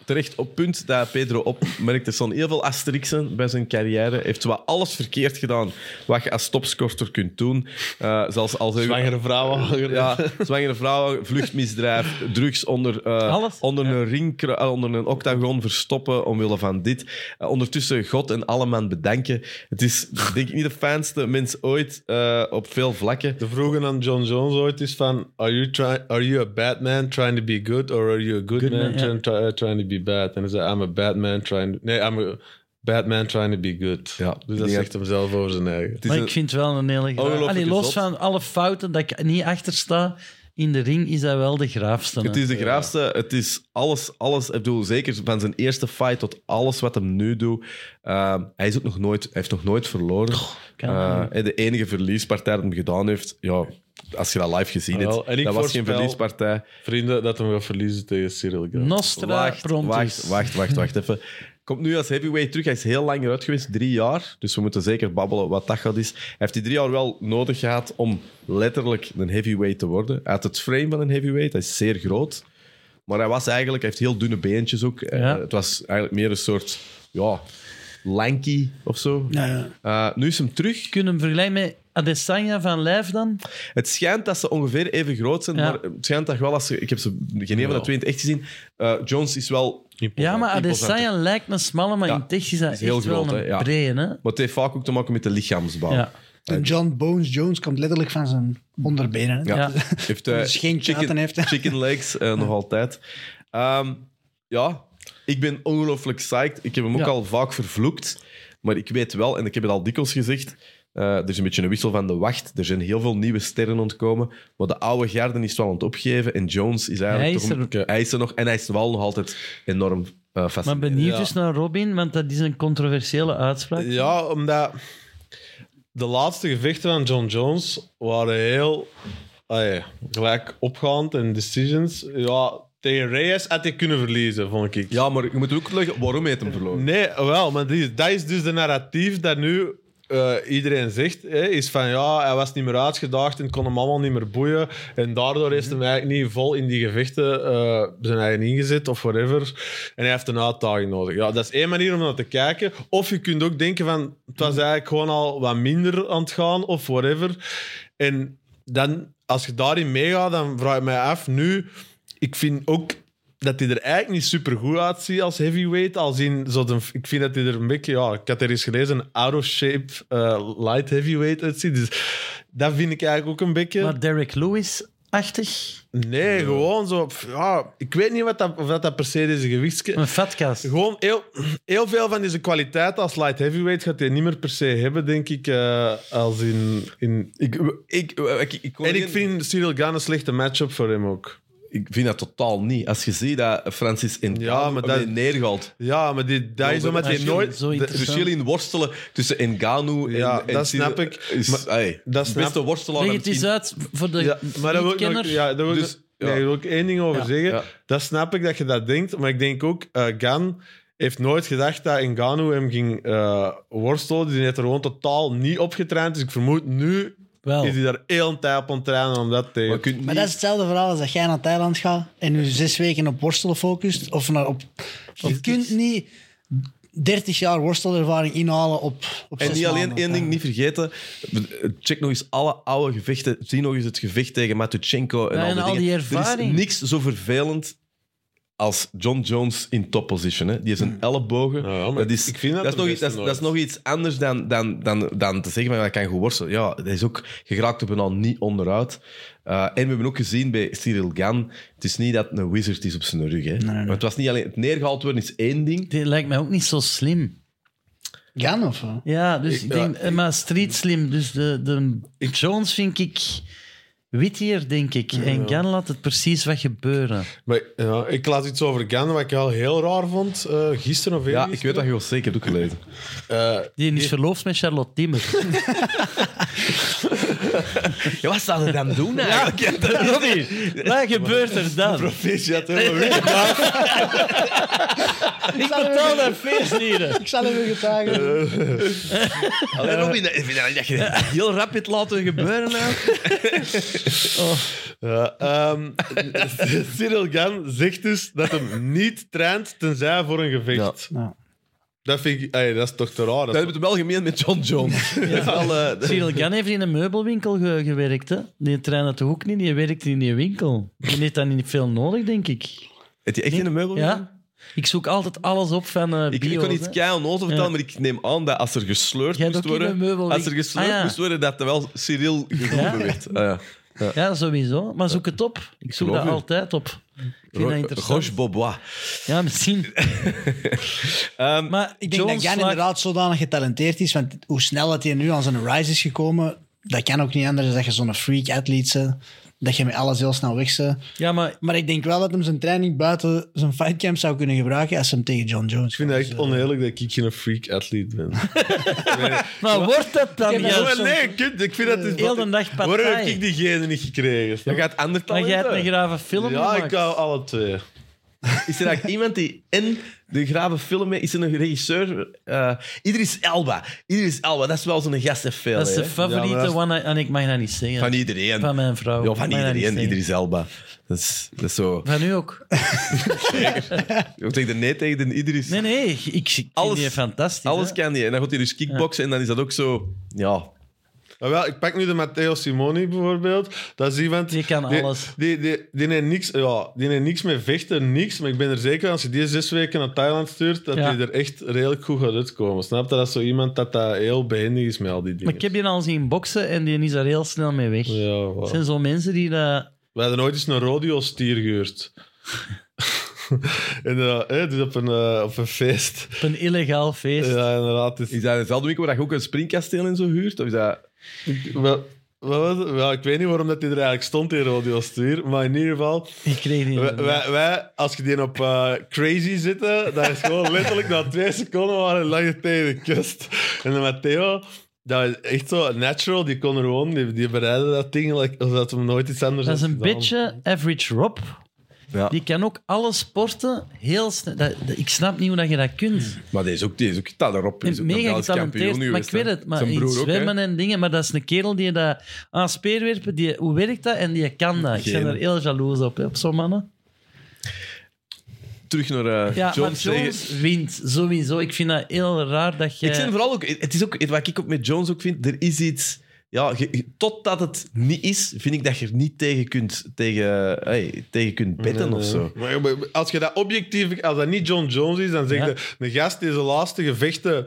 [SPEAKER 1] terecht op punt dat Pedro opmerkte. Er staan heel veel asterixen bij zijn carrière. Heeft zowat alles verkeerd gedaan wat je als topscorter kunt doen. Eh, zelfs als
[SPEAKER 2] Zwangere vrouwen.
[SPEAKER 1] Ja, zwangere vrouwen, vluchtmisdrijf, drugs onder, eh,
[SPEAKER 3] Alles?
[SPEAKER 1] onder een ring, eh, onder een octagon verstoppen omwille van dit. Eh, ondertussen God en alle man bedanken. Het is denk ik niet de fijnste mens ooit eh, op veel vlakken.
[SPEAKER 2] De vroegen aan John Jones ooit is van... Are you, try, are you a bad man trying to be good? Or are you a good,
[SPEAKER 3] Good
[SPEAKER 2] man,
[SPEAKER 3] man, ja.
[SPEAKER 2] trying, try- trying to be bad? En hij zei, I'm a bad man trying... to- Nee, I'm a bad man trying to be good.
[SPEAKER 1] Ja,
[SPEAKER 2] dus
[SPEAKER 1] ik
[SPEAKER 2] dat
[SPEAKER 1] denk
[SPEAKER 2] zegt hem zelf over zijn eigen.
[SPEAKER 1] Het is
[SPEAKER 3] maar
[SPEAKER 1] een-
[SPEAKER 3] ik vind het wel een hele graaf.
[SPEAKER 1] Ongelooflijk
[SPEAKER 3] Allee, los
[SPEAKER 1] zot.
[SPEAKER 3] van alle fouten dat ik niet achter sta, in de ring is dat wel de graafste. hè.
[SPEAKER 1] Het is de graafste. Het is alles, alles. Ik bedoel, zeker van zijn eerste fight tot alles wat hem nu doet. Ehm, hij, is ook nog nooit, hij heeft nog nooit verloren.
[SPEAKER 3] Kan
[SPEAKER 1] Eh, en de enige verliespartij dat hem gedaan heeft, ja, als je dat live gezien
[SPEAKER 2] Jawel,
[SPEAKER 1] hebt,
[SPEAKER 2] Ah, en ik
[SPEAKER 1] dat was geen
[SPEAKER 2] voorspel-
[SPEAKER 1] verliespartij.
[SPEAKER 2] Vrienden, dat hem gaat verliezen tegen Cyril Gras.
[SPEAKER 3] Nostra
[SPEAKER 1] Wacht,
[SPEAKER 3] Prontus.
[SPEAKER 1] wacht, wacht, wacht, wacht even. Komt nu als heavyweight terug. Hij is heel lang eruit geweest, drie jaar. Dus we moeten zeker babbelen wat dat gaat is. Hij heeft die drie jaar wel nodig gehad om letterlijk een heavyweight te worden. Uit het frame van een heavyweight, hij is zeer groot. Maar hij was eigenlijk, hij heeft heel dunne beentjes ook. Eh,
[SPEAKER 3] Ja.
[SPEAKER 1] het was eigenlijk meer een soort, ja, lanky of zo.
[SPEAKER 4] Ja, ja.
[SPEAKER 1] Eh, nu is hem terug.
[SPEAKER 3] Kunnen we hem vergelijken met Adesanya van Lijf dan?
[SPEAKER 1] Het schijnt dat ze ongeveer even groot zijn,
[SPEAKER 3] Ja.
[SPEAKER 1] maar het schijnt dat wel als ze... Ik heb ze geen een van de twee in het echt gezien. Eh, Jones is wel
[SPEAKER 3] Ja, maar
[SPEAKER 1] imposanter.
[SPEAKER 3] Adesanya lijkt me smalle, maar
[SPEAKER 1] Ja,
[SPEAKER 3] in tech is dat
[SPEAKER 1] is heel
[SPEAKER 3] echt
[SPEAKER 1] groot,
[SPEAKER 3] wel
[SPEAKER 1] hè,
[SPEAKER 3] een
[SPEAKER 1] ja.
[SPEAKER 3] brede, hè?
[SPEAKER 1] Maar het heeft vaak ook te maken met de lichaamsbouw.
[SPEAKER 3] Ja.
[SPEAKER 4] En John Bones Jones komt letterlijk van zijn onderbenen. hè.
[SPEAKER 1] Ja.
[SPEAKER 3] Ja.
[SPEAKER 1] Heeft, eh,
[SPEAKER 4] Dus geen
[SPEAKER 1] chicken,
[SPEAKER 4] katen heeft, hè.
[SPEAKER 1] chicken legs eh, nog altijd. Ehm, ja, ik ben ongelooflijk psyched. Ik heb hem ook
[SPEAKER 3] Ja.
[SPEAKER 1] al vaak vervloekt. Maar ik weet wel, en ik heb het al dikwijls gezegd, eh, er is een beetje een wissel van de wacht. Er zijn heel veel nieuwe sterren ontkomen. Maar de oude garden is wel aan het opgeven. En Jones is eigenlijk...
[SPEAKER 3] Hij is
[SPEAKER 1] toch een-
[SPEAKER 2] er.
[SPEAKER 1] hij is er nog. En hij is wel nog altijd enorm eh
[SPEAKER 3] Maar
[SPEAKER 1] fascinerend.
[SPEAKER 3] benieuwd
[SPEAKER 2] Ja.
[SPEAKER 3] dus naar Robin, want dat is een controversiële uitspraak.
[SPEAKER 2] Ja, omdat de laatste gevechten van John Jones waren heel allee, gelijk opgaand en decisions. Ja, tegen Reyes had hij kunnen verliezen, vond ik.
[SPEAKER 1] Ja, maar je moet ook leggen waarom hij het hem verloren.
[SPEAKER 2] Nee, wel, maar die, dat is dus de narratief dat nu eh, iedereen zegt. Hè, is van ja, hij was niet meer uitgedaagd en het kon hem allemaal niet meer boeien. En daardoor heeft hij eigenlijk niet vol in die gevechten eh, zijn eigen ingezet of whatever. En hij heeft een uitdaging nodig. Ja, dat is één manier om naar te kijken. Of je kunt ook denken van het was eigenlijk gewoon al wat minder aan het gaan of whatever. En dan, als je daarin meegaat, dan vraag ik mij af nu. Ik vind ook dat hij er eigenlijk niet super goed uitziet als heavyweight. Als in, zo de- ik vind dat hij er een beetje, ja, ik had er eens gelezen, een out of shape eh, light heavyweight uitziet. Dus dat vind ik eigenlijk ook een beetje.
[SPEAKER 3] Maar Derek Lewis-achtig.
[SPEAKER 2] nee, gewoon zo. pff, Ja, ik weet niet wat dat, of dat, dat per se deze gewichtske.
[SPEAKER 3] Een fatkast.
[SPEAKER 2] Gewoon heel, heel veel van deze kwaliteit als light heavyweight gaat hij niet meer per se hebben, denk ik. eh, als in, in...
[SPEAKER 1] Ik, ik, ik, ik,
[SPEAKER 2] En ik vind Cyril Gane een slechte matchup voor hem ook.
[SPEAKER 1] Ik vind dat totaal niet. Als je ziet dat Francis in
[SPEAKER 2] Ja, maar dat-
[SPEAKER 1] neergaalt.
[SPEAKER 2] Ja, maar die, dat is
[SPEAKER 1] dat
[SPEAKER 2] omdat hij
[SPEAKER 3] is
[SPEAKER 2] nooit...
[SPEAKER 3] zo
[SPEAKER 1] Het
[SPEAKER 3] interessant.
[SPEAKER 1] verschil in worstelen tussen Engano en,
[SPEAKER 2] Ja,
[SPEAKER 1] en
[SPEAKER 2] dat
[SPEAKER 1] Cyril
[SPEAKER 2] snap ik.
[SPEAKER 1] Is,
[SPEAKER 2] Maar-
[SPEAKER 1] ey,
[SPEAKER 2] dat
[SPEAKER 1] de
[SPEAKER 2] snap-
[SPEAKER 1] beste worstelaar
[SPEAKER 3] Leg
[SPEAKER 1] en
[SPEAKER 3] het eens
[SPEAKER 1] misschien-
[SPEAKER 3] uit voor de
[SPEAKER 2] Ja, maar daar wil ik, nog,
[SPEAKER 3] niet-kenner.
[SPEAKER 2] ja, daar wil ik,
[SPEAKER 1] Dus,
[SPEAKER 2] nog-
[SPEAKER 1] ja.
[SPEAKER 2] nee, daar wil ik één ding over
[SPEAKER 3] Ja.
[SPEAKER 2] zeggen.
[SPEAKER 1] Ja.
[SPEAKER 2] Dat snap ik dat je dat denkt, maar ik denk ook, eh Gan heeft nooit gedacht dat Ngannou hem ging eh, worstelen. Die heeft er gewoon totaal niet op getraind. Dus ik vermoed nu
[SPEAKER 3] Wel.
[SPEAKER 2] is hij daar heel een tijd op aan het trainen om dat
[SPEAKER 1] Maar
[SPEAKER 2] tegen...
[SPEAKER 1] je kunt
[SPEAKER 4] Maar
[SPEAKER 1] niet-
[SPEAKER 4] dat is hetzelfde verhaal als dat jij naar Thailand gaat en je zes weken op worstelen focust. Of naar op, je kunt niet 30 jaar worstelervaring inhalen op, op
[SPEAKER 1] En
[SPEAKER 4] zes
[SPEAKER 1] niet alleen
[SPEAKER 4] maanden.
[SPEAKER 1] één ding niet vergeten. Check nog eens alle oude gevechten. Zie nog eens het gevecht tegen Matuchenko en,
[SPEAKER 3] Ja,
[SPEAKER 1] al,
[SPEAKER 3] en
[SPEAKER 1] die
[SPEAKER 3] al
[SPEAKER 1] dingen.
[SPEAKER 3] die
[SPEAKER 1] Er is
[SPEAKER 3] ervaring.
[SPEAKER 1] niks zo vervelend als John Jones in top position. Hè. Die is
[SPEAKER 3] Hm.
[SPEAKER 1] een ellebogen.
[SPEAKER 2] Ja, ja, maar
[SPEAKER 1] dat is,
[SPEAKER 2] ik vind dat
[SPEAKER 1] dat is
[SPEAKER 2] de
[SPEAKER 1] nog iets,
[SPEAKER 2] beste
[SPEAKER 1] dat, is, dat is
[SPEAKER 2] nooit.
[SPEAKER 1] nog iets anders dan, dan, dan, dan te zeggen van hij kan goed worstelen. Ja, dat is ook, je geraakt er bijna niet onderuit. Eh, en we hebben ook gezien bij Cyril Gan, het is niet dat het een wizard is op zijn rug. Hè. Want het was niet alleen het neergehaald worden is één ding.
[SPEAKER 3] Die lijkt mij ook niet zo slim.
[SPEAKER 4] Gaan of wat?
[SPEAKER 3] Ja, dus ik denk, eh, maar street slim. Dus de, de Jones vind ik wittier, denk ik. En Jan laat het precies wat gebeuren.
[SPEAKER 2] Maar, ja, ik las iets over Gan, wat ik al heel raar vond, eh, gisteren of
[SPEAKER 1] Ja,
[SPEAKER 2] eergisteren.
[SPEAKER 1] ik weet dat je wel zeker hebt ook gelezen.
[SPEAKER 2] Eh,
[SPEAKER 3] Die is verloofd met Charlotte Timmer.
[SPEAKER 1] Ja, wat zou je dan doen eigenlijk?
[SPEAKER 3] Robbie, wat gebeurt er dan? Ik betaal daar feestdieren.
[SPEAKER 4] Ik zal hem getuigen.
[SPEAKER 1] Allee, Robin, dat- ik vind dat- dat je heel rapid laten gebeuren. hè.
[SPEAKER 2] Ja, ehm, Cyril Gan zegt dus dat hem niet traint tenzij voor een gevecht.
[SPEAKER 4] Ja. Ja.
[SPEAKER 2] Dat vind ik, ey, dat is toch te raar. Dat
[SPEAKER 1] Dat
[SPEAKER 2] is
[SPEAKER 1] hebben we wel gemeen met John Jones. Dat is wel, eh, dat-
[SPEAKER 3] Cyril Gan heeft in een meubelwinkel ge- gewerkt. Hè? Die trein uit de hoek niet, die werkt in die winkel. Die heeft dan niet veel nodig, denk ik.
[SPEAKER 1] Heb je echt in een meubel?
[SPEAKER 3] Ja? Ik zoek altijd alles op van eh
[SPEAKER 1] Ik, ik
[SPEAKER 3] bio's,
[SPEAKER 1] kon iets
[SPEAKER 3] hè.
[SPEAKER 1] keihard onnozel vertellen,
[SPEAKER 3] Ja.
[SPEAKER 1] maar ik neem aan dat als er gesleurd
[SPEAKER 3] Jij hebt
[SPEAKER 1] moest
[SPEAKER 3] ook in een
[SPEAKER 1] worden,
[SPEAKER 3] meubel-
[SPEAKER 1] als er gesleurd
[SPEAKER 3] Ah, ja.
[SPEAKER 1] moest worden, dat er wel Cyril geroepen
[SPEAKER 3] Ja.
[SPEAKER 1] werd. Ah, ja.
[SPEAKER 3] Ja, sowieso. Maar zoek het op. Ik zoek
[SPEAKER 1] geloof
[SPEAKER 3] dat
[SPEAKER 1] u.
[SPEAKER 3] altijd op. Ik vind dat interessant.
[SPEAKER 1] Roche Bobois.
[SPEAKER 3] Ja, misschien.
[SPEAKER 1] Ehm,
[SPEAKER 3] Maar ik
[SPEAKER 4] Ik denk dat Jan inderdaad zodanig getalenteerd is, want hoe snel dat hij nu aan zijn rise is gekomen, dat kan ook niet anders dan dat je zo'n freak athlete bent. Dat je met alles heel snel weg bent.
[SPEAKER 3] Ja, maar
[SPEAKER 4] Maar ik denk wel dat hem zijn training buiten zijn fightcamp zou kunnen gebruiken als ze hem tegen John Jones
[SPEAKER 2] Ik vind het echt oneerlijk dat ik geen freak athlete ben.
[SPEAKER 3] Maar wordt dat dan
[SPEAKER 4] Ik heb
[SPEAKER 3] juist
[SPEAKER 2] Oh,
[SPEAKER 3] zo'n-
[SPEAKER 2] nee, kut, ik vind dat... het-
[SPEAKER 3] Heel de dag partij.
[SPEAKER 2] Waarom heb ik die genen niet gekregen? snap
[SPEAKER 1] Dan
[SPEAKER 2] je?
[SPEAKER 1] gaat ander
[SPEAKER 3] Maar
[SPEAKER 1] talent
[SPEAKER 3] jij hebt
[SPEAKER 1] hebben.
[SPEAKER 3] een grave film
[SPEAKER 2] Ja, ik
[SPEAKER 3] gemaakt.
[SPEAKER 2] hou alle twee.
[SPEAKER 1] Is er eigenlijk iemand die in de graven film mee- is? er een regisseur? Eh, Idris Elba. Idris Elba, dat is wel zo'n gast in veel.
[SPEAKER 3] Dat is
[SPEAKER 1] hè?
[SPEAKER 3] de favoriete
[SPEAKER 2] Ja, maar dat is-
[SPEAKER 3] one... En ik mag dat niet zeggen.
[SPEAKER 1] Van iedereen.
[SPEAKER 3] Van mijn vrouw.
[SPEAKER 1] ja,
[SPEAKER 3] Ik mag
[SPEAKER 1] van
[SPEAKER 3] dat niet
[SPEAKER 1] iedereen,
[SPEAKER 3] zeggen.
[SPEAKER 1] Idris Elba. Dat is, dat is zo.
[SPEAKER 3] Van u ook.
[SPEAKER 1] Ik zeg er nee tegen de Idris.
[SPEAKER 3] Nee, nee. Ik, ik vind
[SPEAKER 1] Alles-
[SPEAKER 3] die fantastisch.
[SPEAKER 1] Alles
[SPEAKER 3] hè.
[SPEAKER 1] kan die. En dan gaat hij dus kickboksen en dan is dat ook zo... Ja.
[SPEAKER 2] Nou wel, ik pak nu de Matteo Simoni bijvoorbeeld. Dat is iemand...
[SPEAKER 3] Die kan
[SPEAKER 2] die-
[SPEAKER 3] alles.
[SPEAKER 2] Die, die, die, heeft niks, ja, die heeft niks met vechten, niks. Maar ik ben er zeker van, als je die zes weken naar Thailand stuurt, dat
[SPEAKER 3] Ja.
[SPEAKER 2] hij er echt redelijk goed gaat uitkomen. Snap je? Dat is zo iemand dat, dat heel behendig is met al die dingen.
[SPEAKER 3] Maar ik heb je al zien boksen en die is daar heel snel mee weg.
[SPEAKER 2] Ja,
[SPEAKER 3] Het
[SPEAKER 2] wow.
[SPEAKER 3] zijn zo mensen die dat...
[SPEAKER 2] We hadden ooit eens een rodeo-stier gehuurd. en, eh, hè, dus op een, eh, op een feest.
[SPEAKER 3] Op een illegaal feest.
[SPEAKER 2] Ja, inderdaad. Dus,
[SPEAKER 1] Is dat hetzelfde winkel waar je ook een springkasteel en zo huurt? Of is dat...
[SPEAKER 2] wel, wat was het? Wel, ik weet niet waarom dat die er eigenlijk stond, die rodeo-stier. Maar in ieder geval...
[SPEAKER 3] Ik kreeg die.
[SPEAKER 2] Wij, wij, wij, als je die op eh, crazy zitten, dat is gewoon letterlijk na twee seconden waren we lange tegen de kust. En de Matteo, dat is echt zo natural, die kon er gewoon, die, die bereidde dat ding like, alsof dat hem nooit iets anders
[SPEAKER 3] Dat is
[SPEAKER 2] had
[SPEAKER 3] een
[SPEAKER 2] gedaan.
[SPEAKER 1] Dus
[SPEAKER 3] beetje average Rob.
[SPEAKER 1] Ja.
[SPEAKER 3] Die kan ook alle sporten heel snel. dat- dat- ik snap niet hoe dat je dat kunt.
[SPEAKER 1] Maar die is ook, die is ook dat erop. Die is ook
[SPEAKER 3] Mega
[SPEAKER 1] Belgisch
[SPEAKER 3] getalenteerd,
[SPEAKER 1] Hmm. kampioen
[SPEAKER 3] maar ik
[SPEAKER 1] geweest,
[SPEAKER 3] weet
[SPEAKER 1] hè.
[SPEAKER 3] het. Maar
[SPEAKER 1] Zijn
[SPEAKER 3] in
[SPEAKER 1] broer ook, hè.
[SPEAKER 3] zwemmen en dingen. Maar dat is een kerel die dat aan speerwerpen. Die, hoe werkt dat? En die kan dat. Ik ben
[SPEAKER 1] Geen.
[SPEAKER 3] er heel jaloers op, hè, op zo'n mannen.
[SPEAKER 1] Terug naar eh
[SPEAKER 3] Ja,
[SPEAKER 1] Jones.
[SPEAKER 3] maar
[SPEAKER 1] zeggen.
[SPEAKER 3] Jones wint sowieso. Ik vind dat heel raar dat je.
[SPEAKER 1] Ik
[SPEAKER 2] Eh.
[SPEAKER 1] vind vooral ook, het is ook, wat ik ook met Jones ook vind, er is iets... Ja, je- je- totdat het niet is, vind ik dat je er niet tegen kunt, tegen, hey, tegen kunt betten of zo.
[SPEAKER 2] Maar, maar, maar als je dat objectief, als dat niet John Jones is, dan zeg
[SPEAKER 3] Ja.
[SPEAKER 2] je, de gast die zijn laatste gevechten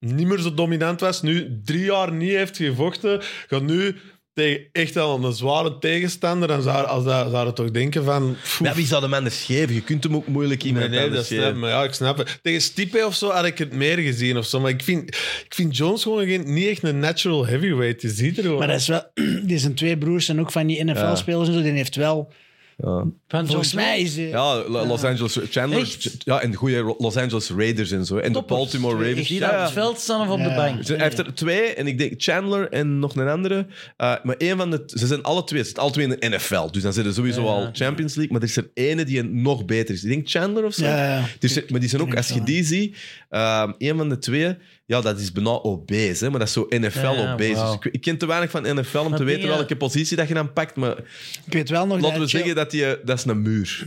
[SPEAKER 2] niet meer zo dominant was, nu drie jaar niet heeft gevochten, gaat nu tegen echt wel een zware tegenstander, dan zou, als dat, zou je toch denken van... pfoe,
[SPEAKER 1] Ja, wie zou hem anders geven? Je kunt hem ook moeilijk iemand
[SPEAKER 2] Nee, nee, dat
[SPEAKER 1] anders
[SPEAKER 2] snap ik.
[SPEAKER 1] geven.
[SPEAKER 2] Maar ja, ik snap het. Tegen Stipe of zo had ik het meer gezien of zo. Maar ik vind, ik vind Jones gewoon geen, niet echt een natural heavyweight. Je ziet er gewoon.
[SPEAKER 4] Maar dat is wel, die zijn twee broers en ook van die NFL-spelers en zo. Die heeft wel,
[SPEAKER 3] Van
[SPEAKER 4] volgens
[SPEAKER 3] John
[SPEAKER 4] mij is die,
[SPEAKER 1] Ja, Lo- Los Angeles Chandler.
[SPEAKER 3] Echt?
[SPEAKER 1] Ja, en de goede Los Angeles Raiders en zo. En de
[SPEAKER 3] Toppers.
[SPEAKER 1] Baltimore
[SPEAKER 3] Jones.
[SPEAKER 1] Ravens.
[SPEAKER 3] Die
[SPEAKER 1] Ja,
[SPEAKER 3] daar op
[SPEAKER 1] ja.
[SPEAKER 3] het veld staan of op de
[SPEAKER 4] Ja.
[SPEAKER 3] bank.
[SPEAKER 1] Ze- Hij heeft er twee, en ik denk Chandler en nog een andere. Eh, maar één van de... Ze zijn alle twee, ze zitten alle twee in de NFL. Dus dan zitten ze sowieso
[SPEAKER 3] Ja.
[SPEAKER 1] al Champions League. Maar er is er ene die een nog beter is. Ik denk Chandler of zo.
[SPEAKER 4] Ja, ja, ja.
[SPEAKER 1] Die zijn- maar die zijn ook, als je die ziet, ehm één van de twee... Ja, dat is bijna obese, hè, maar dat is zo NFL
[SPEAKER 3] Ja, ja,
[SPEAKER 1] obese.
[SPEAKER 3] wauw.
[SPEAKER 1] Dus ik, ik ken te weinig van NFL om
[SPEAKER 3] Maar
[SPEAKER 1] te
[SPEAKER 3] die,
[SPEAKER 1] weten
[SPEAKER 3] eh,
[SPEAKER 1] welke positie dat je dan pakt. Maar
[SPEAKER 4] ik weet wel nog
[SPEAKER 1] laten we
[SPEAKER 4] dat, Chael-
[SPEAKER 1] zeggen dat die... Dat is een muur.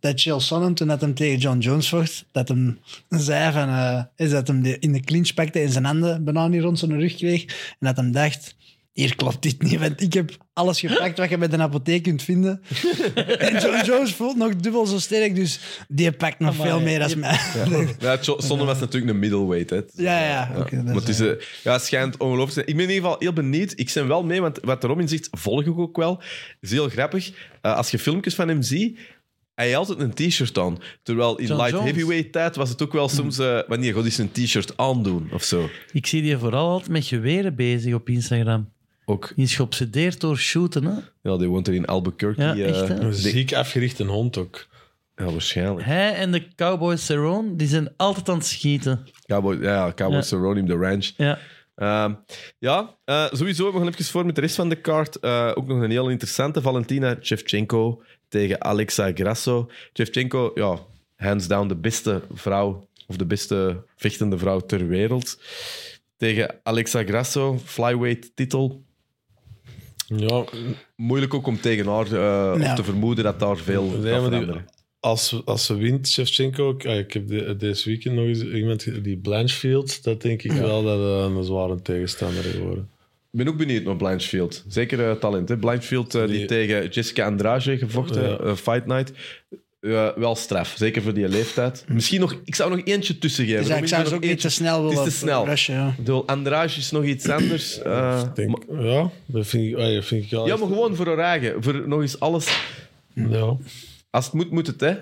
[SPEAKER 4] dat Chael Sonnen, toen dat hem tegen John Jones vocht, dat hem zei van, eh, is dat hem die in de clinch pakte en zijn handen bijna niet rond zijn rug kreeg. En dat hem dacht, hier klopt dit niet, want ik heb alles gepakt wat je bij de apotheek kunt vinden. en John Jones voelt nog dubbel zo sterk, dus die pakt nog
[SPEAKER 3] Amai,
[SPEAKER 4] veel meer als
[SPEAKER 3] die-
[SPEAKER 4] mij.
[SPEAKER 1] Ja, Jo- Sonnen was natuurlijk een middleweight. Hè.
[SPEAKER 4] Ja, ja, oké, dat
[SPEAKER 1] maar
[SPEAKER 4] is,
[SPEAKER 1] het is, eh, ja, het schijnt ongelooflijk te zijn. Ik ben in ieder geval heel benieuwd. Ik ben wel mee, want wat Robin zegt, volg ik ook wel. is heel grappig. Eh, als je filmpjes van hem ziet, hij heeft altijd een t-shirt aan. Terwijl in
[SPEAKER 3] John
[SPEAKER 1] light
[SPEAKER 3] Jones.
[SPEAKER 1] heavyweight tijd was het ook wel soms... eh, wanneer god is een t-shirt aandoen of zo.
[SPEAKER 3] Ik zie die vooral altijd met geweren bezig op Instagram.
[SPEAKER 1] Ook,
[SPEAKER 3] Die is geobsedeerd door shooten. Hè?
[SPEAKER 1] ja, die woont er in Albuquerque.
[SPEAKER 3] Ja,
[SPEAKER 1] eh,
[SPEAKER 3] echt, hè?
[SPEAKER 2] een ziek afgerichte hond ook.
[SPEAKER 1] ja, waarschijnlijk.
[SPEAKER 3] Hij en de cowboy Cerrone, die zijn altijd aan het schieten.
[SPEAKER 1] Cowboy, ja, Cowboy
[SPEAKER 3] Ja.
[SPEAKER 1] Cerrone op de ranch.
[SPEAKER 3] Ja.
[SPEAKER 1] Ehm, ja, eh, sowieso. We gaan even voor met de rest van de kaart. Eh, ook nog een heel interessante. Valentina Shevchenko tegen Alexa Grasso. Shevchenko, ja, hands down de beste vrouw, of de beste vechtende vrouw ter wereld. Tegen Alexa Grasso, flyweight titel.
[SPEAKER 2] Ja,
[SPEAKER 1] Moeilijk ook om tegen haar eh,
[SPEAKER 4] Ja.
[SPEAKER 1] of te vermoeden dat daar veel gaat
[SPEAKER 2] Nee, maar die-
[SPEAKER 1] veranderen.
[SPEAKER 2] als, als ze wint, Shevchenko ook. ah, Ik heb de- deze weekend nog eens iemand, ge- die Blanchfield. Dat denk ik wel dat eh, een zware tegenstander is geworden.
[SPEAKER 1] Ik ben ook benieuwd naar Blanchfield. Zeker eh, talent. Hè? Blanchfield eh, die
[SPEAKER 2] Die-
[SPEAKER 1] tegen Jessica Andrade gevochten,
[SPEAKER 2] Ja.
[SPEAKER 1] eh, Fight Night. Eh, wel straf, zeker voor die leeftijd. Misschien nog, ik zou nog eentje tussen geven.
[SPEAKER 4] Dus ja, ik
[SPEAKER 1] Robin,
[SPEAKER 4] zou
[SPEAKER 1] ben
[SPEAKER 4] ze ook
[SPEAKER 1] nog
[SPEAKER 4] niet te
[SPEAKER 1] eentje-
[SPEAKER 4] snel
[SPEAKER 1] Het
[SPEAKER 4] willen
[SPEAKER 1] is te snel.
[SPEAKER 4] rushen. Ja.
[SPEAKER 1] Ik bedoel, Andrade is nog iets anders. eh,
[SPEAKER 2] Ik denk,
[SPEAKER 1] maar-
[SPEAKER 2] ja, dat vind ik, ah, dat vind ik wel
[SPEAKER 1] ja,
[SPEAKER 2] echt-
[SPEAKER 1] maar gewoon voor haar eigen. Voor nog eens alles.
[SPEAKER 2] ja.
[SPEAKER 1] Als het moet, moet het, hè?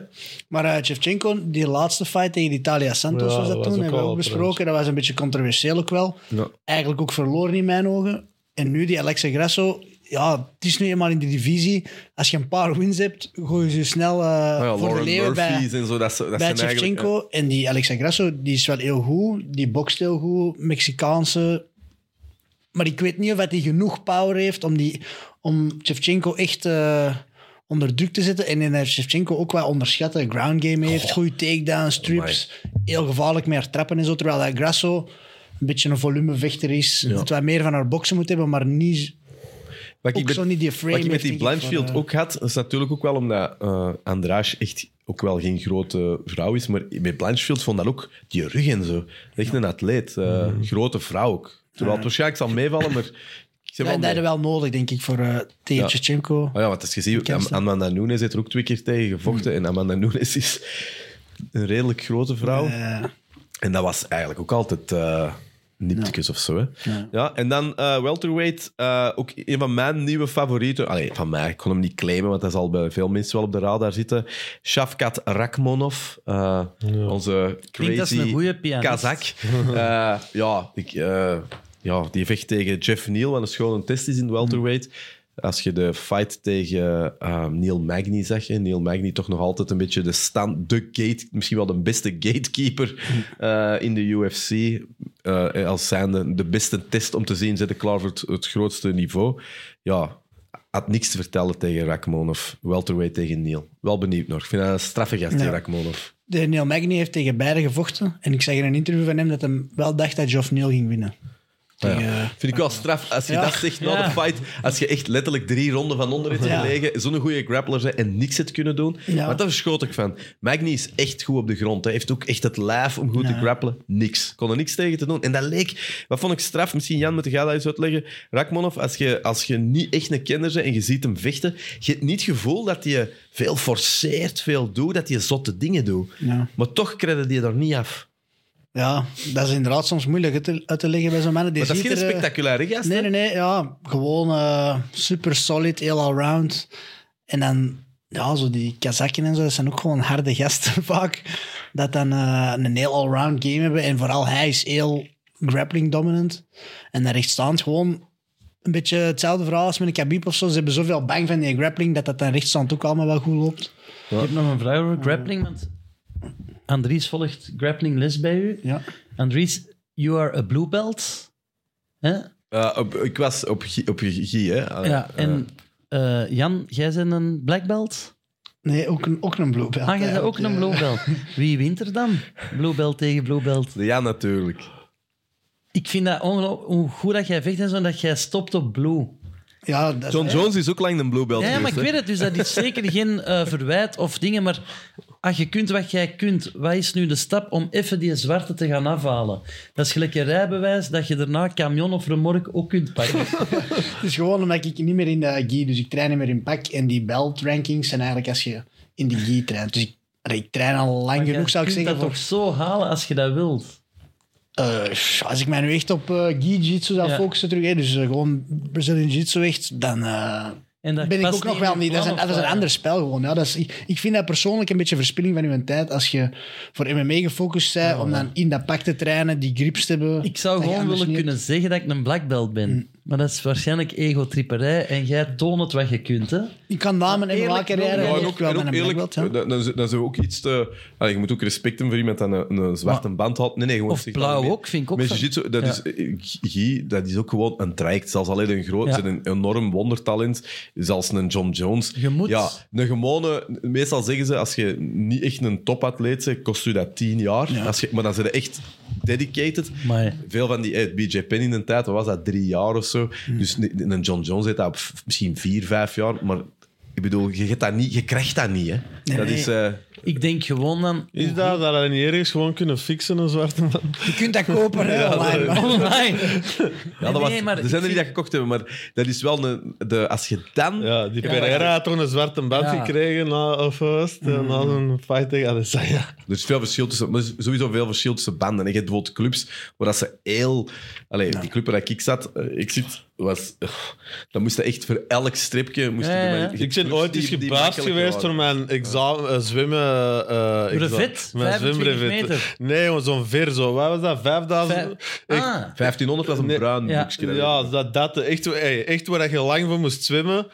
[SPEAKER 4] Maar eh Shevchenko, die laatste fight tegen die Talia Santos
[SPEAKER 2] Ja, dat
[SPEAKER 4] was dat
[SPEAKER 2] was
[SPEAKER 4] toen,
[SPEAKER 2] ook
[SPEAKER 4] hebben we
[SPEAKER 2] al
[SPEAKER 4] ook
[SPEAKER 2] op
[SPEAKER 4] besproken. Dat was een beetje controversieel ook wel.
[SPEAKER 1] Ja.
[SPEAKER 4] Eigenlijk ook verloren in mijn ogen. En nu die Alexa Grasso, ja, het is nu eenmaal in de divisie. Als je een paar wins hebt, gooi je ze snel eh,
[SPEAKER 1] Nou ja,
[SPEAKER 4] voor
[SPEAKER 1] Lauren
[SPEAKER 4] de leeuwen bij,
[SPEAKER 1] Murphy's en zo. Dat, is- dat
[SPEAKER 4] bij
[SPEAKER 1] zijn eigenlijk- eh,
[SPEAKER 4] Shevchenko. En die Alexa Grasso, die is wel heel goed. Die bokst heel goed. Mexicaanse. Maar ik weet niet of hij genoeg power heeft om, die, om Shevchenko echt eh, onder druk te zetten. En in heeft Shevchenko ook wel onderschatten. Ground game heeft, goede takedowns,
[SPEAKER 1] Oh
[SPEAKER 4] strips. Heel gevaarlijk met haar trappen en zo. Terwijl dat Grasso een beetje een volumevechter is. Dat wij meer van haar boksen moet hebben, maar niet...
[SPEAKER 1] Wat
[SPEAKER 4] Ook
[SPEAKER 1] ik
[SPEAKER 4] zo
[SPEAKER 1] met,
[SPEAKER 4] niet die frame
[SPEAKER 1] wat ik met
[SPEAKER 4] heeft,
[SPEAKER 1] die
[SPEAKER 4] denk ik, van,
[SPEAKER 1] Blanchfield
[SPEAKER 4] eh.
[SPEAKER 1] ook had, is natuurlijk ook wel omdat eh Andrage echt ook wel geen grote vrouw is. Maar met Blanchfield vond dat ook die rug en zo. Echt een atleet. eh,
[SPEAKER 4] Mm-hmm.
[SPEAKER 1] Grote vrouw ook. Terwijl het waarschijnlijk zal meevallen, maar... Ik zeg
[SPEAKER 4] Ja,
[SPEAKER 1] wel
[SPEAKER 4] en dat
[SPEAKER 1] mee.
[SPEAKER 4] hebben we wel nodig, denk ik, voor eh tegen
[SPEAKER 1] Ja.
[SPEAKER 4] Shevchenko.
[SPEAKER 1] Oh ja, want als je ziet,
[SPEAKER 4] ken
[SPEAKER 1] Am-
[SPEAKER 4] ze. Mm.
[SPEAKER 1] Amanda Nunes heeft er ook twee keer tegen gevochten. En Amanda Nunes is een redelijk grote vrouw.
[SPEAKER 4] Eh,
[SPEAKER 1] En dat was eigenlijk ook altijd eh nipticus of zo. Hè? Ja. en dan eh, welterweight, eh, ook een van mijn nieuwe favorieten. Allee, van mij, ik kon hem niet claimen, want hij zal bij veel mensen wel op de radar zitten. Shavkat Rakmonov, eh, onze
[SPEAKER 3] denk dat is een
[SPEAKER 1] crazy
[SPEAKER 3] goeie pianist.
[SPEAKER 1] Kazak. Eh, ja, ik, eh, ja, die vecht tegen Jeff Neal, wat een schone test is in welterweight. Als je de fight tegen eh, Neil Magny zag, hè, Neil Magny toch nog altijd een beetje de stand, de gate, misschien wel de beste gatekeeper eh, in de UFC. eh, als zijnde de beste test om te zien, zette klaar voor het, het grootste niveau. Ja, had niks te vertellen tegen Rakmonov. Welterweight tegen Neil. Wel benieuwd nog. Ik vind dat een straffe gast, die
[SPEAKER 4] Ja.
[SPEAKER 1] Rakmonov.
[SPEAKER 4] de Neil Magny heeft tegen beide gevochten. En ik zag in een interview van hem dat hij wel dacht dat Geoff Neal ging winnen. Tegen, eh,
[SPEAKER 1] Vind ik wel straf als je
[SPEAKER 4] Ja.
[SPEAKER 1] dat zegt na
[SPEAKER 3] Ja.
[SPEAKER 1] de fight. Als je echt letterlijk drie ronden van onder hebt
[SPEAKER 4] Ja.
[SPEAKER 1] gelegen, zo'n goede grappler zijn en niks hebt kunnen doen.
[SPEAKER 4] Ja.
[SPEAKER 1] Maar daar verschoot ik van. Magni is echt goed op de grond. Hij heeft ook echt het lijf om goed te grappelen. Niks. Kon er niks tegen te doen. En dat leek... Wat vond ik straf? Misschien Jan met de dat eens uitleggen. Rakmonov, als je, als je niet echt een kenner bent en je ziet hem vechten, je hebt niet het gevoel dat hij veel forceert, veel doet, dat hij zotte dingen doet.
[SPEAKER 4] Ja.
[SPEAKER 1] Maar toch kredde die er niet af.
[SPEAKER 4] ja, dat is inderdaad soms moeilijk uit te, uit te leggen bij zo'n mannen. Die
[SPEAKER 1] Maar dat is
[SPEAKER 4] ziet
[SPEAKER 1] geen
[SPEAKER 4] er, eh,
[SPEAKER 1] spectaculaire gast.
[SPEAKER 4] Nee, nee, nee. Ja, gewoon eh, super solid, heel allround. En dan, ja, zo die Kazakken en zo, dat zijn ook gewoon harde gasten vaak. Dat dan eh, een heel allround game hebben. En vooral hij is heel grappling dominant. En daar rechtstaand gewoon een beetje hetzelfde verhaal als met een Khabib of zo. Ze hebben zoveel bang van die grappling dat dat dan rechtstaand ook allemaal wel goed loopt.
[SPEAKER 3] Ik heb nog een vraag over grappling, want Andries volgt grappling les bij u.
[SPEAKER 4] Ja.
[SPEAKER 3] Andries, you are a blue belt. Hè?
[SPEAKER 1] Eh, op, ik was op, G- op G, hè. Eh,
[SPEAKER 3] Ja, en eh, Jan, jij bent een black belt?
[SPEAKER 4] Nee, ook een, ook een blue belt.
[SPEAKER 3] Ah, jij bent ook
[SPEAKER 4] eigenlijk,
[SPEAKER 3] een blue
[SPEAKER 4] eh.
[SPEAKER 3] belt. Wie wint er dan? Blue belt tegen blue belt.
[SPEAKER 1] Ja, natuurlijk.
[SPEAKER 3] Ik vind dat ongelooflijk hoe goed dat jij vecht en zo, dat jij stopt op blue.
[SPEAKER 4] Ja, dat
[SPEAKER 1] John
[SPEAKER 4] is,
[SPEAKER 1] Jones is ook lang een blue belt
[SPEAKER 3] Ja, maar
[SPEAKER 1] geweest,
[SPEAKER 3] ik
[SPEAKER 1] hè.
[SPEAKER 3] weet het, dus dat is zeker geen eh, verwijt of dingen, maar als je kunt wat jij kunt, wat is nu de stap om even die zwarte te gaan afhalen? Dat is gelijk een rijbewijs dat je daarna camion of remorque ook kunt pakken.
[SPEAKER 4] Het is gewoon omdat ik niet meer in de gi, dus ik train niet meer in pak. En die belt rankings zijn eigenlijk als je in de gi traint. Dus ik, allee, ik train al lang
[SPEAKER 3] Jij
[SPEAKER 4] genoeg, zou ik
[SPEAKER 3] kunt
[SPEAKER 4] zeggen.
[SPEAKER 3] dat
[SPEAKER 4] Voor,
[SPEAKER 3] toch zo halen als je dat wilt.
[SPEAKER 4] Eh, pff, als ik mij nu echt op eh gi-jitsu zou
[SPEAKER 3] Ja.
[SPEAKER 4] focussen terug, hè, dus eh, gewoon Brazilian jiu-jitsu echt, dan eh,
[SPEAKER 3] En dat
[SPEAKER 4] ben ik
[SPEAKER 3] past
[SPEAKER 4] ook nog
[SPEAKER 3] in
[SPEAKER 4] wel
[SPEAKER 3] je
[SPEAKER 4] niet. Dat is een,
[SPEAKER 3] plan,
[SPEAKER 4] dat
[SPEAKER 3] of
[SPEAKER 4] is een
[SPEAKER 3] wat?
[SPEAKER 4] ander spel gewoon. Ja, dat is, ik, ik vind dat persoonlijk een beetje verspilling van uw tijd als je voor MMA gefocust bent om dan in dat pak te trainen, die grips te hebben.
[SPEAKER 3] Ik zou
[SPEAKER 4] dat je
[SPEAKER 3] gewoon
[SPEAKER 4] anders
[SPEAKER 3] willen
[SPEAKER 4] niet- Mm.
[SPEAKER 3] kunnen zeggen dat ik een black belt ben. Maar dat is waarschijnlijk egotripperij en jij toont het wat je kunt. Hè?
[SPEAKER 4] Ik kan na mijn
[SPEAKER 3] Eerlijk
[SPEAKER 4] MMA-carrière
[SPEAKER 1] Ja,
[SPEAKER 3] wil- Ja,
[SPEAKER 1] Oh, en
[SPEAKER 4] ook
[SPEAKER 1] ook,
[SPEAKER 4] wel
[SPEAKER 1] en ook
[SPEAKER 4] met een
[SPEAKER 1] eerlijk,
[SPEAKER 4] black belt, ja.
[SPEAKER 1] dan, dan, dan zijn we ook iets te... Allee, je moet ook respect hebben voor iemand dat een, een zwarte band had. Nee, nee, gewoon
[SPEAKER 3] Of
[SPEAKER 1] zeg
[SPEAKER 3] blauw
[SPEAKER 1] maar mee.
[SPEAKER 3] ook, vind ik ook
[SPEAKER 1] Met
[SPEAKER 3] van-
[SPEAKER 1] jiu-jitsu, dat,
[SPEAKER 3] Ja.
[SPEAKER 1] is, eh, Guy, dat is ook gewoon een traject. Zelfs alleen een groot,
[SPEAKER 3] Ja.
[SPEAKER 1] ze hebben een enorm wondertalent. Zelfs een John Jones.
[SPEAKER 3] Je moet.
[SPEAKER 1] Ja, een gewone... Meestal zeggen ze, als je niet echt een topatleet bent, kost je dat tien jaar. Als je, maar dan zijn ze echt dedicated.
[SPEAKER 3] Maar
[SPEAKER 1] Veel van die eh, BJ Penn in de tijd, wat was dat, drie jaar of zo.
[SPEAKER 3] Hmm.
[SPEAKER 1] Dus ne- een John Jones heeft dat op f- misschien vier, vijf jaar. Maar ik bedoel, je, hebt dat niet, je krijgt dat niet. Hè. dat is, eh,
[SPEAKER 3] ik denk gewoon dan...
[SPEAKER 2] Is dat, dat hij niet ergens gewoon kunnen fixen, een zwarte man?
[SPEAKER 4] Je kunt dat kopen, hè, online, maar-
[SPEAKER 3] Online.
[SPEAKER 1] ja, dat was,
[SPEAKER 3] Oh nee, maar
[SPEAKER 1] er
[SPEAKER 3] ik
[SPEAKER 1] zijn er
[SPEAKER 3] vind-
[SPEAKER 1] die dat gekocht hebben, maar dat is wel een... De, als je dan...
[SPEAKER 2] Ja, die Pereira had toch een zwarte band
[SPEAKER 3] Ja.
[SPEAKER 2] gekregen na, of was het, eh, na een fight tegen Adesanya.
[SPEAKER 1] Er is veel verschil tussen... maar Er is sowieso veel verschil tussen banden. En je hebt bijvoorbeeld clubs waar dat ze heel... Allee, die club waar ik zat, eh, ik zit, was... Dan eh, moest je echt voor elk stripje... Moest je
[SPEAKER 3] Ja, ja,
[SPEAKER 1] maar-
[SPEAKER 3] ja.
[SPEAKER 1] je
[SPEAKER 2] Ik ben ben ooit eens gebaasd geweest voor mijn examen, eh, zwemmen... eh, eh, examen.
[SPEAKER 3] Brevet?
[SPEAKER 2] Mijn
[SPEAKER 3] 25
[SPEAKER 2] zwembrevet.
[SPEAKER 3] meter?
[SPEAKER 2] Nee, jongen, zo'n ver zo. Wat was dat? 5000? Ik-
[SPEAKER 1] Nou
[SPEAKER 3] Ah,
[SPEAKER 1] 1500 was een
[SPEAKER 2] Nee.
[SPEAKER 1] bruin
[SPEAKER 3] Ja.
[SPEAKER 1] boekje.
[SPEAKER 2] Ja, dat, dat echt, hey, echt waar je lang voor moest zwemmen.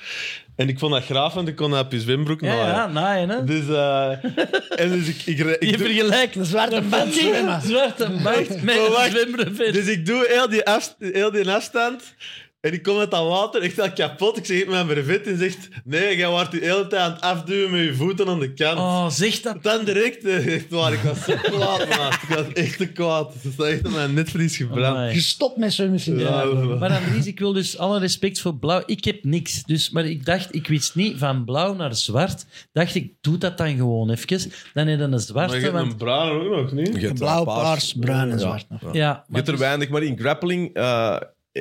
[SPEAKER 2] En ik vond dat graaf, want ik kon dat op je zwembroek
[SPEAKER 3] ja,
[SPEAKER 2] naaien.
[SPEAKER 3] ja, naaien, hè?
[SPEAKER 2] Dus, eh, en dus ik, ik, re- ik
[SPEAKER 3] Je
[SPEAKER 2] doe-
[SPEAKER 3] vergelijkt
[SPEAKER 4] De zwarte band
[SPEAKER 3] een
[SPEAKER 4] zwemmen.
[SPEAKER 3] zwarte markt met
[SPEAKER 2] Oh,
[SPEAKER 3] een
[SPEAKER 2] wacht.
[SPEAKER 3] zwembrevet.
[SPEAKER 2] dus ik doe heel die, afst- heel die afstand. En ik kom uit dat water, echt al kapot. Ik zeg het mijn brevet en zegt... Nee, jij wordt die hele tijd aan het afduwen met je voeten aan de kant.
[SPEAKER 3] Oh, zeg dat.
[SPEAKER 2] Dan direct, eh, echt waar, ik was zo kwaad, man. Ik was echt te kwaad. Ze is echt aan mijn netvlies gebrand.
[SPEAKER 3] Amai.
[SPEAKER 4] Gestopt met zwemmen. vind ik.
[SPEAKER 2] Ja, voilà.
[SPEAKER 3] Maar Andries, ik wil dus alle respect voor blauw. Ik heb niks. Dus, maar ik dacht, ik wist niet, van blauw naar zwart. Dacht ik, doe dat dan gewoon even. Dan heb je een
[SPEAKER 2] maar
[SPEAKER 3] zwarte.
[SPEAKER 2] je hebt
[SPEAKER 3] want,
[SPEAKER 2] een bruin ook nog, niet?
[SPEAKER 1] Je hebt
[SPEAKER 4] Blauw,
[SPEAKER 1] daar
[SPEAKER 4] paars, bruin
[SPEAKER 1] Ja.
[SPEAKER 4] en zwart. nog.
[SPEAKER 3] ja,
[SPEAKER 1] Je hebt er weinig, maar in grappling eh,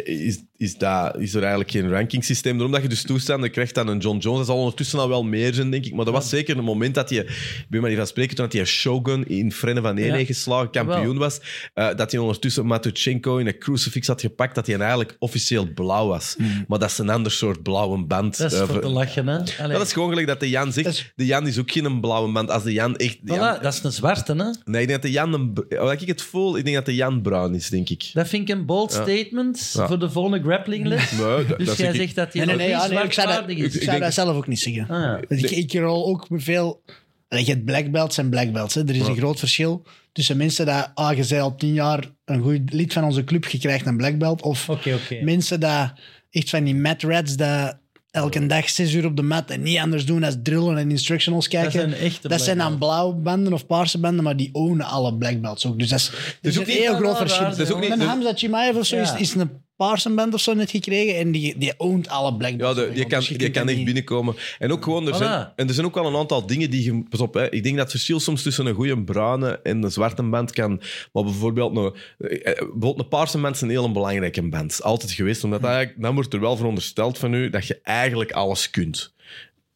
[SPEAKER 1] is, is, dat, is er eigenlijk geen rankingsysteem. Daarom dat je dus toestanden krijgt aan een John Jones. Dat zal ondertussen al wel meer zijn, denk ik. Maar dat was zeker een moment dat je, ik ben maar niet van spreken, toen hij een Shogun in Frenne van Ene
[SPEAKER 3] Ja.
[SPEAKER 1] geslagen, kampioen was, eh, dat hij ondertussen Matuchenko in een crucifix had gepakt, dat hij eigenlijk officieel blauw was.
[SPEAKER 4] Hmm.
[SPEAKER 1] Maar dat is een ander soort blauwe band.
[SPEAKER 3] dat is
[SPEAKER 1] eh,
[SPEAKER 3] voor te lachen, hè? Allee.
[SPEAKER 1] dat is gewoon gelijk dat de Jan
[SPEAKER 4] Dat
[SPEAKER 1] zegt.
[SPEAKER 4] is-
[SPEAKER 1] De Jan is ook geen blauwe band. Als de Jan echt... de
[SPEAKER 3] Voilà,
[SPEAKER 1] Jan-
[SPEAKER 3] dat is een zwarte, hè?
[SPEAKER 1] Nee, ik denk dat de Jan... Een, br- wat ik het voel, ik denk dat de Jan bruin is, denk ik.
[SPEAKER 3] Dat vind ik een bold statement
[SPEAKER 1] Ja.
[SPEAKER 3] voor de volgende grapplingles.
[SPEAKER 1] Nee, dat-
[SPEAKER 3] Dus
[SPEAKER 1] dat
[SPEAKER 3] jij
[SPEAKER 1] zeg ik-
[SPEAKER 3] zegt dat hij
[SPEAKER 4] Nee, nee, nee,
[SPEAKER 3] nog
[SPEAKER 4] ja,
[SPEAKER 3] niet
[SPEAKER 4] nee, ik zou dat,
[SPEAKER 3] zwartvaardig
[SPEAKER 4] ik
[SPEAKER 3] is.
[SPEAKER 4] zou
[SPEAKER 1] denk-
[SPEAKER 4] dat zelf ook niet zeggen.
[SPEAKER 3] Ah, ja.
[SPEAKER 4] Want ik, ik rol ook veel. Allee, Je hebt black belts en black belts. Hè. Er is een groot verschil tussen mensen die, ah, je zei al tien jaar een goed lid van onze club, je krijgt een black belt. Of
[SPEAKER 3] Oké, oké.
[SPEAKER 4] mensen die echt van die mat rats, die elke dag zes uur op de mat en niet anders doen dan drillen en instructionals kijken.
[SPEAKER 3] zijn echte
[SPEAKER 4] dat zijn
[SPEAKER 3] black
[SPEAKER 4] dan blauwe banden of paarse banden, maar die ownen alle black belts ook. Dus dat is, dat is
[SPEAKER 1] ook
[SPEAKER 4] een
[SPEAKER 1] niet-
[SPEAKER 4] heel groot
[SPEAKER 3] Ja,
[SPEAKER 4] verschil.
[SPEAKER 3] daar zijn
[SPEAKER 1] ook niet-
[SPEAKER 4] Met
[SPEAKER 1] dus-
[SPEAKER 4] Hamza Chimaev of zo
[SPEAKER 3] Ja.
[SPEAKER 4] is, is een paarse band of zo net gekregen en die, die ownt alle black
[SPEAKER 1] Ja,
[SPEAKER 4] belts.
[SPEAKER 1] de, je kan,
[SPEAKER 4] Dus je
[SPEAKER 1] je
[SPEAKER 4] kunt
[SPEAKER 1] kan
[SPEAKER 4] dat
[SPEAKER 1] echt
[SPEAKER 4] niet-
[SPEAKER 1] binnenkomen. En ook gewoon, er
[SPEAKER 3] Voilà.
[SPEAKER 1] zijn, en er zijn ook wel een aantal dingen die je... Pas op, hè, ik denk dat het verschil soms tussen een goede bruine en een zwarte band kan... Maar bijvoorbeeld een, eh, eh, bijvoorbeeld een paarse band is een heel belangrijke band. Altijd geweest, omdat eigenlijk, dan wordt er wel verondersteld van u dat je eigenlijk alles kunt.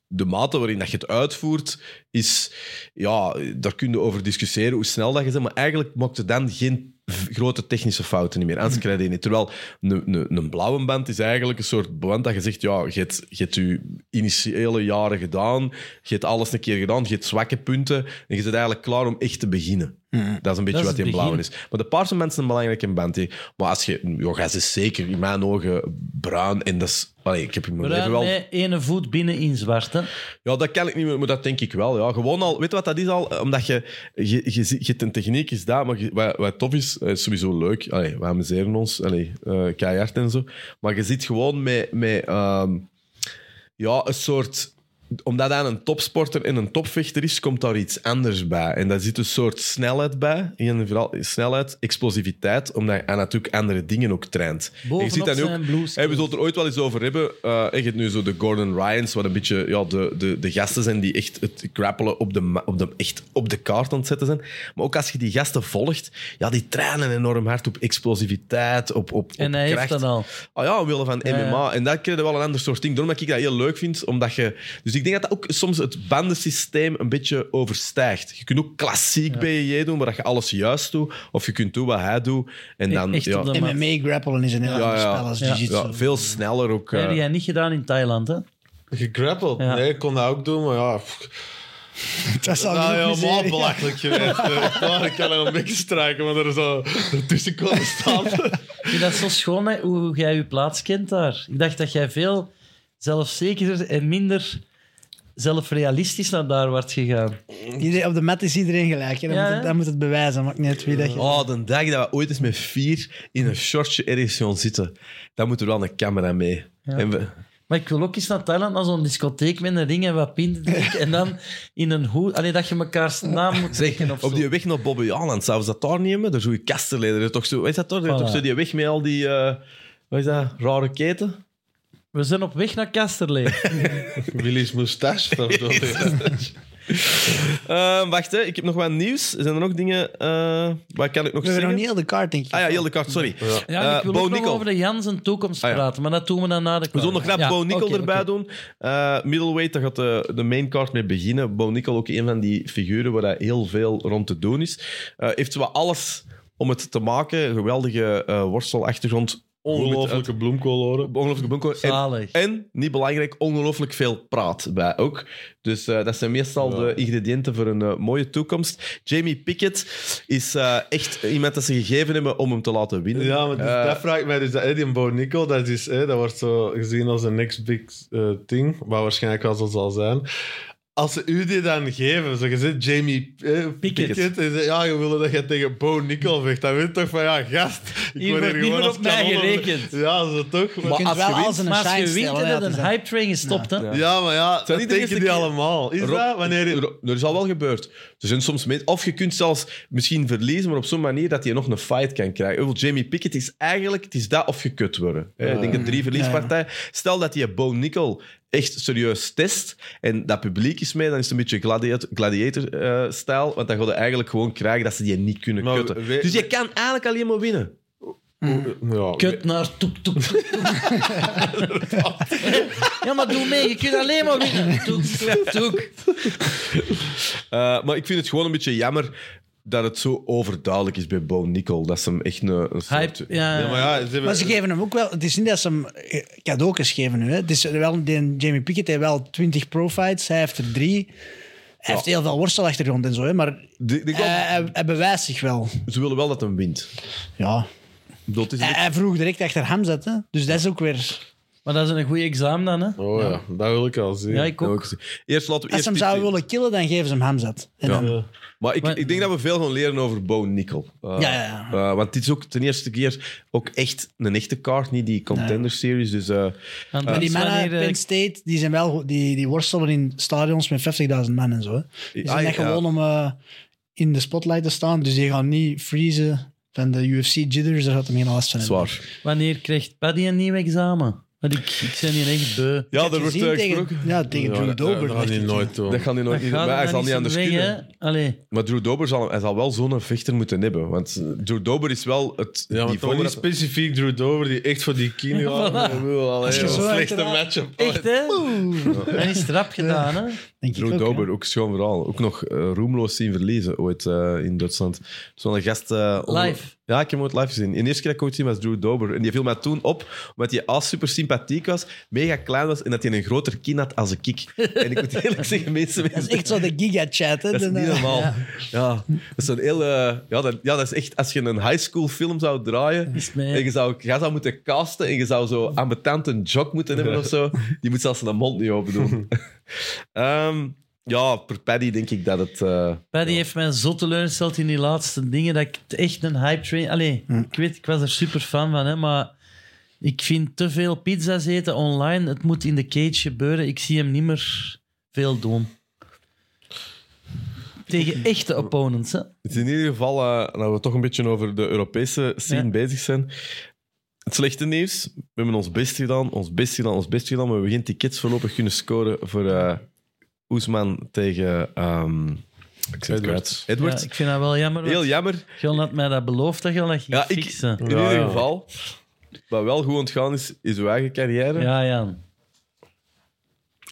[SPEAKER 1] De mate waarin dat je het uitvoert, is... Ja, daar kun je over discussiëren hoe snel dat je bent, maar eigenlijk maakt het dan geen v- grote technische fouten niet meer. Anders krijg je die niet. Terwijl een, een, een blauwe band is eigenlijk een soort band dat je zegt, ja, je hebt, je hebt je initiële jaren gedaan, je hebt alles een keer gedaan, je hebt zwakke punten en je bent eigenlijk klaar om echt te beginnen. Dat is een beetje
[SPEAKER 3] Dat
[SPEAKER 1] wat
[SPEAKER 3] is
[SPEAKER 1] die
[SPEAKER 3] het
[SPEAKER 1] blauwe is. Maar de paarse mensen zijn belangrijk in band. hè. Maar als je... Joh, hij is zeker in mijn ogen bruin en dat is... allee, ik heb in mijn leven
[SPEAKER 3] Bruin
[SPEAKER 1] wel...
[SPEAKER 3] met ene voet binnen in zwart, hè?
[SPEAKER 1] Ja, dat kan ik niet meer, maar dat denk ik wel. Ja. Gewoon al, weet je wat dat is al? Eh, Omdat je, je, je, ziet- je hebt een techniek is daar, maar je- wat, wat tof is, eh, is sowieso leuk. Allee, we amuseren ons, allee, eh, keihard en zo. Maar je zit gewoon met, met ehm, ja, een soort omdat aan een topsporter en een topvechter is, komt daar iets anders bij. En daar zit een soort snelheid bij. En vooral snelheid, explosiviteit, omdat je aan natuurlijk andere dingen ook traint. en je ziet
[SPEAKER 3] Bovenop
[SPEAKER 1] dan ook,
[SPEAKER 3] zijn blue skills.
[SPEAKER 1] hè, we zullen het er ooit wel eens over hebben. Eh, je hebt nu zo de Gordon Ryans, wat een beetje ja, de, de, de gasten zijn die echt het grappelen op de, ma- op de, echt op de kaart aan het zetten zijn. Maar ook als je die gasten volgt, ja, die trainen enorm hard op explosiviteit, op, op, op
[SPEAKER 3] En hij heeft
[SPEAKER 1] kracht.
[SPEAKER 3] dat al.
[SPEAKER 1] Ah ja, omwille van
[SPEAKER 3] Ja, ja.
[SPEAKER 1] MMA. En dat krijg je wel een ander soort ding. Daarom dat ik dat heel leuk vind. Omdat je, dus ik denk dat dat ook soms het bandensysteem een beetje overstijgt. Je kunt ook klassiek BJJ doen, waar dat je alles juist doet. Of je kunt doen wat hij doet. En dan,
[SPEAKER 3] E- echt
[SPEAKER 1] ja,
[SPEAKER 3] op de-
[SPEAKER 4] MMA grappelen is een heel ander
[SPEAKER 1] ja.
[SPEAKER 4] spel als
[SPEAKER 3] Ja.
[SPEAKER 4] jiu-jitsu.
[SPEAKER 1] ja, veel sneller ook.
[SPEAKER 3] Dat
[SPEAKER 1] eh.
[SPEAKER 3] heb jij niet gedaan in Thailand, hè?
[SPEAKER 2] Gegrappeld?
[SPEAKER 3] Ja.
[SPEAKER 2] Nee, ik kon dat ook doen, maar ja... pff.
[SPEAKER 4] Oh, Dat zou
[SPEAKER 2] nou,
[SPEAKER 4] ik ook niet
[SPEAKER 2] helemaal
[SPEAKER 4] zeggen.
[SPEAKER 2] belachelijk geweest. Eh, Echt waar, ik kan hem een beetje strijken, maar er zo ertussen komen staan.
[SPEAKER 3] Ik vind dat zo schoon, hè, hoe jij je plaats kent daar. Ik dacht dat jij veel zelfzekerder en minder zelfrealistisch naar daar werd gegaan.
[SPEAKER 4] Iedereen- op de mat is iedereen gelijk. hè. Dan,
[SPEAKER 3] Ja,
[SPEAKER 4] moet
[SPEAKER 3] hè?
[SPEAKER 4] het, dan moet het bewijzen. Maakt niet uit wie dat je...
[SPEAKER 1] Oh, de dag dat we ooit eens met vier in een shortje ergens gaan zitten. Dan moet er wel een camera mee. En we,
[SPEAKER 3] Maar ik wil ook eens naar Thailand, naar zo'n discotheek met een ring en wat pinten drinken. En dan in een hoed... Allee, dat je mekaars naam moet zeggen of zo.
[SPEAKER 1] op die weg naar Bobby Aland, zouden ze dat daar niet hebben? Daar zo'n kastenleder. er Toch zo, weet je dat toch? Er is
[SPEAKER 3] Voilà.
[SPEAKER 1] toch zo die weg met al die... eh, wat is dat? Rare keten?
[SPEAKER 3] We zijn op weg naar
[SPEAKER 1] Eh,
[SPEAKER 3] Kasterlee.
[SPEAKER 2] Willy's moustache. dat bedoel ik.
[SPEAKER 1] Ehm, wacht, hè. ik heb nog wat nieuws. Zijn er nog dingen... eh waar kan ik nog
[SPEAKER 4] We hebben
[SPEAKER 1] zeggen?
[SPEAKER 4] nog niet heel de kaart, denk ik.
[SPEAKER 1] Ah ja, heel de kaart, sorry.
[SPEAKER 3] Ja,
[SPEAKER 1] Eh,
[SPEAKER 3] ik wil
[SPEAKER 1] Bo
[SPEAKER 3] ook nog
[SPEAKER 1] Nickel.
[SPEAKER 3] over de Jans en toekomst
[SPEAKER 1] Ah, ja.
[SPEAKER 3] praten, maar dat doen we dan na de
[SPEAKER 1] We
[SPEAKER 3] klaar.
[SPEAKER 1] zullen nog knap
[SPEAKER 3] Ja,
[SPEAKER 1] Bo Nickel
[SPEAKER 3] oké,
[SPEAKER 1] erbij
[SPEAKER 3] oké.
[SPEAKER 1] doen. Eh, middleweight, daar gaat de, de main card mee beginnen. Bo Nickel ook een van die figuren waar hij heel veel rond te doen is. Eh heeft wel alles om het te maken. Geweldige eh worstelachtergrond.
[SPEAKER 2] Ongelooflijke bloemkooloren.
[SPEAKER 1] Ongelooflijk bunker. En,
[SPEAKER 3] Zalig.
[SPEAKER 1] en, niet belangrijk, ongelooflijk veel praat bij ook. Dus eh, dat zijn meestal de ingrediënten voor een eh, mooie toekomst. Jamie Pickett is eh, echt iemand dat ze gegeven hebben om hem te laten winnen.
[SPEAKER 2] Ja, maar dus,
[SPEAKER 1] Eh,
[SPEAKER 2] dat vraag ik mij dus. Dat Eddie en Bo Nickel, dat, is, hè, dat wordt zo gezien als een next big eh, thing, wat waarschijnlijk wel zo zal zijn. Als ze u die dan geven, zo gezegd, Jamie eh, Pickett, en ze- ja, je wilde dat je tegen Bo Nickel vecht, dan weet je toch van, ja, gast, ik
[SPEAKER 3] Hier
[SPEAKER 2] word
[SPEAKER 3] wordt niet
[SPEAKER 2] gewoon
[SPEAKER 3] meer
[SPEAKER 2] als
[SPEAKER 3] op mij
[SPEAKER 2] kanon onder-
[SPEAKER 3] gerekend.
[SPEAKER 2] Ja, zo toch?
[SPEAKER 4] Je kunt
[SPEAKER 1] als
[SPEAKER 4] wel
[SPEAKER 1] je wint-
[SPEAKER 4] als een
[SPEAKER 3] Maar als
[SPEAKER 4] shine
[SPEAKER 3] je wint
[SPEAKER 4] stellen,
[SPEAKER 3] en
[SPEAKER 4] ja,
[SPEAKER 3] dat
[SPEAKER 4] dat is
[SPEAKER 3] een
[SPEAKER 4] dat.
[SPEAKER 3] hype train gestopt, hè?
[SPEAKER 1] Ja.
[SPEAKER 2] ja, maar ja,
[SPEAKER 1] zijn
[SPEAKER 2] dat
[SPEAKER 1] niet de
[SPEAKER 2] denken
[SPEAKER 1] eerste
[SPEAKER 2] die
[SPEAKER 1] keer-
[SPEAKER 2] allemaal. Is
[SPEAKER 1] Rob,
[SPEAKER 2] dat wanneer... je-
[SPEAKER 1] er, er is al wel gebeurd. Er zijn soms mensen, of je kunt zelfs misschien verliezen, maar op zo'n manier dat je nog een fight kan krijgen. Ik bedoel, Jamie Pickett is eigenlijk het is dat of gekut worden. Hè, Ik denk een drie verliespartij. Stel dat je Bo Nickel echt serieus test en dat publiek is mee, dan is het een beetje gladiator- gladiator-stijl, want dan ga je eigenlijk gewoon krijgen dat ze die niet kunnen
[SPEAKER 2] Maar
[SPEAKER 1] kutten.
[SPEAKER 2] we-
[SPEAKER 1] dus je kan eigenlijk alleen maar winnen.
[SPEAKER 2] Ja,
[SPEAKER 3] Kut naar toek, toek, toek. ja, maar doe mee. Je kunt alleen maar winnen. Toek, toek, toek.
[SPEAKER 1] Eh, maar ik vind het gewoon een beetje jammer dat het zo overduidelijk is bij Bo Nickel, dat ze hem echt een, een soort...
[SPEAKER 3] Hype, ja.
[SPEAKER 2] Ja, maar ja, ze hebben-
[SPEAKER 4] Maar ze geven hem ook wel... Het is niet dat ze hem eh, cadeautjes geven nu. Hè. Het is wel, die Jamie Pickett heeft wel 20 profites. Hij heeft er drie. Hij heeft heel veel worstelachtergrond en zo. Hè. Maar
[SPEAKER 1] De- de-
[SPEAKER 4] hij, hij- hij bewijst zich wel.
[SPEAKER 1] Ze willen wel dat hem wint.
[SPEAKER 4] Ja.
[SPEAKER 1] Ik bedoel, het is
[SPEAKER 4] Hij, hij vroeg direct achter Hamzat. Hè. Dus dat is ook weer...
[SPEAKER 3] Maar dat is een goede examen dan, hè?
[SPEAKER 2] Oh ja, dat wil ik al zien.
[SPEAKER 3] Ja, ik ook.
[SPEAKER 1] Eerst laten we
[SPEAKER 4] Als
[SPEAKER 1] eerst
[SPEAKER 4] ze hem
[SPEAKER 1] dit
[SPEAKER 4] zouden
[SPEAKER 1] zien.
[SPEAKER 4] willen killen, dan geven ze hem Hamzat. En
[SPEAKER 1] Ja.
[SPEAKER 4] dan-
[SPEAKER 1] Maar ik,
[SPEAKER 3] Maar-
[SPEAKER 1] ik denk dat we veel gaan leren over Bo Nickel. Eh,
[SPEAKER 4] Ja, ja, ja.
[SPEAKER 1] eh, want dit is ook ten eerste keer ook echt een echte kaart, niet die contender series. Dus eh,
[SPEAKER 3] Want
[SPEAKER 4] Maar
[SPEAKER 3] dat
[SPEAKER 4] die
[SPEAKER 3] is
[SPEAKER 4] mannen,
[SPEAKER 3] wanneer, eh,
[SPEAKER 4] Penn State, die, zijn wel, goed- die, die worstelen in stadions met 50.000 man en zo. Hè. Die zijn
[SPEAKER 1] Ah,
[SPEAKER 4] net
[SPEAKER 1] ja.
[SPEAKER 4] gewoon om eh, in de spotlight te staan. Dus die gaan niet freezen van de UFC jitters. Daar gaat hem geen last van hebben.
[SPEAKER 1] zwaar.
[SPEAKER 3] wanneer krijgt Paddy een nieuw examen? Want ik, ik ben hier echt beu.
[SPEAKER 1] Ja,
[SPEAKER 4] Ik heb
[SPEAKER 1] er wordt
[SPEAKER 4] gezien
[SPEAKER 1] eh,
[SPEAKER 4] tegen,
[SPEAKER 1] gesproken.
[SPEAKER 4] ja, tegen
[SPEAKER 2] Ja,
[SPEAKER 4] Drew
[SPEAKER 2] dat-
[SPEAKER 4] Dober.
[SPEAKER 2] Dat
[SPEAKER 4] dacht
[SPEAKER 2] gaat hij
[SPEAKER 4] ik, ja.
[SPEAKER 2] nooit doen.
[SPEAKER 1] Dat gaan die
[SPEAKER 3] Dat
[SPEAKER 1] nooit.
[SPEAKER 3] gaat
[SPEAKER 1] Maar hij
[SPEAKER 3] er
[SPEAKER 1] zal
[SPEAKER 3] dan
[SPEAKER 1] niet
[SPEAKER 3] eens
[SPEAKER 1] anders
[SPEAKER 3] weg,
[SPEAKER 1] kunnen.
[SPEAKER 3] hè? Allee.
[SPEAKER 1] Maar Drew Dober zal, hij zal wel zo'n vechter moeten hebben. Want eh, Drew Dober is wel het
[SPEAKER 2] Ja, maar
[SPEAKER 1] niveau
[SPEAKER 2] toch niet
[SPEAKER 1] dat-
[SPEAKER 2] specifiek Drew Dover, die echt voor die kine gaat.
[SPEAKER 3] Voilà.
[SPEAKER 2] Ik bedoel, allee,
[SPEAKER 4] Als je
[SPEAKER 2] wat
[SPEAKER 4] zo
[SPEAKER 2] een slechte
[SPEAKER 4] uiteraard-
[SPEAKER 2] matchup.
[SPEAKER 3] Echt, hè? Dan is het rap gedaan, hè?
[SPEAKER 4] Denk ik
[SPEAKER 1] Drew
[SPEAKER 4] ook, hè.
[SPEAKER 1] Dober, ook schoon verhaal. Ook nog eh, roemloos zien verliezen ooit eh, in Duitsland. Zo'n gast... eh, onder-
[SPEAKER 3] Live.
[SPEAKER 1] Ja, ik heb hem ooit live gezien. En de eerste keer dat ik ooit zien was Drew Dober. En die viel mij toen op, omdat hij al super sympathiek was, mega klein was en dat hij een groter kin had als een kik. En ik moet eerlijk zeggen, mensen...
[SPEAKER 4] Dat is echt zo de giga-chat. hè. eh,
[SPEAKER 1] Dat is
[SPEAKER 4] De-
[SPEAKER 1] niet
[SPEAKER 4] de-
[SPEAKER 1] normaal. Ja.
[SPEAKER 4] ja.
[SPEAKER 1] dat is zo'n heel... eh, ja, dat, ja, dat is echt... Als je een high school film zou draaien...
[SPEAKER 3] Is het mij, hè?
[SPEAKER 1] En je zou, jij zou moeten casten en je zou zo ambetant een jog moeten hebben of zo. Die moet zelfs zijn mond niet open doen. Ehm, ja, per Paddy denk ik dat het... eh,
[SPEAKER 3] Paddy heeft mij zo teleurgesteld in die laatste dingen dat ik het echt een hype train. Allee,
[SPEAKER 1] Hm.
[SPEAKER 3] ik weet, ik was er super fan van, hè, maar ik vind te veel pizza's eten online. Het moet in de cage gebeuren. Ik zie hem niet meer veel doen. Tegen echte opponents, hè?
[SPEAKER 1] Het is in ieder geval, eh nou we toch een beetje over de Europese scene
[SPEAKER 3] Ja.
[SPEAKER 1] bezig zijn. Het slechte nieuws, we hebben ons best gedaan, ons best gedaan, ons best gedaan, maar we hebben geen tickets voorlopig kunnen scoren voor eh Oesman tegen ehm,
[SPEAKER 2] Edwards.
[SPEAKER 1] Edwards.
[SPEAKER 3] Ja, ik vind dat wel jammer. want
[SPEAKER 1] Heel jammer.
[SPEAKER 3] Gil had mij dat beloofd, dat Gil dat ging
[SPEAKER 1] Ja, ik-
[SPEAKER 3] fixen.
[SPEAKER 1] In
[SPEAKER 2] Ja,
[SPEAKER 1] ieder
[SPEAKER 2] ja.
[SPEAKER 1] geval, wat wel goed ontgaan is, is uw eigen carrière.
[SPEAKER 3] Ja, Jan.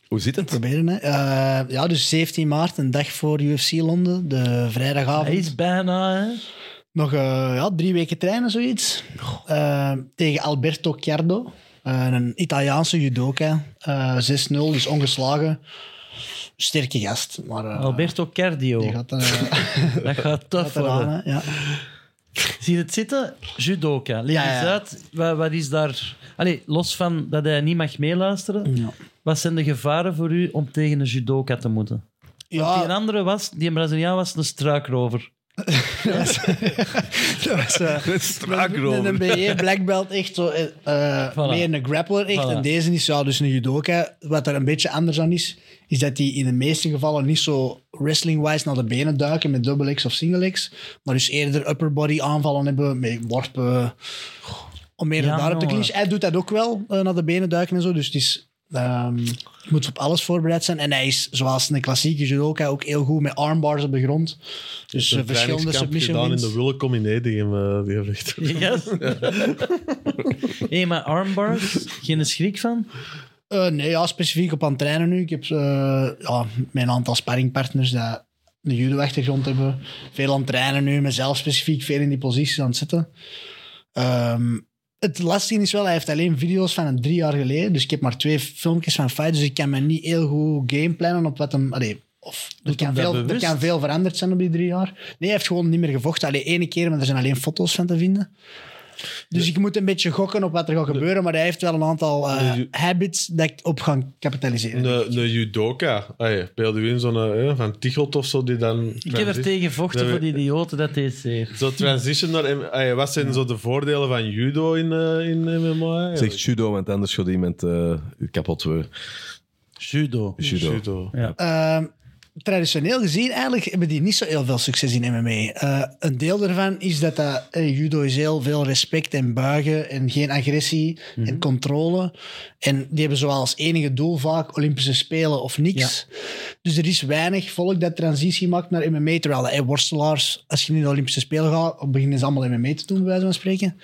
[SPEAKER 1] Hoe zit het?
[SPEAKER 4] Proberen, hè. Eh, ja, dus 17 maart, een dag voor UFC Londen. De vrijdagavond.
[SPEAKER 3] Hij is bijna, hè?
[SPEAKER 4] Nog eh, ja, drie weken trainen, zoiets. Eh, tegen Alberto Chiardo, eh, een Italiaanse judoka. Eh, 6-0, dus ongeslagen. Sterke gast. Maar, eh,
[SPEAKER 3] Alberto
[SPEAKER 4] die
[SPEAKER 3] Cardio.
[SPEAKER 4] gaat er, eh,
[SPEAKER 3] Dat gaat tof
[SPEAKER 4] gaat er aan,
[SPEAKER 3] worden.
[SPEAKER 4] hè. ja.
[SPEAKER 3] Zie je het zitten? Judoka. Leg
[SPEAKER 4] Ja, ja.
[SPEAKER 3] eens uit, wat, wat is daar... Allee, los van dat hij niet mag meeluisteren,
[SPEAKER 4] Ja.
[SPEAKER 3] wat zijn de gevaren voor u om tegen een judoka te moeten? Die een
[SPEAKER 4] Ja,
[SPEAKER 3] andere was, die een Braziliaan was, een struikrover.
[SPEAKER 4] dat was, dat was, eh, een, een
[SPEAKER 1] Straakrover.
[SPEAKER 4] BE Black Belt, echt zo. eh, eh,
[SPEAKER 3] Voilà.
[SPEAKER 4] Meer een grappler, echt.
[SPEAKER 3] Voilà.
[SPEAKER 4] En deze is ja, dus een judoka. Wat er een beetje anders aan is, is dat die in de meeste gevallen niet zo wrestling-wise naar de benen duiken met double X of single X. Maar dus eerder upper body aanvallen hebben met worpen. Om meer
[SPEAKER 3] Ja,
[SPEAKER 4] daarop te
[SPEAKER 3] jongen.
[SPEAKER 4] clinchen. Hij doet dat ook wel, eh, naar de benen duiken en zo. Dus het is. ehm, je moet op alles voorbereid zijn. En hij is, zoals een klassieke judoka, ook heel goed met armbars op de grond. Dus eh,
[SPEAKER 2] Een
[SPEAKER 4] verschillende
[SPEAKER 2] trainingskamp
[SPEAKER 4] submission
[SPEAKER 2] gedaan
[SPEAKER 4] wins.
[SPEAKER 2] in de Willekom in Edegem, eh, die heeft echt-
[SPEAKER 3] Yes. hey, maar armbars, geen schrik van?
[SPEAKER 4] Eh, nee, ja, specifiek op aan het trainen nu. Ik heb eh, ja, mijn aantal sparringpartners dat een judo-achtergrond hebben. Veel aan het trainen nu, mezelf specifiek veel in die posities aan het zitten. Ehm, het lastige is wel, hij heeft alleen video's van een drie jaar geleden. Dus ik heb maar twee filmpjes van fight. Dus ik kan me niet heel goed gameplannen op wat hem... Allee, of, er, kan
[SPEAKER 3] dat
[SPEAKER 4] veel, er
[SPEAKER 3] bewust?
[SPEAKER 4] kan veel veranderd zijn op die drie jaar. Nee, hij heeft gewoon niet meer gevochten. Alleen ene keer, maar er zijn alleen foto's van te vinden. Dus ik moet een beetje gokken op wat er gaat gebeuren. Maar hij heeft wel een aantal eh,
[SPEAKER 2] De-
[SPEAKER 4] habits dat ik op ga kapitaliseren.
[SPEAKER 2] Een, een judoka. Hey, speelde u in zo'n eh, van Tichelt of zo, die dan...
[SPEAKER 3] Ik heb er tegen vochten
[SPEAKER 2] Nee,
[SPEAKER 3] voor
[SPEAKER 2] maar-
[SPEAKER 3] die idioten, dat deed zeer.
[SPEAKER 2] Zo transition naar... M- Hey, wat zijn zo de voordelen van judo in, eh, in MMA? eigenlijk?
[SPEAKER 1] Zegt judo, want anders gaat iemand eh, u kapot worden.
[SPEAKER 3] Judo.
[SPEAKER 1] Judo.
[SPEAKER 2] Judo.
[SPEAKER 3] Ja.
[SPEAKER 4] Ehm, traditioneel gezien, eigenlijk hebben die niet zo heel veel succes in MMA. Eh, een deel daarvan is dat, dat eh, judo is heel veel respect en buigen en geen agressie
[SPEAKER 1] Mhm.
[SPEAKER 4] en controle. En die hebben zowel als enige doel vaak Olympische Spelen of niks. Dus er is weinig volk dat transitie maakt naar MMA. Terwijl eh, worstelaars, als je nu naar de Olympische Spelen gaat, beginnen ze allemaal MMA te doen, bij wijze van spreken.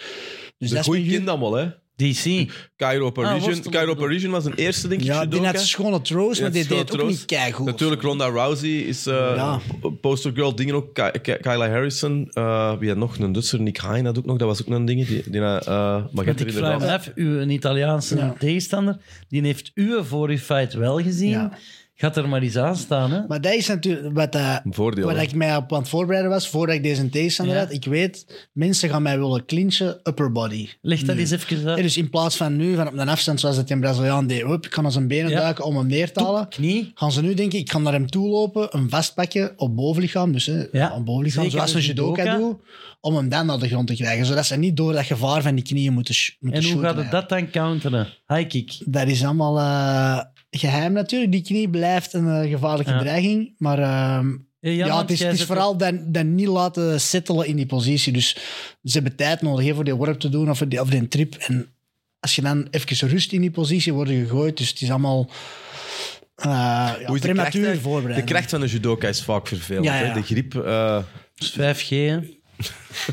[SPEAKER 4] Dus
[SPEAKER 1] De
[SPEAKER 4] dat is
[SPEAKER 1] goede
[SPEAKER 4] met ju-
[SPEAKER 1] kind allemaal, hè?
[SPEAKER 3] DC.
[SPEAKER 1] Cairo
[SPEAKER 3] Ah,
[SPEAKER 1] Parisian.
[SPEAKER 3] worstelen.
[SPEAKER 1] Cairo Parisian was een eerste, denk ik.
[SPEAKER 4] Ja, die
[SPEAKER 1] judoka.
[SPEAKER 4] had schone troost, maar
[SPEAKER 1] Ja,
[SPEAKER 4] die
[SPEAKER 1] het is
[SPEAKER 4] deed
[SPEAKER 1] wel
[SPEAKER 4] ook
[SPEAKER 1] troost.
[SPEAKER 4] niet keigoed.
[SPEAKER 1] Natuurlijk, Ronda Rousey is eh
[SPEAKER 4] Ja.
[SPEAKER 1] postergirl. Dingen ook, Ky- Ky- Kyla Harrison. eh wie had nog? Een Dutser, Nick Hein had ook nog. Dat was ook nog een ding. Die, die, eh maar je
[SPEAKER 3] Want
[SPEAKER 1] hebt er
[SPEAKER 3] ik vraag
[SPEAKER 1] inderdaad...
[SPEAKER 3] me af, uw een Italiaanse
[SPEAKER 4] Ja.
[SPEAKER 3] tegenstander, die heeft uw vorige fight wel gezien.
[SPEAKER 4] Ja.
[SPEAKER 3] Gaat er maar eens aan staan, hè?
[SPEAKER 4] Maar dat is natuurlijk wat, eh,
[SPEAKER 1] Een voordeel,
[SPEAKER 4] wat
[SPEAKER 1] hè?
[SPEAKER 4] ik mij op aan het voorbereiden was, voordat ik deze tegenstander
[SPEAKER 3] Ja.
[SPEAKER 4] had. Ik weet, mensen gaan mij willen clinchen, upper body.
[SPEAKER 3] Leg dat eens even
[SPEAKER 4] Eh,
[SPEAKER 3] uit.
[SPEAKER 4] Dus in plaats van nu, van op een afstand zoals dat in Braziliaan deed, hup, ik kan aan zijn benen
[SPEAKER 3] Ja.
[SPEAKER 4] duiken om hem neer te halen.
[SPEAKER 3] Knie.
[SPEAKER 4] Gaan ze nu denken, ik ga naar hem toe lopen, hem vastpakken op bovenlichaam, dus hè,
[SPEAKER 3] Ja.
[SPEAKER 4] op bovenlichaam,
[SPEAKER 3] Zeker dus
[SPEAKER 4] zoals een
[SPEAKER 3] als
[SPEAKER 4] judoka
[SPEAKER 3] judoka.
[SPEAKER 4] doet, om hem dan naar de grond te krijgen, zodat ze niet door dat gevaar van die knieën moeten, sh- moeten
[SPEAKER 3] En hoe
[SPEAKER 4] shooten,
[SPEAKER 3] gaat het
[SPEAKER 4] eigenlijk.
[SPEAKER 3] dat dan counteren? High kick.
[SPEAKER 4] Dat is allemaal eh, geheim natuurlijk. Die knie blijft een eh, gevaarlijke
[SPEAKER 3] Ja.
[SPEAKER 4] dreiging, maar... ehm,
[SPEAKER 3] Eh,
[SPEAKER 4] ja,
[SPEAKER 3] want
[SPEAKER 4] het is,
[SPEAKER 3] jij
[SPEAKER 4] het is
[SPEAKER 3] zet
[SPEAKER 4] vooral dat, dat niet laten settelen in die positie. Dus ze hebben tijd nodig hè, voor die worp te doen of voor die, of die trip. En als je dan even rust in die positie wordt gegooid, dus het is allemaal eh, ja,
[SPEAKER 1] Hoe is de kracht,
[SPEAKER 4] prematuur
[SPEAKER 1] hè? De
[SPEAKER 4] voorbereid.
[SPEAKER 1] kracht van een judoka is vaak vervelend.
[SPEAKER 4] Ja,
[SPEAKER 1] hè.
[SPEAKER 4] ja. dus
[SPEAKER 1] De griep... eh
[SPEAKER 3] 5G, hè?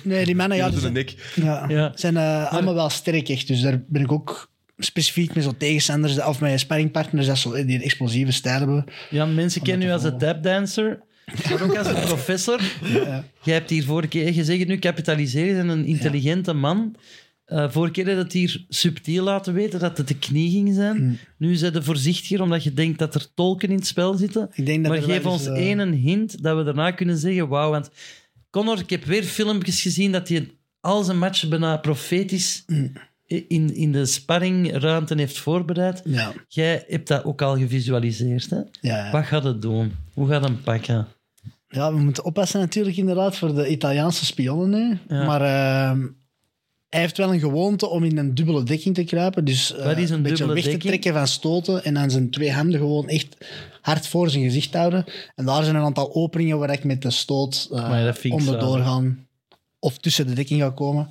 [SPEAKER 4] Nee, die mannen ja,
[SPEAKER 1] ja,
[SPEAKER 4] die
[SPEAKER 1] de
[SPEAKER 4] zijn,
[SPEAKER 1] nek.
[SPEAKER 4] ja,
[SPEAKER 3] Ja.
[SPEAKER 4] zijn eh, allemaal wel sterk echt. Dus daar ben ik ook specifiek met zo'n tegenstanders of met sparringpartners dat zo, die een explosieve stijl hebben.
[SPEAKER 3] Ja, mensen kennen u als een tapdancer, maar ook als een professor. Jij hebt hier vorige keer gezegd, nu kapitaliseren en een intelligente man. Eh vorige keer heb je dat hier subtiel laten weten, dat het de knie ging zijn.
[SPEAKER 4] Hm.
[SPEAKER 3] Nu zijn ze voorzichtiger, omdat je denkt dat er tolken in het spel zitten.
[SPEAKER 4] Ik denk dat
[SPEAKER 3] maar
[SPEAKER 4] er wel
[SPEAKER 3] geef
[SPEAKER 4] eens,
[SPEAKER 3] ons
[SPEAKER 4] eh,
[SPEAKER 3] één hint, dat we daarna kunnen zeggen, wauw. Want Connor, ik heb weer filmpjes gezien dat hij al zijn matchen bijna profetisch
[SPEAKER 4] Hm.
[SPEAKER 3] in, in de sparringruimte heeft voorbereid.
[SPEAKER 4] Ja,
[SPEAKER 3] Jij hebt dat ook al gevisualiseerd, hè?
[SPEAKER 4] ja.
[SPEAKER 3] Wat gaat het doen? Hoe gaat hem pakken?
[SPEAKER 4] Ja, we moeten oppassen natuurlijk inderdaad voor de Italiaanse spionnen nu.
[SPEAKER 3] Ja.
[SPEAKER 4] Maar ehm, hij heeft wel een gewoonte om in een dubbele dekking te kruipen. Dus eh,
[SPEAKER 3] Wat is een
[SPEAKER 4] beetje
[SPEAKER 3] dubbele
[SPEAKER 4] weg te
[SPEAKER 3] dekking?
[SPEAKER 4] trekken van stoten en aan zijn twee handen gewoon echt hard voor zijn gezicht houden. En daar zijn een aantal openingen waar ik met de stoot eh,
[SPEAKER 3] Maar dat vind ik
[SPEAKER 4] onderdoor
[SPEAKER 3] zalig.
[SPEAKER 4] gaan. Of tussen de dekking ga komen.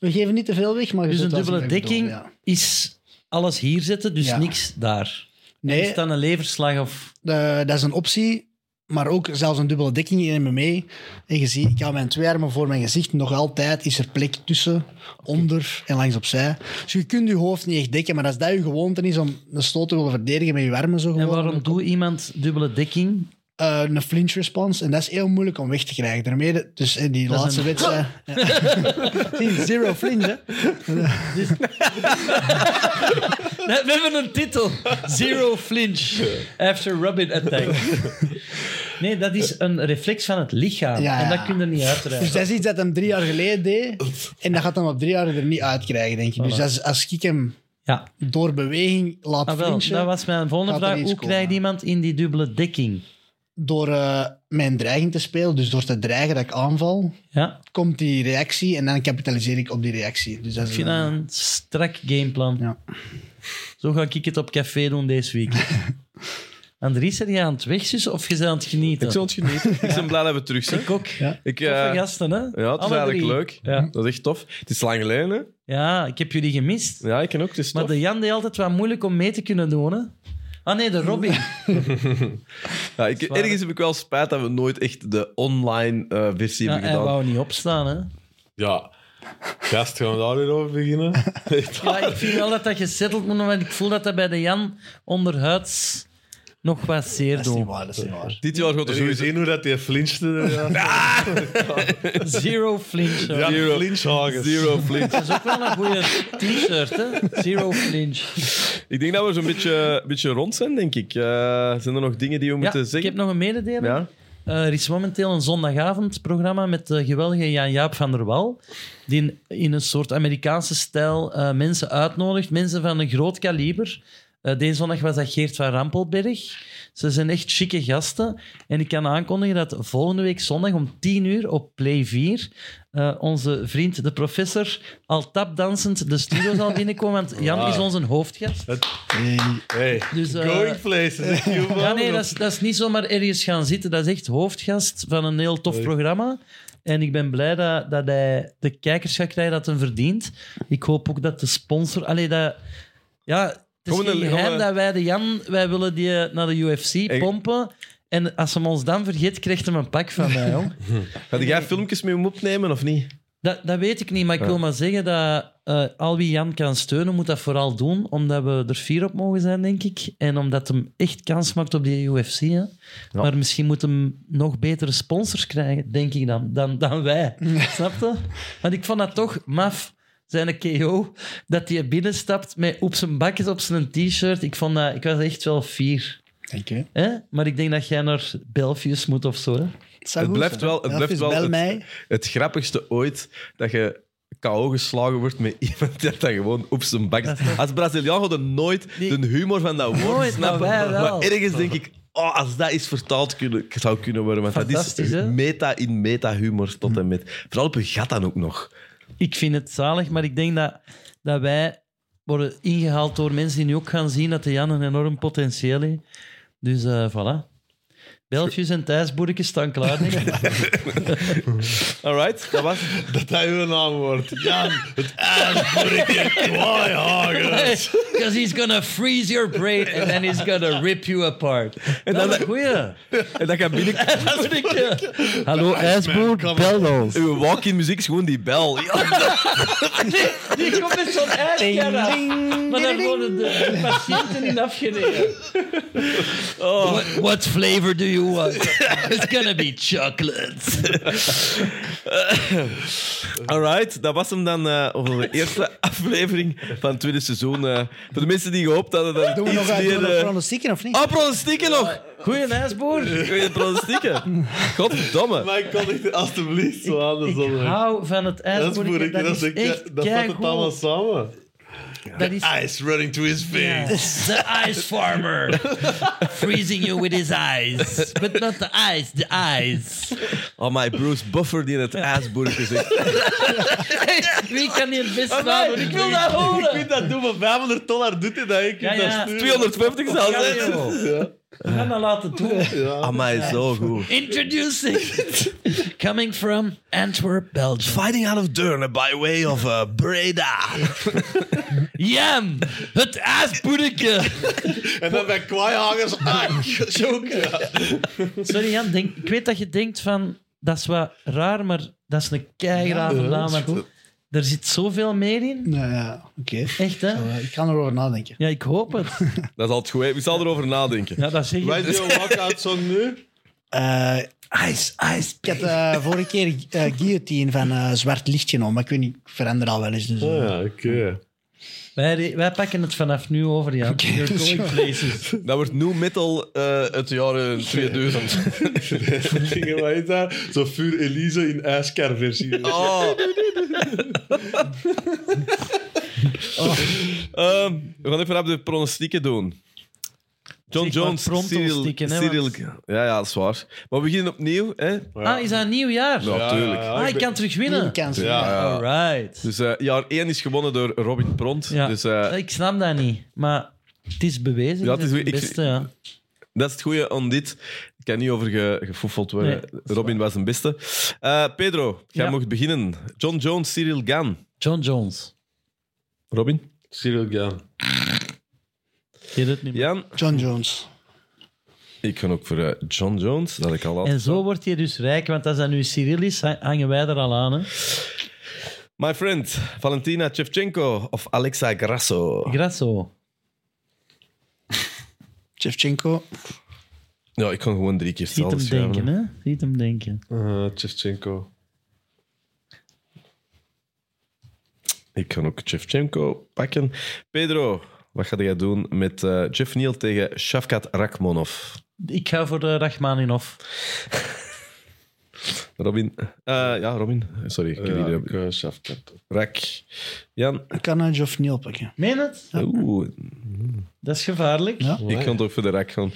[SPEAKER 4] We geven niet te veel weg, maar je
[SPEAKER 3] Dus een
[SPEAKER 4] zult wel zien
[SPEAKER 3] dubbele
[SPEAKER 4] wat ik bedoel,
[SPEAKER 3] dekking
[SPEAKER 4] ja.
[SPEAKER 3] is alles hier zetten, dus
[SPEAKER 4] Ja.
[SPEAKER 3] niks daar.
[SPEAKER 4] Nee.
[SPEAKER 3] Is dan een leverslag of...
[SPEAKER 4] Eh, dat is een optie. Maar ook zelfs een dubbele dekking in MMA. En je ziet, ik hou mijn twee armen voor mijn gezicht. Nog altijd is er plek tussen, onder en langs opzij. Dus je kunt je hoofd niet echt dekken. Maar als dat je gewoonte is om een stoot te willen verdedigen met je armen zo
[SPEAKER 3] En
[SPEAKER 4] gewoon.
[SPEAKER 3] waarom doet iemand dubbele dekking?
[SPEAKER 4] eh, een flinch response. En dat is heel moeilijk om weg te krijgen. Daarmee de- dus in die
[SPEAKER 3] is
[SPEAKER 4] laatste
[SPEAKER 3] een- Oh!
[SPEAKER 4] wedstrijd... Ja. Zie, Zero flinch, hè?
[SPEAKER 3] Nee, we hebben een titel. Zero flinch after Robin attack. Nee, dat is een reflex van het lichaam.
[SPEAKER 4] Ja,
[SPEAKER 3] En dat
[SPEAKER 4] ja.
[SPEAKER 3] kun je niet uitdragen.
[SPEAKER 4] Dus dat is iets dat hem drie jaar geleden deed. En dat gaat hem op drie jaar er niet uitkrijgen, denk ik. Dus dat is- als ik hem
[SPEAKER 3] Ja,
[SPEAKER 4] door beweging laat
[SPEAKER 3] ah, wel,
[SPEAKER 4] flinchen...
[SPEAKER 3] dat was mijn volgende
[SPEAKER 4] gaat er
[SPEAKER 3] vraag.
[SPEAKER 4] iets
[SPEAKER 3] Hoe
[SPEAKER 4] komen,
[SPEAKER 3] krijgt
[SPEAKER 4] ja.
[SPEAKER 3] iemand in die dubbele dekking?
[SPEAKER 4] door eh, mijn dreiging te spelen, dus door te dreigen dat ik aanval,
[SPEAKER 3] Ja,
[SPEAKER 4] komt die reactie en dan kapitaliseer ik op die reactie. Dus dat
[SPEAKER 3] ik
[SPEAKER 4] is
[SPEAKER 3] vind
[SPEAKER 4] een-
[SPEAKER 3] dat een strak gameplan.
[SPEAKER 4] Ja.
[SPEAKER 3] Zo ga ik het op café doen deze week. Andries, er je aan het wegzussen of je bent aan het genieten?
[SPEAKER 1] Ik zal het genieten. Ik ben blij dat we terug zijn.
[SPEAKER 3] Ik ook.
[SPEAKER 1] Ik, eh,
[SPEAKER 3] Toffe gasten, hè?
[SPEAKER 1] ja, het is
[SPEAKER 3] Alle
[SPEAKER 1] eigenlijk
[SPEAKER 3] drie.
[SPEAKER 1] leuk.
[SPEAKER 3] Ja.
[SPEAKER 1] Dat is echt tof. Het is lang geleden, hè?
[SPEAKER 3] ja, ik heb jullie gemist.
[SPEAKER 1] Ja, ik ken ook. Het is
[SPEAKER 3] Maar
[SPEAKER 1] tof.
[SPEAKER 3] de Jan deed altijd wat moeilijk om mee te kunnen doen, hè? Ah nee, de Robin.
[SPEAKER 1] Ja, ik,
[SPEAKER 3] waar.
[SPEAKER 1] ergens heb ik wel spijt dat we nooit echt de online eh, versie
[SPEAKER 3] Ja,
[SPEAKER 1] hebben
[SPEAKER 3] hij
[SPEAKER 1] gedaan.
[SPEAKER 3] wou niet opstaan, hè?
[SPEAKER 2] Ja. Gast, gaan we daar weer over beginnen? Echt?
[SPEAKER 3] Ja, ik vind wel dat dat gezetteld moet worden, want ik voel dat dat bij de Jan onderhuids nog wat zeer
[SPEAKER 4] Dat is niet
[SPEAKER 3] doen.
[SPEAKER 4] waar, dat is niet waar.
[SPEAKER 1] Dit jaar gaat er
[SPEAKER 2] Heb je
[SPEAKER 1] sowieso...
[SPEAKER 2] gezien hoe dat die flinchte? Ja,
[SPEAKER 3] Zero flinch. hoor.
[SPEAKER 2] ja flinchhagens.
[SPEAKER 1] Zero flinch.
[SPEAKER 3] Dat is ook wel een goede t-shirt, hè? Zero flinch.
[SPEAKER 1] Ik denk dat we zo'n beetje, beetje rond zijn, denk ik. Eh, zijn er nog dingen die we
[SPEAKER 3] Ja,
[SPEAKER 1] moeten
[SPEAKER 3] ik
[SPEAKER 1] zeggen?
[SPEAKER 3] heb nog een mededeling.
[SPEAKER 1] Ja.
[SPEAKER 3] Eh, er is momenteel een zondagavondprogramma met de geweldige Jan-Jaap van der Wal, die in, in een soort Amerikaanse stijl eh, mensen uitnodigt, mensen van een groot kaliber. Eh, deze zondag was dat Geert van Rampelberg. Ze zijn echt chique gasten. En ik kan aankondigen dat volgende week zondag om 10 uur op Play 4 eh, onze vriend de professor al tapdansend de studio zal binnenkomen, want Jan
[SPEAKER 1] Ah.
[SPEAKER 3] is onze hoofdgast.
[SPEAKER 2] Hey,
[SPEAKER 3] Dus, eh,
[SPEAKER 2] going places. hè, Cuba.
[SPEAKER 3] ja, nee, dat is, dat is niet zomaar ergens gaan zitten. Dat is echt hoofdgast van een heel tof programma. En ik ben blij dat, dat hij de kijkers gaat krijgen dat hem verdient. Ik hoop ook dat de sponsor... Allee, dat... Ja, het is
[SPEAKER 1] Gewoon een-
[SPEAKER 3] geen geheim
[SPEAKER 1] gewoon een-
[SPEAKER 3] dat wij de Jan... Wij willen die naar de UFC pompen. En als hem ons dan vergeet, krijgt hem een pak van mij, jong.
[SPEAKER 1] Ga jij filmpjes met hem opnemen of niet?
[SPEAKER 3] Dat, dat weet ik niet, maar ik wil maar zeggen dat eh, al wie Jan kan steunen, moet dat vooral doen. Omdat we er fier op mogen zijn, denk ik. En omdat hem echt kans maakt op die UFC. Hè. Maar misschien moet hem nog betere sponsors krijgen, denk ik dan, dan, dan wij. Snap je? Want ik vond dat toch maf, zijn KO, dat hij binnenstapt met op zijn bakjes op zijn t-shirt. Ik, vond dat, ik was echt wel fier.
[SPEAKER 4] Dank je.
[SPEAKER 3] Hè? Maar ik denk dat jij naar Belfius moet of zo. Hè?
[SPEAKER 1] het
[SPEAKER 4] zou goed
[SPEAKER 1] blijft
[SPEAKER 4] zijn.
[SPEAKER 1] wel, het
[SPEAKER 4] Ja,
[SPEAKER 1] blijft
[SPEAKER 4] dus
[SPEAKER 1] wel
[SPEAKER 4] Bel
[SPEAKER 1] het,
[SPEAKER 4] mij.
[SPEAKER 1] het grappigste ooit dat je KO geslagen wordt met iemand dat dan gewoon op zijn bak zit. Als Braziliaan gaat je nooit
[SPEAKER 3] Nee.
[SPEAKER 1] de humor van dat woord
[SPEAKER 3] Nooit,
[SPEAKER 1] snappen.
[SPEAKER 3] maar wij wel.
[SPEAKER 1] Maar ergens denk ik, oh, als dat is vertaald kunnen, zou kunnen worden. Want dat
[SPEAKER 3] Fantastisch,
[SPEAKER 1] is
[SPEAKER 3] hè?
[SPEAKER 1] meta in meta humor tot en met. Vooral op je gat dan ook nog.
[SPEAKER 3] ik vind het zalig, maar ik denk dat, dat wij worden ingehaald door mensen die nu ook gaan zien dat de Jan een enorm potentieel heeft. Dus eh voilà. Beltjes en Thijsboerkjes staan klaar. denk ik.
[SPEAKER 1] Alright, dat was het.
[SPEAKER 2] Dat dat uw naam wordt. Jan, het ijsbrekje kwaaihagen.
[SPEAKER 3] Because he's gonna freeze your brain and then he's gonna rip you apart. En dat is een goeie.
[SPEAKER 1] En dat gaat binnen...
[SPEAKER 3] Boerkje. Hallo ijsboer, bel ons.
[SPEAKER 1] Uw walk-in muziek is gewoon die bel. Ja,
[SPEAKER 3] Die komt met zo'n ijsje Maar dan worden de patiënten niet afgenezen. What, what flavor do you want? It's gonna be chocolate.
[SPEAKER 1] Alright, dat was hem dan eh over de eerste aflevering van het tweede seizoen. eh. voor de mensen die gehoopt hadden dat het
[SPEAKER 4] Doen we
[SPEAKER 1] iets
[SPEAKER 4] nog uit
[SPEAKER 1] meer... eh,
[SPEAKER 4] de pronostieken of
[SPEAKER 3] Oh.
[SPEAKER 4] niet?
[SPEAKER 1] Ah, pronostieken nog!
[SPEAKER 3] Goeie ijsboer.
[SPEAKER 1] Goeie pronostieken. Godverdomme.
[SPEAKER 2] Maar ik kon echt alstublieft zo aan de
[SPEAKER 3] Ik
[SPEAKER 2] zon.
[SPEAKER 3] hou van het ijsboer.
[SPEAKER 2] Ijsbrekje,
[SPEAKER 3] Dat is echt
[SPEAKER 2] dat vat het allemaal
[SPEAKER 3] keigoed.
[SPEAKER 2] samen.
[SPEAKER 3] Dat is
[SPEAKER 2] Ice running to his veins.
[SPEAKER 3] The ice farmer. Freezing you with his eyes. But not the eyes, the eyes.
[SPEAKER 1] Oh my, Bruce Buffer die in het aasboertje zegt.
[SPEAKER 3] Wie kan hier het beste nadoen? Ik wil dat horen.
[SPEAKER 2] Ik dat doen, maar 500 dollar doet hij dat. Ik
[SPEAKER 3] Ja,
[SPEAKER 2] ja,
[SPEAKER 3] ja.
[SPEAKER 2] dat sturen.
[SPEAKER 1] 250 zal zijn.
[SPEAKER 3] We gaan dat laten doen.
[SPEAKER 1] Amai, zo goed.
[SPEAKER 3] Introducing. Coming from Antwerp, Belgium.
[SPEAKER 1] Fighting out of Durne by way of uh, Breda.
[SPEAKER 3] Jam, het aasboerke.
[SPEAKER 2] En dan bij kwaaihagers. Ah, joke.
[SPEAKER 3] Sorry Jan, denk, ik weet dat je denkt van... Dat is wat raar, maar dat is een keigrave
[SPEAKER 2] Ja,
[SPEAKER 3] naam.
[SPEAKER 2] dat is
[SPEAKER 3] want
[SPEAKER 2] goed.
[SPEAKER 3] Er zit zoveel meer in.
[SPEAKER 4] Nou ja, oké.
[SPEAKER 3] Echt, hè?
[SPEAKER 4] Eh, Ik ga erover nadenken.
[SPEAKER 3] Ja, ik hoop het.
[SPEAKER 1] Dat is altijd goed. hè. Ik zal erover nadenken.
[SPEAKER 3] Ja, dat zeg
[SPEAKER 2] Wij
[SPEAKER 3] je.
[SPEAKER 2] is jouw walkout song nu?
[SPEAKER 4] Eh,
[SPEAKER 3] Ice, ice.
[SPEAKER 4] ik had eh, vorige keer eh, guillotine van eh, zwart licht genomen, maar ik weet niet, ik verander al wel eens. Dus, eh.
[SPEAKER 2] Ah,
[SPEAKER 3] Oh.
[SPEAKER 2] ja, oké.
[SPEAKER 3] Wij, re- wij pakken het vanaf nu over, Jan. You're going places.
[SPEAKER 1] Dat wordt new metal eh uit de jaren 2000.
[SPEAKER 2] Dingen, wat is dat? Zo vuur Elise in ijskar-versie.
[SPEAKER 1] Oh. Ehm, we gaan even op de pronostieken doen. John
[SPEAKER 3] Zeg maar
[SPEAKER 1] Jones, Cyril,
[SPEAKER 3] prontostieken, hè,
[SPEAKER 1] Cyril...
[SPEAKER 3] want-
[SPEAKER 1] Ja, ja, dat is waar. Maar we beginnen opnieuw, hè?
[SPEAKER 3] Ah, is dat een nieuw jaar?
[SPEAKER 1] Ja, natuurlijk.
[SPEAKER 3] ah, ik kan terug
[SPEAKER 4] Nieuwe
[SPEAKER 3] winnen.
[SPEAKER 4] kansen.
[SPEAKER 2] Ja.
[SPEAKER 1] Ja.
[SPEAKER 3] Alright.
[SPEAKER 1] Dus eh, jaar 1 is gewonnen door Robin Pront.
[SPEAKER 3] Ja.
[SPEAKER 1] Dus eh,
[SPEAKER 3] ik snap dat niet, maar het is bewezen.
[SPEAKER 1] Ja,
[SPEAKER 3] het
[SPEAKER 1] het is-
[SPEAKER 3] is het
[SPEAKER 1] ik-
[SPEAKER 3] beste, ja.
[SPEAKER 1] dat is het goede aan dit. Ik kan niet over ge, gefoefeld worden.
[SPEAKER 3] Nee, dat
[SPEAKER 1] Robin was een beste. Eh, Pedro, jij
[SPEAKER 3] Ja.
[SPEAKER 1] mocht beginnen. John Jones, Cyril Gan.
[SPEAKER 3] John Jones.
[SPEAKER 1] Robin?
[SPEAKER 2] Cyril Gan.
[SPEAKER 3] Je het niet meer.
[SPEAKER 1] Jan?
[SPEAKER 4] John Jones.
[SPEAKER 1] Ik ga ook voor eh, John Jones. Dat had ik al had.
[SPEAKER 3] En zo word je dus rijk, want als dat nu Cyril is, hang- hangen wij er al aan. Hè.
[SPEAKER 1] My friend, Valentina Shevchenko of Alexa Grasso?
[SPEAKER 3] Grasso.
[SPEAKER 4] Shevchenko.
[SPEAKER 1] Ja, ik kan gewoon drie keer
[SPEAKER 3] Ziet
[SPEAKER 1] hetzelfde
[SPEAKER 3] hem
[SPEAKER 1] schrijven.
[SPEAKER 3] denken, hè? Ziet hem denken.
[SPEAKER 2] Eh Shevchenko.
[SPEAKER 1] Ik kan ook Shevchenko pakken. Pedro, wat ga jij doen met eh, Jeff Neal tegen Shavkat Rakhmonov?
[SPEAKER 3] Ik ga voor de Rachmaninov.
[SPEAKER 1] Robin. Eh, ja, Robin. Sorry. ik heb
[SPEAKER 2] Ja,
[SPEAKER 1] hier,
[SPEAKER 2] ik,
[SPEAKER 1] eh,
[SPEAKER 2] eh, Shafkat.
[SPEAKER 1] Rak. Jan.
[SPEAKER 4] Ik kan een Geoff Neal pakken.
[SPEAKER 3] Meen het?
[SPEAKER 1] Oeh,
[SPEAKER 3] Dat is gevaarlijk.
[SPEAKER 4] Ja.
[SPEAKER 1] ik kan toch voor de rak gaan.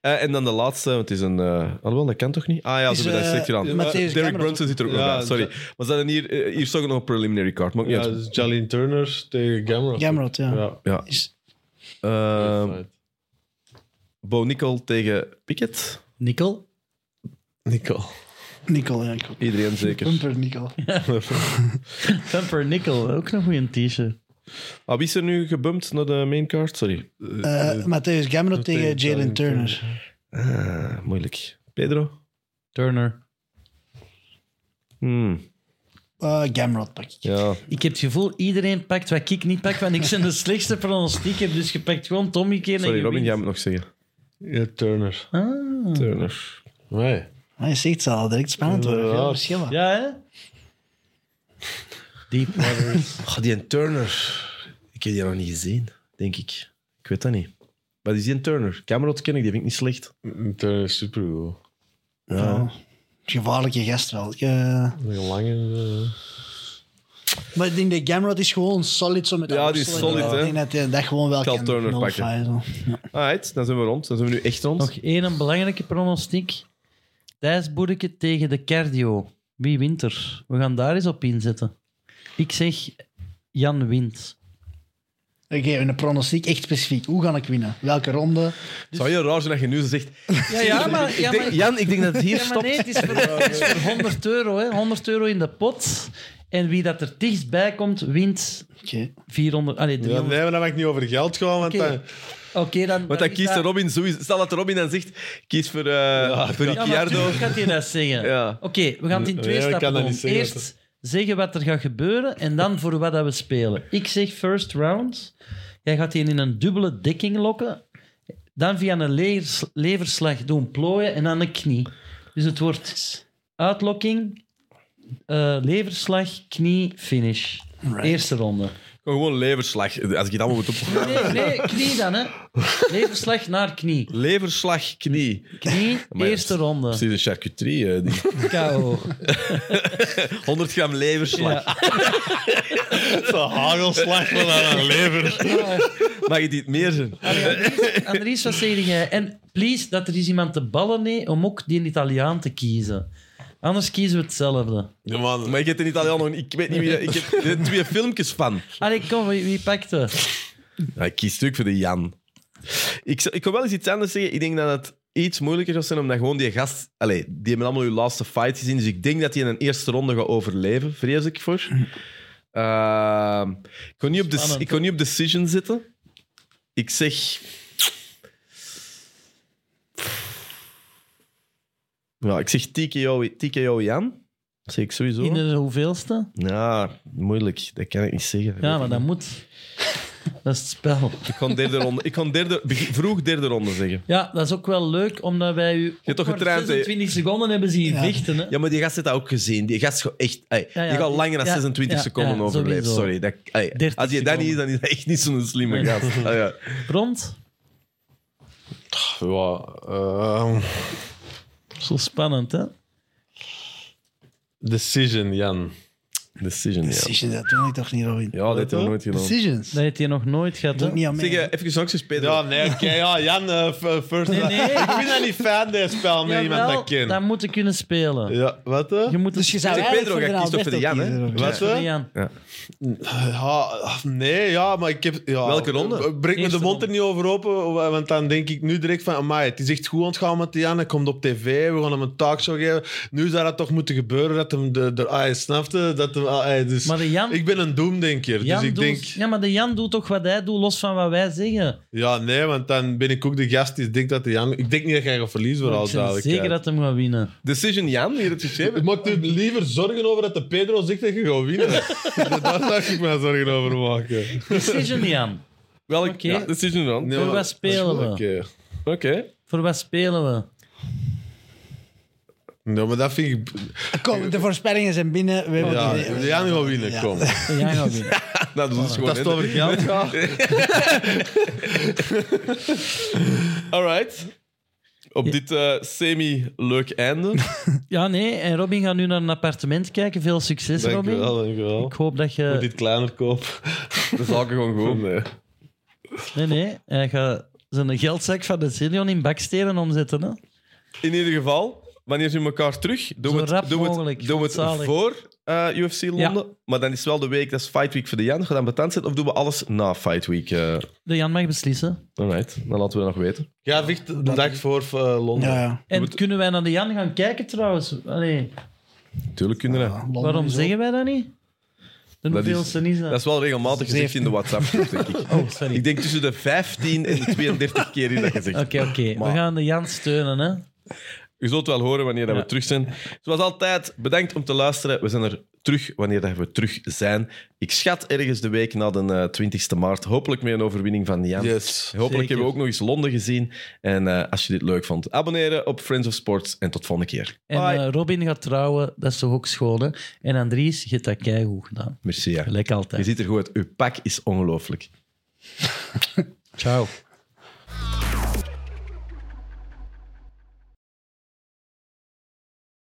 [SPEAKER 1] Eh, en dan de laatste, want het is een... eh alhoewel, dat kan toch niet? Ah ja,
[SPEAKER 4] Is,
[SPEAKER 1] ze hebben dat
[SPEAKER 4] eh,
[SPEAKER 1] slecht gedaan.
[SPEAKER 4] met
[SPEAKER 1] Eh,
[SPEAKER 4] deze
[SPEAKER 1] Derek
[SPEAKER 4] camera-
[SPEAKER 1] Brunson zit er ook nog
[SPEAKER 2] Ja,
[SPEAKER 1] bij, sorry. Maar ze hadden hier, eh, hier stond ook nog een preliminary card. Maakt niet
[SPEAKER 2] Ja,
[SPEAKER 1] uit.
[SPEAKER 2] dus Jalin Turner tegen Gamrot.
[SPEAKER 4] Gamrot, ja.
[SPEAKER 2] Ja. Ehm,
[SPEAKER 1] Ja.
[SPEAKER 4] Is,
[SPEAKER 1] Eh, Bo Nickel tegen Pickett.
[SPEAKER 3] Nikkel?
[SPEAKER 2] Nicole.
[SPEAKER 4] Nicol, ja. ik-
[SPEAKER 1] Iedereen zeker.
[SPEAKER 4] Pumper Nicol.
[SPEAKER 3] Pumper Nikkel, ook nog een t-shirt.
[SPEAKER 1] Ah, wie is er nu gebumpt naar de main card? Sorry.
[SPEAKER 4] Eh Matthäus Gamrot
[SPEAKER 2] tegen
[SPEAKER 4] tegen Jalen
[SPEAKER 2] Jalen
[SPEAKER 4] Turner.
[SPEAKER 1] Ah, moeilijk. Pedro?
[SPEAKER 3] Turner.
[SPEAKER 1] Hmm,
[SPEAKER 4] Eh Gamrot pak ik.
[SPEAKER 1] ja.
[SPEAKER 3] Ik heb het gevoel, iedereen pakt wat ik niet pak, want ik ben de slechtste pronostiek heb, dus je pakt gewoon Tommy keer
[SPEAKER 1] Sorry, Robin, jij moet nog zeggen.
[SPEAKER 2] Ja, Turner.
[SPEAKER 3] Ah.
[SPEAKER 1] Turner.
[SPEAKER 2] Nee.
[SPEAKER 4] Maar je ziet het al direct spannend worden. Veel
[SPEAKER 2] Inderdaad.
[SPEAKER 4] verschillen.
[SPEAKER 3] Ja, hè? Deep waters.
[SPEAKER 1] Oh, die een Turner. Ik heb die nog niet gezien, denk ik. Ik weet dat niet. Wat is die een Turner? Camerot ken ik, die vind ik niet slecht.
[SPEAKER 2] Turner is supergoed.
[SPEAKER 1] Ja.
[SPEAKER 4] Ah, Gevaarlijke gast wel. Ik, eh,
[SPEAKER 2] Een lange... eh,
[SPEAKER 4] maar ik denk dat Gamrot is gewoon solid zo met
[SPEAKER 1] Ja,
[SPEAKER 4] dat
[SPEAKER 1] die is
[SPEAKER 4] worstelen.
[SPEAKER 1] solid, hè.
[SPEAKER 4] Ik denk dat hij dat gewoon wel
[SPEAKER 1] Ik zal
[SPEAKER 4] kan.
[SPEAKER 1] Turner
[SPEAKER 4] 0-5
[SPEAKER 1] pakken.
[SPEAKER 4] zo.
[SPEAKER 1] Alright, dan zijn we rond. Dan zijn we nu echt rond.
[SPEAKER 3] Nog één belangrijke pronostiek. Thijs Boerke tegen de cardio. Wie wint er? We gaan daar eens op inzetten. Ik zeg Jan wint.
[SPEAKER 4] Oké, een pronostiek echt specifiek. Hoe ga ik winnen? Welke ronde?
[SPEAKER 1] Zou je raar zijn dat je nu zo zegt...
[SPEAKER 3] dus- Ja, ja, maar... Ja, maar
[SPEAKER 1] Jan, ik denk dat het hier
[SPEAKER 3] ja, maar nee, het is voor, het is voor 100 euro. Hè. 100 euro in de pot. En wie dat er dichtstbij komt, wint
[SPEAKER 4] Oké.
[SPEAKER 3] 400... Allee,
[SPEAKER 2] Ja,
[SPEAKER 3] 300.
[SPEAKER 2] nee, maar dan mag ik niet over geld gaan, want
[SPEAKER 3] Oké.
[SPEAKER 2] dan...
[SPEAKER 3] Oké, dan...
[SPEAKER 1] Want dan kiest de Robin sowieso... Stel dat de Robin dan zegt, kies voor, eh voor
[SPEAKER 3] Ja, maar
[SPEAKER 1] Ricciardo.
[SPEAKER 3] natuurlijk gaat hij dat zeggen.
[SPEAKER 1] Ja.
[SPEAKER 3] Oké, we gaan het in twee
[SPEAKER 2] Nee, ik
[SPEAKER 3] stappen
[SPEAKER 2] kan dat
[SPEAKER 3] doen.
[SPEAKER 2] niet zeggen,
[SPEAKER 3] Eerst zeggen wat er gaat gebeuren en dan voor wat dat we spelen. Ik zeg first round. Jij gaat die in een dubbele dekking lokken. Dan via een leers- leverslag doen plooien en dan een knie. Dus het wordt uitlokking, eh, leverslag, knie, finish. Eerste ronde.
[SPEAKER 1] Gewoon leverslag. Als ik het allemaal moet op...
[SPEAKER 3] Nee, nee, knie dan, hè. Leverslag naar knie.
[SPEAKER 1] Leverslag, knie.
[SPEAKER 3] Knie,
[SPEAKER 1] Maar ja,
[SPEAKER 3] eerste ronde.
[SPEAKER 1] Precies een charcuterie. eh, die-
[SPEAKER 3] KO.
[SPEAKER 1] 100 gram leverslag.
[SPEAKER 3] Ja.
[SPEAKER 2] De hagelslag van aan een lever.
[SPEAKER 1] Mag je dit meer zijn?
[SPEAKER 3] Andries, wat zeg jij? En please, dat er is iemand te ballen mee om ook die Italiaan te kiezen. Anders kiezen we hetzelfde.
[SPEAKER 2] Ja, man.
[SPEAKER 1] Maar ik heb in Italiaan nog niet... Ik weet niet wie... dat- Ik heb er twee filmpjes van.
[SPEAKER 3] Allee, kom, wie, wie pakt het?
[SPEAKER 1] Ja, ik kies natuurlijk voor de Jan. Ik, zou- ik wil wel eens iets anders zeggen. Ik denk dat het iets moeilijker zou zijn, omdat gewoon die gast... Allee, die hebben allemaal uw laatste fight gezien, dus ik denk dat hij in een eerste ronde gaat overleven, vrees ik voor. Ehm, ik, kon niet op de,
[SPEAKER 3] Spannend.
[SPEAKER 1] ik kon niet op decision zitten. Ik zeg... Ja, ik zeg TKO, TKO Jan. Dat zeg ik sowieso.
[SPEAKER 3] In de hoeveelste?
[SPEAKER 1] Ja, moeilijk. Dat kan ik niet zeggen.
[SPEAKER 3] Ja, maar dat moet. Dat is het spel.
[SPEAKER 1] Ik kon derde ronde... Ik kon derde, beg- vroeg derde ronde zeggen.
[SPEAKER 3] Ja, dat is ook wel leuk, omdat wij u ook
[SPEAKER 1] hebt toch
[SPEAKER 3] maar
[SPEAKER 1] getraind, hè?
[SPEAKER 3] 26 seconden hebben zien
[SPEAKER 4] Ja.
[SPEAKER 3] vechten. Hè?
[SPEAKER 1] Ja, maar die gast heeft dat ook gezien. Die gast gaat echt... ey,
[SPEAKER 3] Ja, ja,
[SPEAKER 1] die gaat
[SPEAKER 3] die-
[SPEAKER 1] langer dan
[SPEAKER 3] ja,
[SPEAKER 1] 26
[SPEAKER 3] ja,
[SPEAKER 1] seconden
[SPEAKER 3] ja,
[SPEAKER 1] overleven.
[SPEAKER 3] sowieso.
[SPEAKER 1] Sorry. Dat, ey,
[SPEAKER 3] 30
[SPEAKER 1] als je dat niet is, dan is dat echt niet zo'n slimme
[SPEAKER 3] Nee.
[SPEAKER 1] gast. Ah, ja.
[SPEAKER 3] Rond?
[SPEAKER 2] Ja, ehm,
[SPEAKER 3] Zo spannend, hè?
[SPEAKER 2] decision, Jan.
[SPEAKER 1] Decision, ja.
[SPEAKER 4] Decision, dat doe ik toch niet, Robin?
[SPEAKER 1] Ja, dat hebben we nooit gedaan.
[SPEAKER 4] Decisions.
[SPEAKER 3] Dat
[SPEAKER 4] Dat
[SPEAKER 3] heeft hij nog nooit gehad,
[SPEAKER 4] doe
[SPEAKER 3] hè?
[SPEAKER 4] ik niet aan mee.
[SPEAKER 1] Zeg, eh, even nog eens, Pedro.
[SPEAKER 2] Ja, nee, oké. ja, Jan, eh, f- first...
[SPEAKER 3] Nee, nee.
[SPEAKER 2] Ik ben dat niet fan, dit spel, met iemand dat
[SPEAKER 3] Jawel,
[SPEAKER 2] kent.
[SPEAKER 3] dat moet je kunnen spelen.
[SPEAKER 2] Ja, wat? hè?
[SPEAKER 3] Je moet het
[SPEAKER 4] dus je zou
[SPEAKER 1] Zeg,
[SPEAKER 4] eigenlijk
[SPEAKER 1] Pedro,
[SPEAKER 4] voor
[SPEAKER 1] jij
[SPEAKER 4] de
[SPEAKER 1] kiest toch voor de
[SPEAKER 4] Alberto
[SPEAKER 1] Jan, hè?
[SPEAKER 4] kiezen, Robin.
[SPEAKER 2] Wat? hè?
[SPEAKER 3] Sorry, Jan.
[SPEAKER 2] Ja, nee, ja, maar ik heb... Ja,
[SPEAKER 1] Welke ronde?
[SPEAKER 2] Breek me
[SPEAKER 3] Eerste
[SPEAKER 2] de mond
[SPEAKER 3] ronde.
[SPEAKER 2] er niet over open, want dan denk ik nu direct van... Amai, het is echt goed ontgaan met die Jan, hij komt op tv, we gaan hem een talkshow geven. Nu zou dat toch moeten gebeuren, dat hem de... de ah, je snapte? Dat hem, ah, hij, dus,
[SPEAKER 3] Maar de Jan-
[SPEAKER 2] Ik ben een doemdenker,
[SPEAKER 3] Jan
[SPEAKER 2] dus ik
[SPEAKER 3] doet-
[SPEAKER 2] denk...
[SPEAKER 3] Ja, maar de Jan doet toch wat hij doet, los van wat wij zeggen.
[SPEAKER 2] Ja, nee, want dan ben ik ook de gast die denkt dat de Jan... Ik denk niet dat jij gaat verliezen, voor
[SPEAKER 3] Maar
[SPEAKER 2] al
[SPEAKER 3] ik ben zeker dat hem gaat winnen.
[SPEAKER 1] Decision Jan, hier het systeem.
[SPEAKER 2] Ik maak u liever zorgen over dat de Pedro zegt dat je gaat winnen. Daar zou ik me zorgen over maken.
[SPEAKER 3] Decision Jan.
[SPEAKER 1] Welk?
[SPEAKER 3] Oké.
[SPEAKER 1] Ja, decision Jan.
[SPEAKER 2] Nee,
[SPEAKER 3] Voor
[SPEAKER 2] maar-
[SPEAKER 3] wat spelen we?
[SPEAKER 2] Oké.
[SPEAKER 1] Oké.
[SPEAKER 3] Voor wat spelen we?
[SPEAKER 2] Nee, maar dat vind ik...
[SPEAKER 4] Kom, de voorspellingen zijn binnen. We hebben
[SPEAKER 2] Ja,
[SPEAKER 4] het idee.
[SPEAKER 2] de Jan gaat winnen,
[SPEAKER 4] Ja.
[SPEAKER 2] kom.
[SPEAKER 3] Ja, ja, oké.
[SPEAKER 1] Nou,
[SPEAKER 3] Ah,
[SPEAKER 1] dat is gewoon...
[SPEAKER 2] Dat is het over geld gaat.
[SPEAKER 1] Alright. Op dit eh, semi-leuk einde.
[SPEAKER 3] ja, nee. En Robin gaat nu naar een appartement kijken. Veel succes, Robin.
[SPEAKER 2] Dankjewel, dankjewel.
[SPEAKER 3] Ik hoop dat
[SPEAKER 2] Moet
[SPEAKER 3] je...
[SPEAKER 2] dit kleiner koop.
[SPEAKER 1] De zaken gewoon goed.
[SPEAKER 2] Nee.
[SPEAKER 3] Nee, nee. Hij gaat zijn geldzak van de Zillion in bakstenen omzetten. Hè?
[SPEAKER 1] In ieder geval, wanneer zien we elkaar terug? Doen
[SPEAKER 3] Zo
[SPEAKER 1] we het,
[SPEAKER 3] rap
[SPEAKER 1] doen we het-
[SPEAKER 3] mogelijk,
[SPEAKER 1] doen we het
[SPEAKER 3] zalig.
[SPEAKER 1] voor eh, UFC Londen. Maar dan is wel de week, dat is Fight Week voor de Jan. Gaan we betaald zijn? Of doen we alles na Fight Week? eh?
[SPEAKER 3] De Jan mag beslissen.
[SPEAKER 1] Alright, dan laten we dat nog weten.
[SPEAKER 2] Ja, Vicht, de dag voor eh, Londen.
[SPEAKER 4] Ja, ja.
[SPEAKER 3] En kunnen wij naar de Jan gaan kijken trouwens? Allee,
[SPEAKER 1] Tuurlijk kunnen we.
[SPEAKER 4] Londen
[SPEAKER 3] waarom
[SPEAKER 4] is ook-
[SPEAKER 3] zeggen wij dat niet? De
[SPEAKER 1] Dat is-
[SPEAKER 3] hoeveelste is
[SPEAKER 1] Dat
[SPEAKER 3] dat?
[SPEAKER 1] is wel regelmatig gezegd in de WhatsApp-groep, denk ik.
[SPEAKER 3] Oh, sorry.
[SPEAKER 1] Ik denk tussen de 15 en de 32 keer is dat gezegd.
[SPEAKER 3] Oké, oké.
[SPEAKER 1] Maar-
[SPEAKER 3] We gaan de Jan steunen, hè.
[SPEAKER 1] U zult wel horen wanneer dat
[SPEAKER 3] Ja.
[SPEAKER 1] we terug zijn. Zoals altijd, bedankt om te luisteren. We zijn er terug wanneer dat we terug zijn. Ik schat ergens de week na de eh, 20e maart. Hopelijk met een overwinning van Jan.
[SPEAKER 2] Yes.
[SPEAKER 1] Hopelijk
[SPEAKER 3] Zeker.
[SPEAKER 1] hebben we ook nog eens Londen gezien. En eh, als je dit leuk vond, abonneren op Friends of Sports. En tot volgende keer.
[SPEAKER 3] En
[SPEAKER 1] Bye.
[SPEAKER 3] eh, Robin gaat trouwen, dat is toch ook schoon, hè? En Andries, je hebt dat keigoed gedaan.
[SPEAKER 1] Merci. ja.
[SPEAKER 3] Gelijk
[SPEAKER 1] Je
[SPEAKER 3] altijd.
[SPEAKER 1] ziet er goed uit. Uw pak is ongelooflijk.
[SPEAKER 3] Ciao.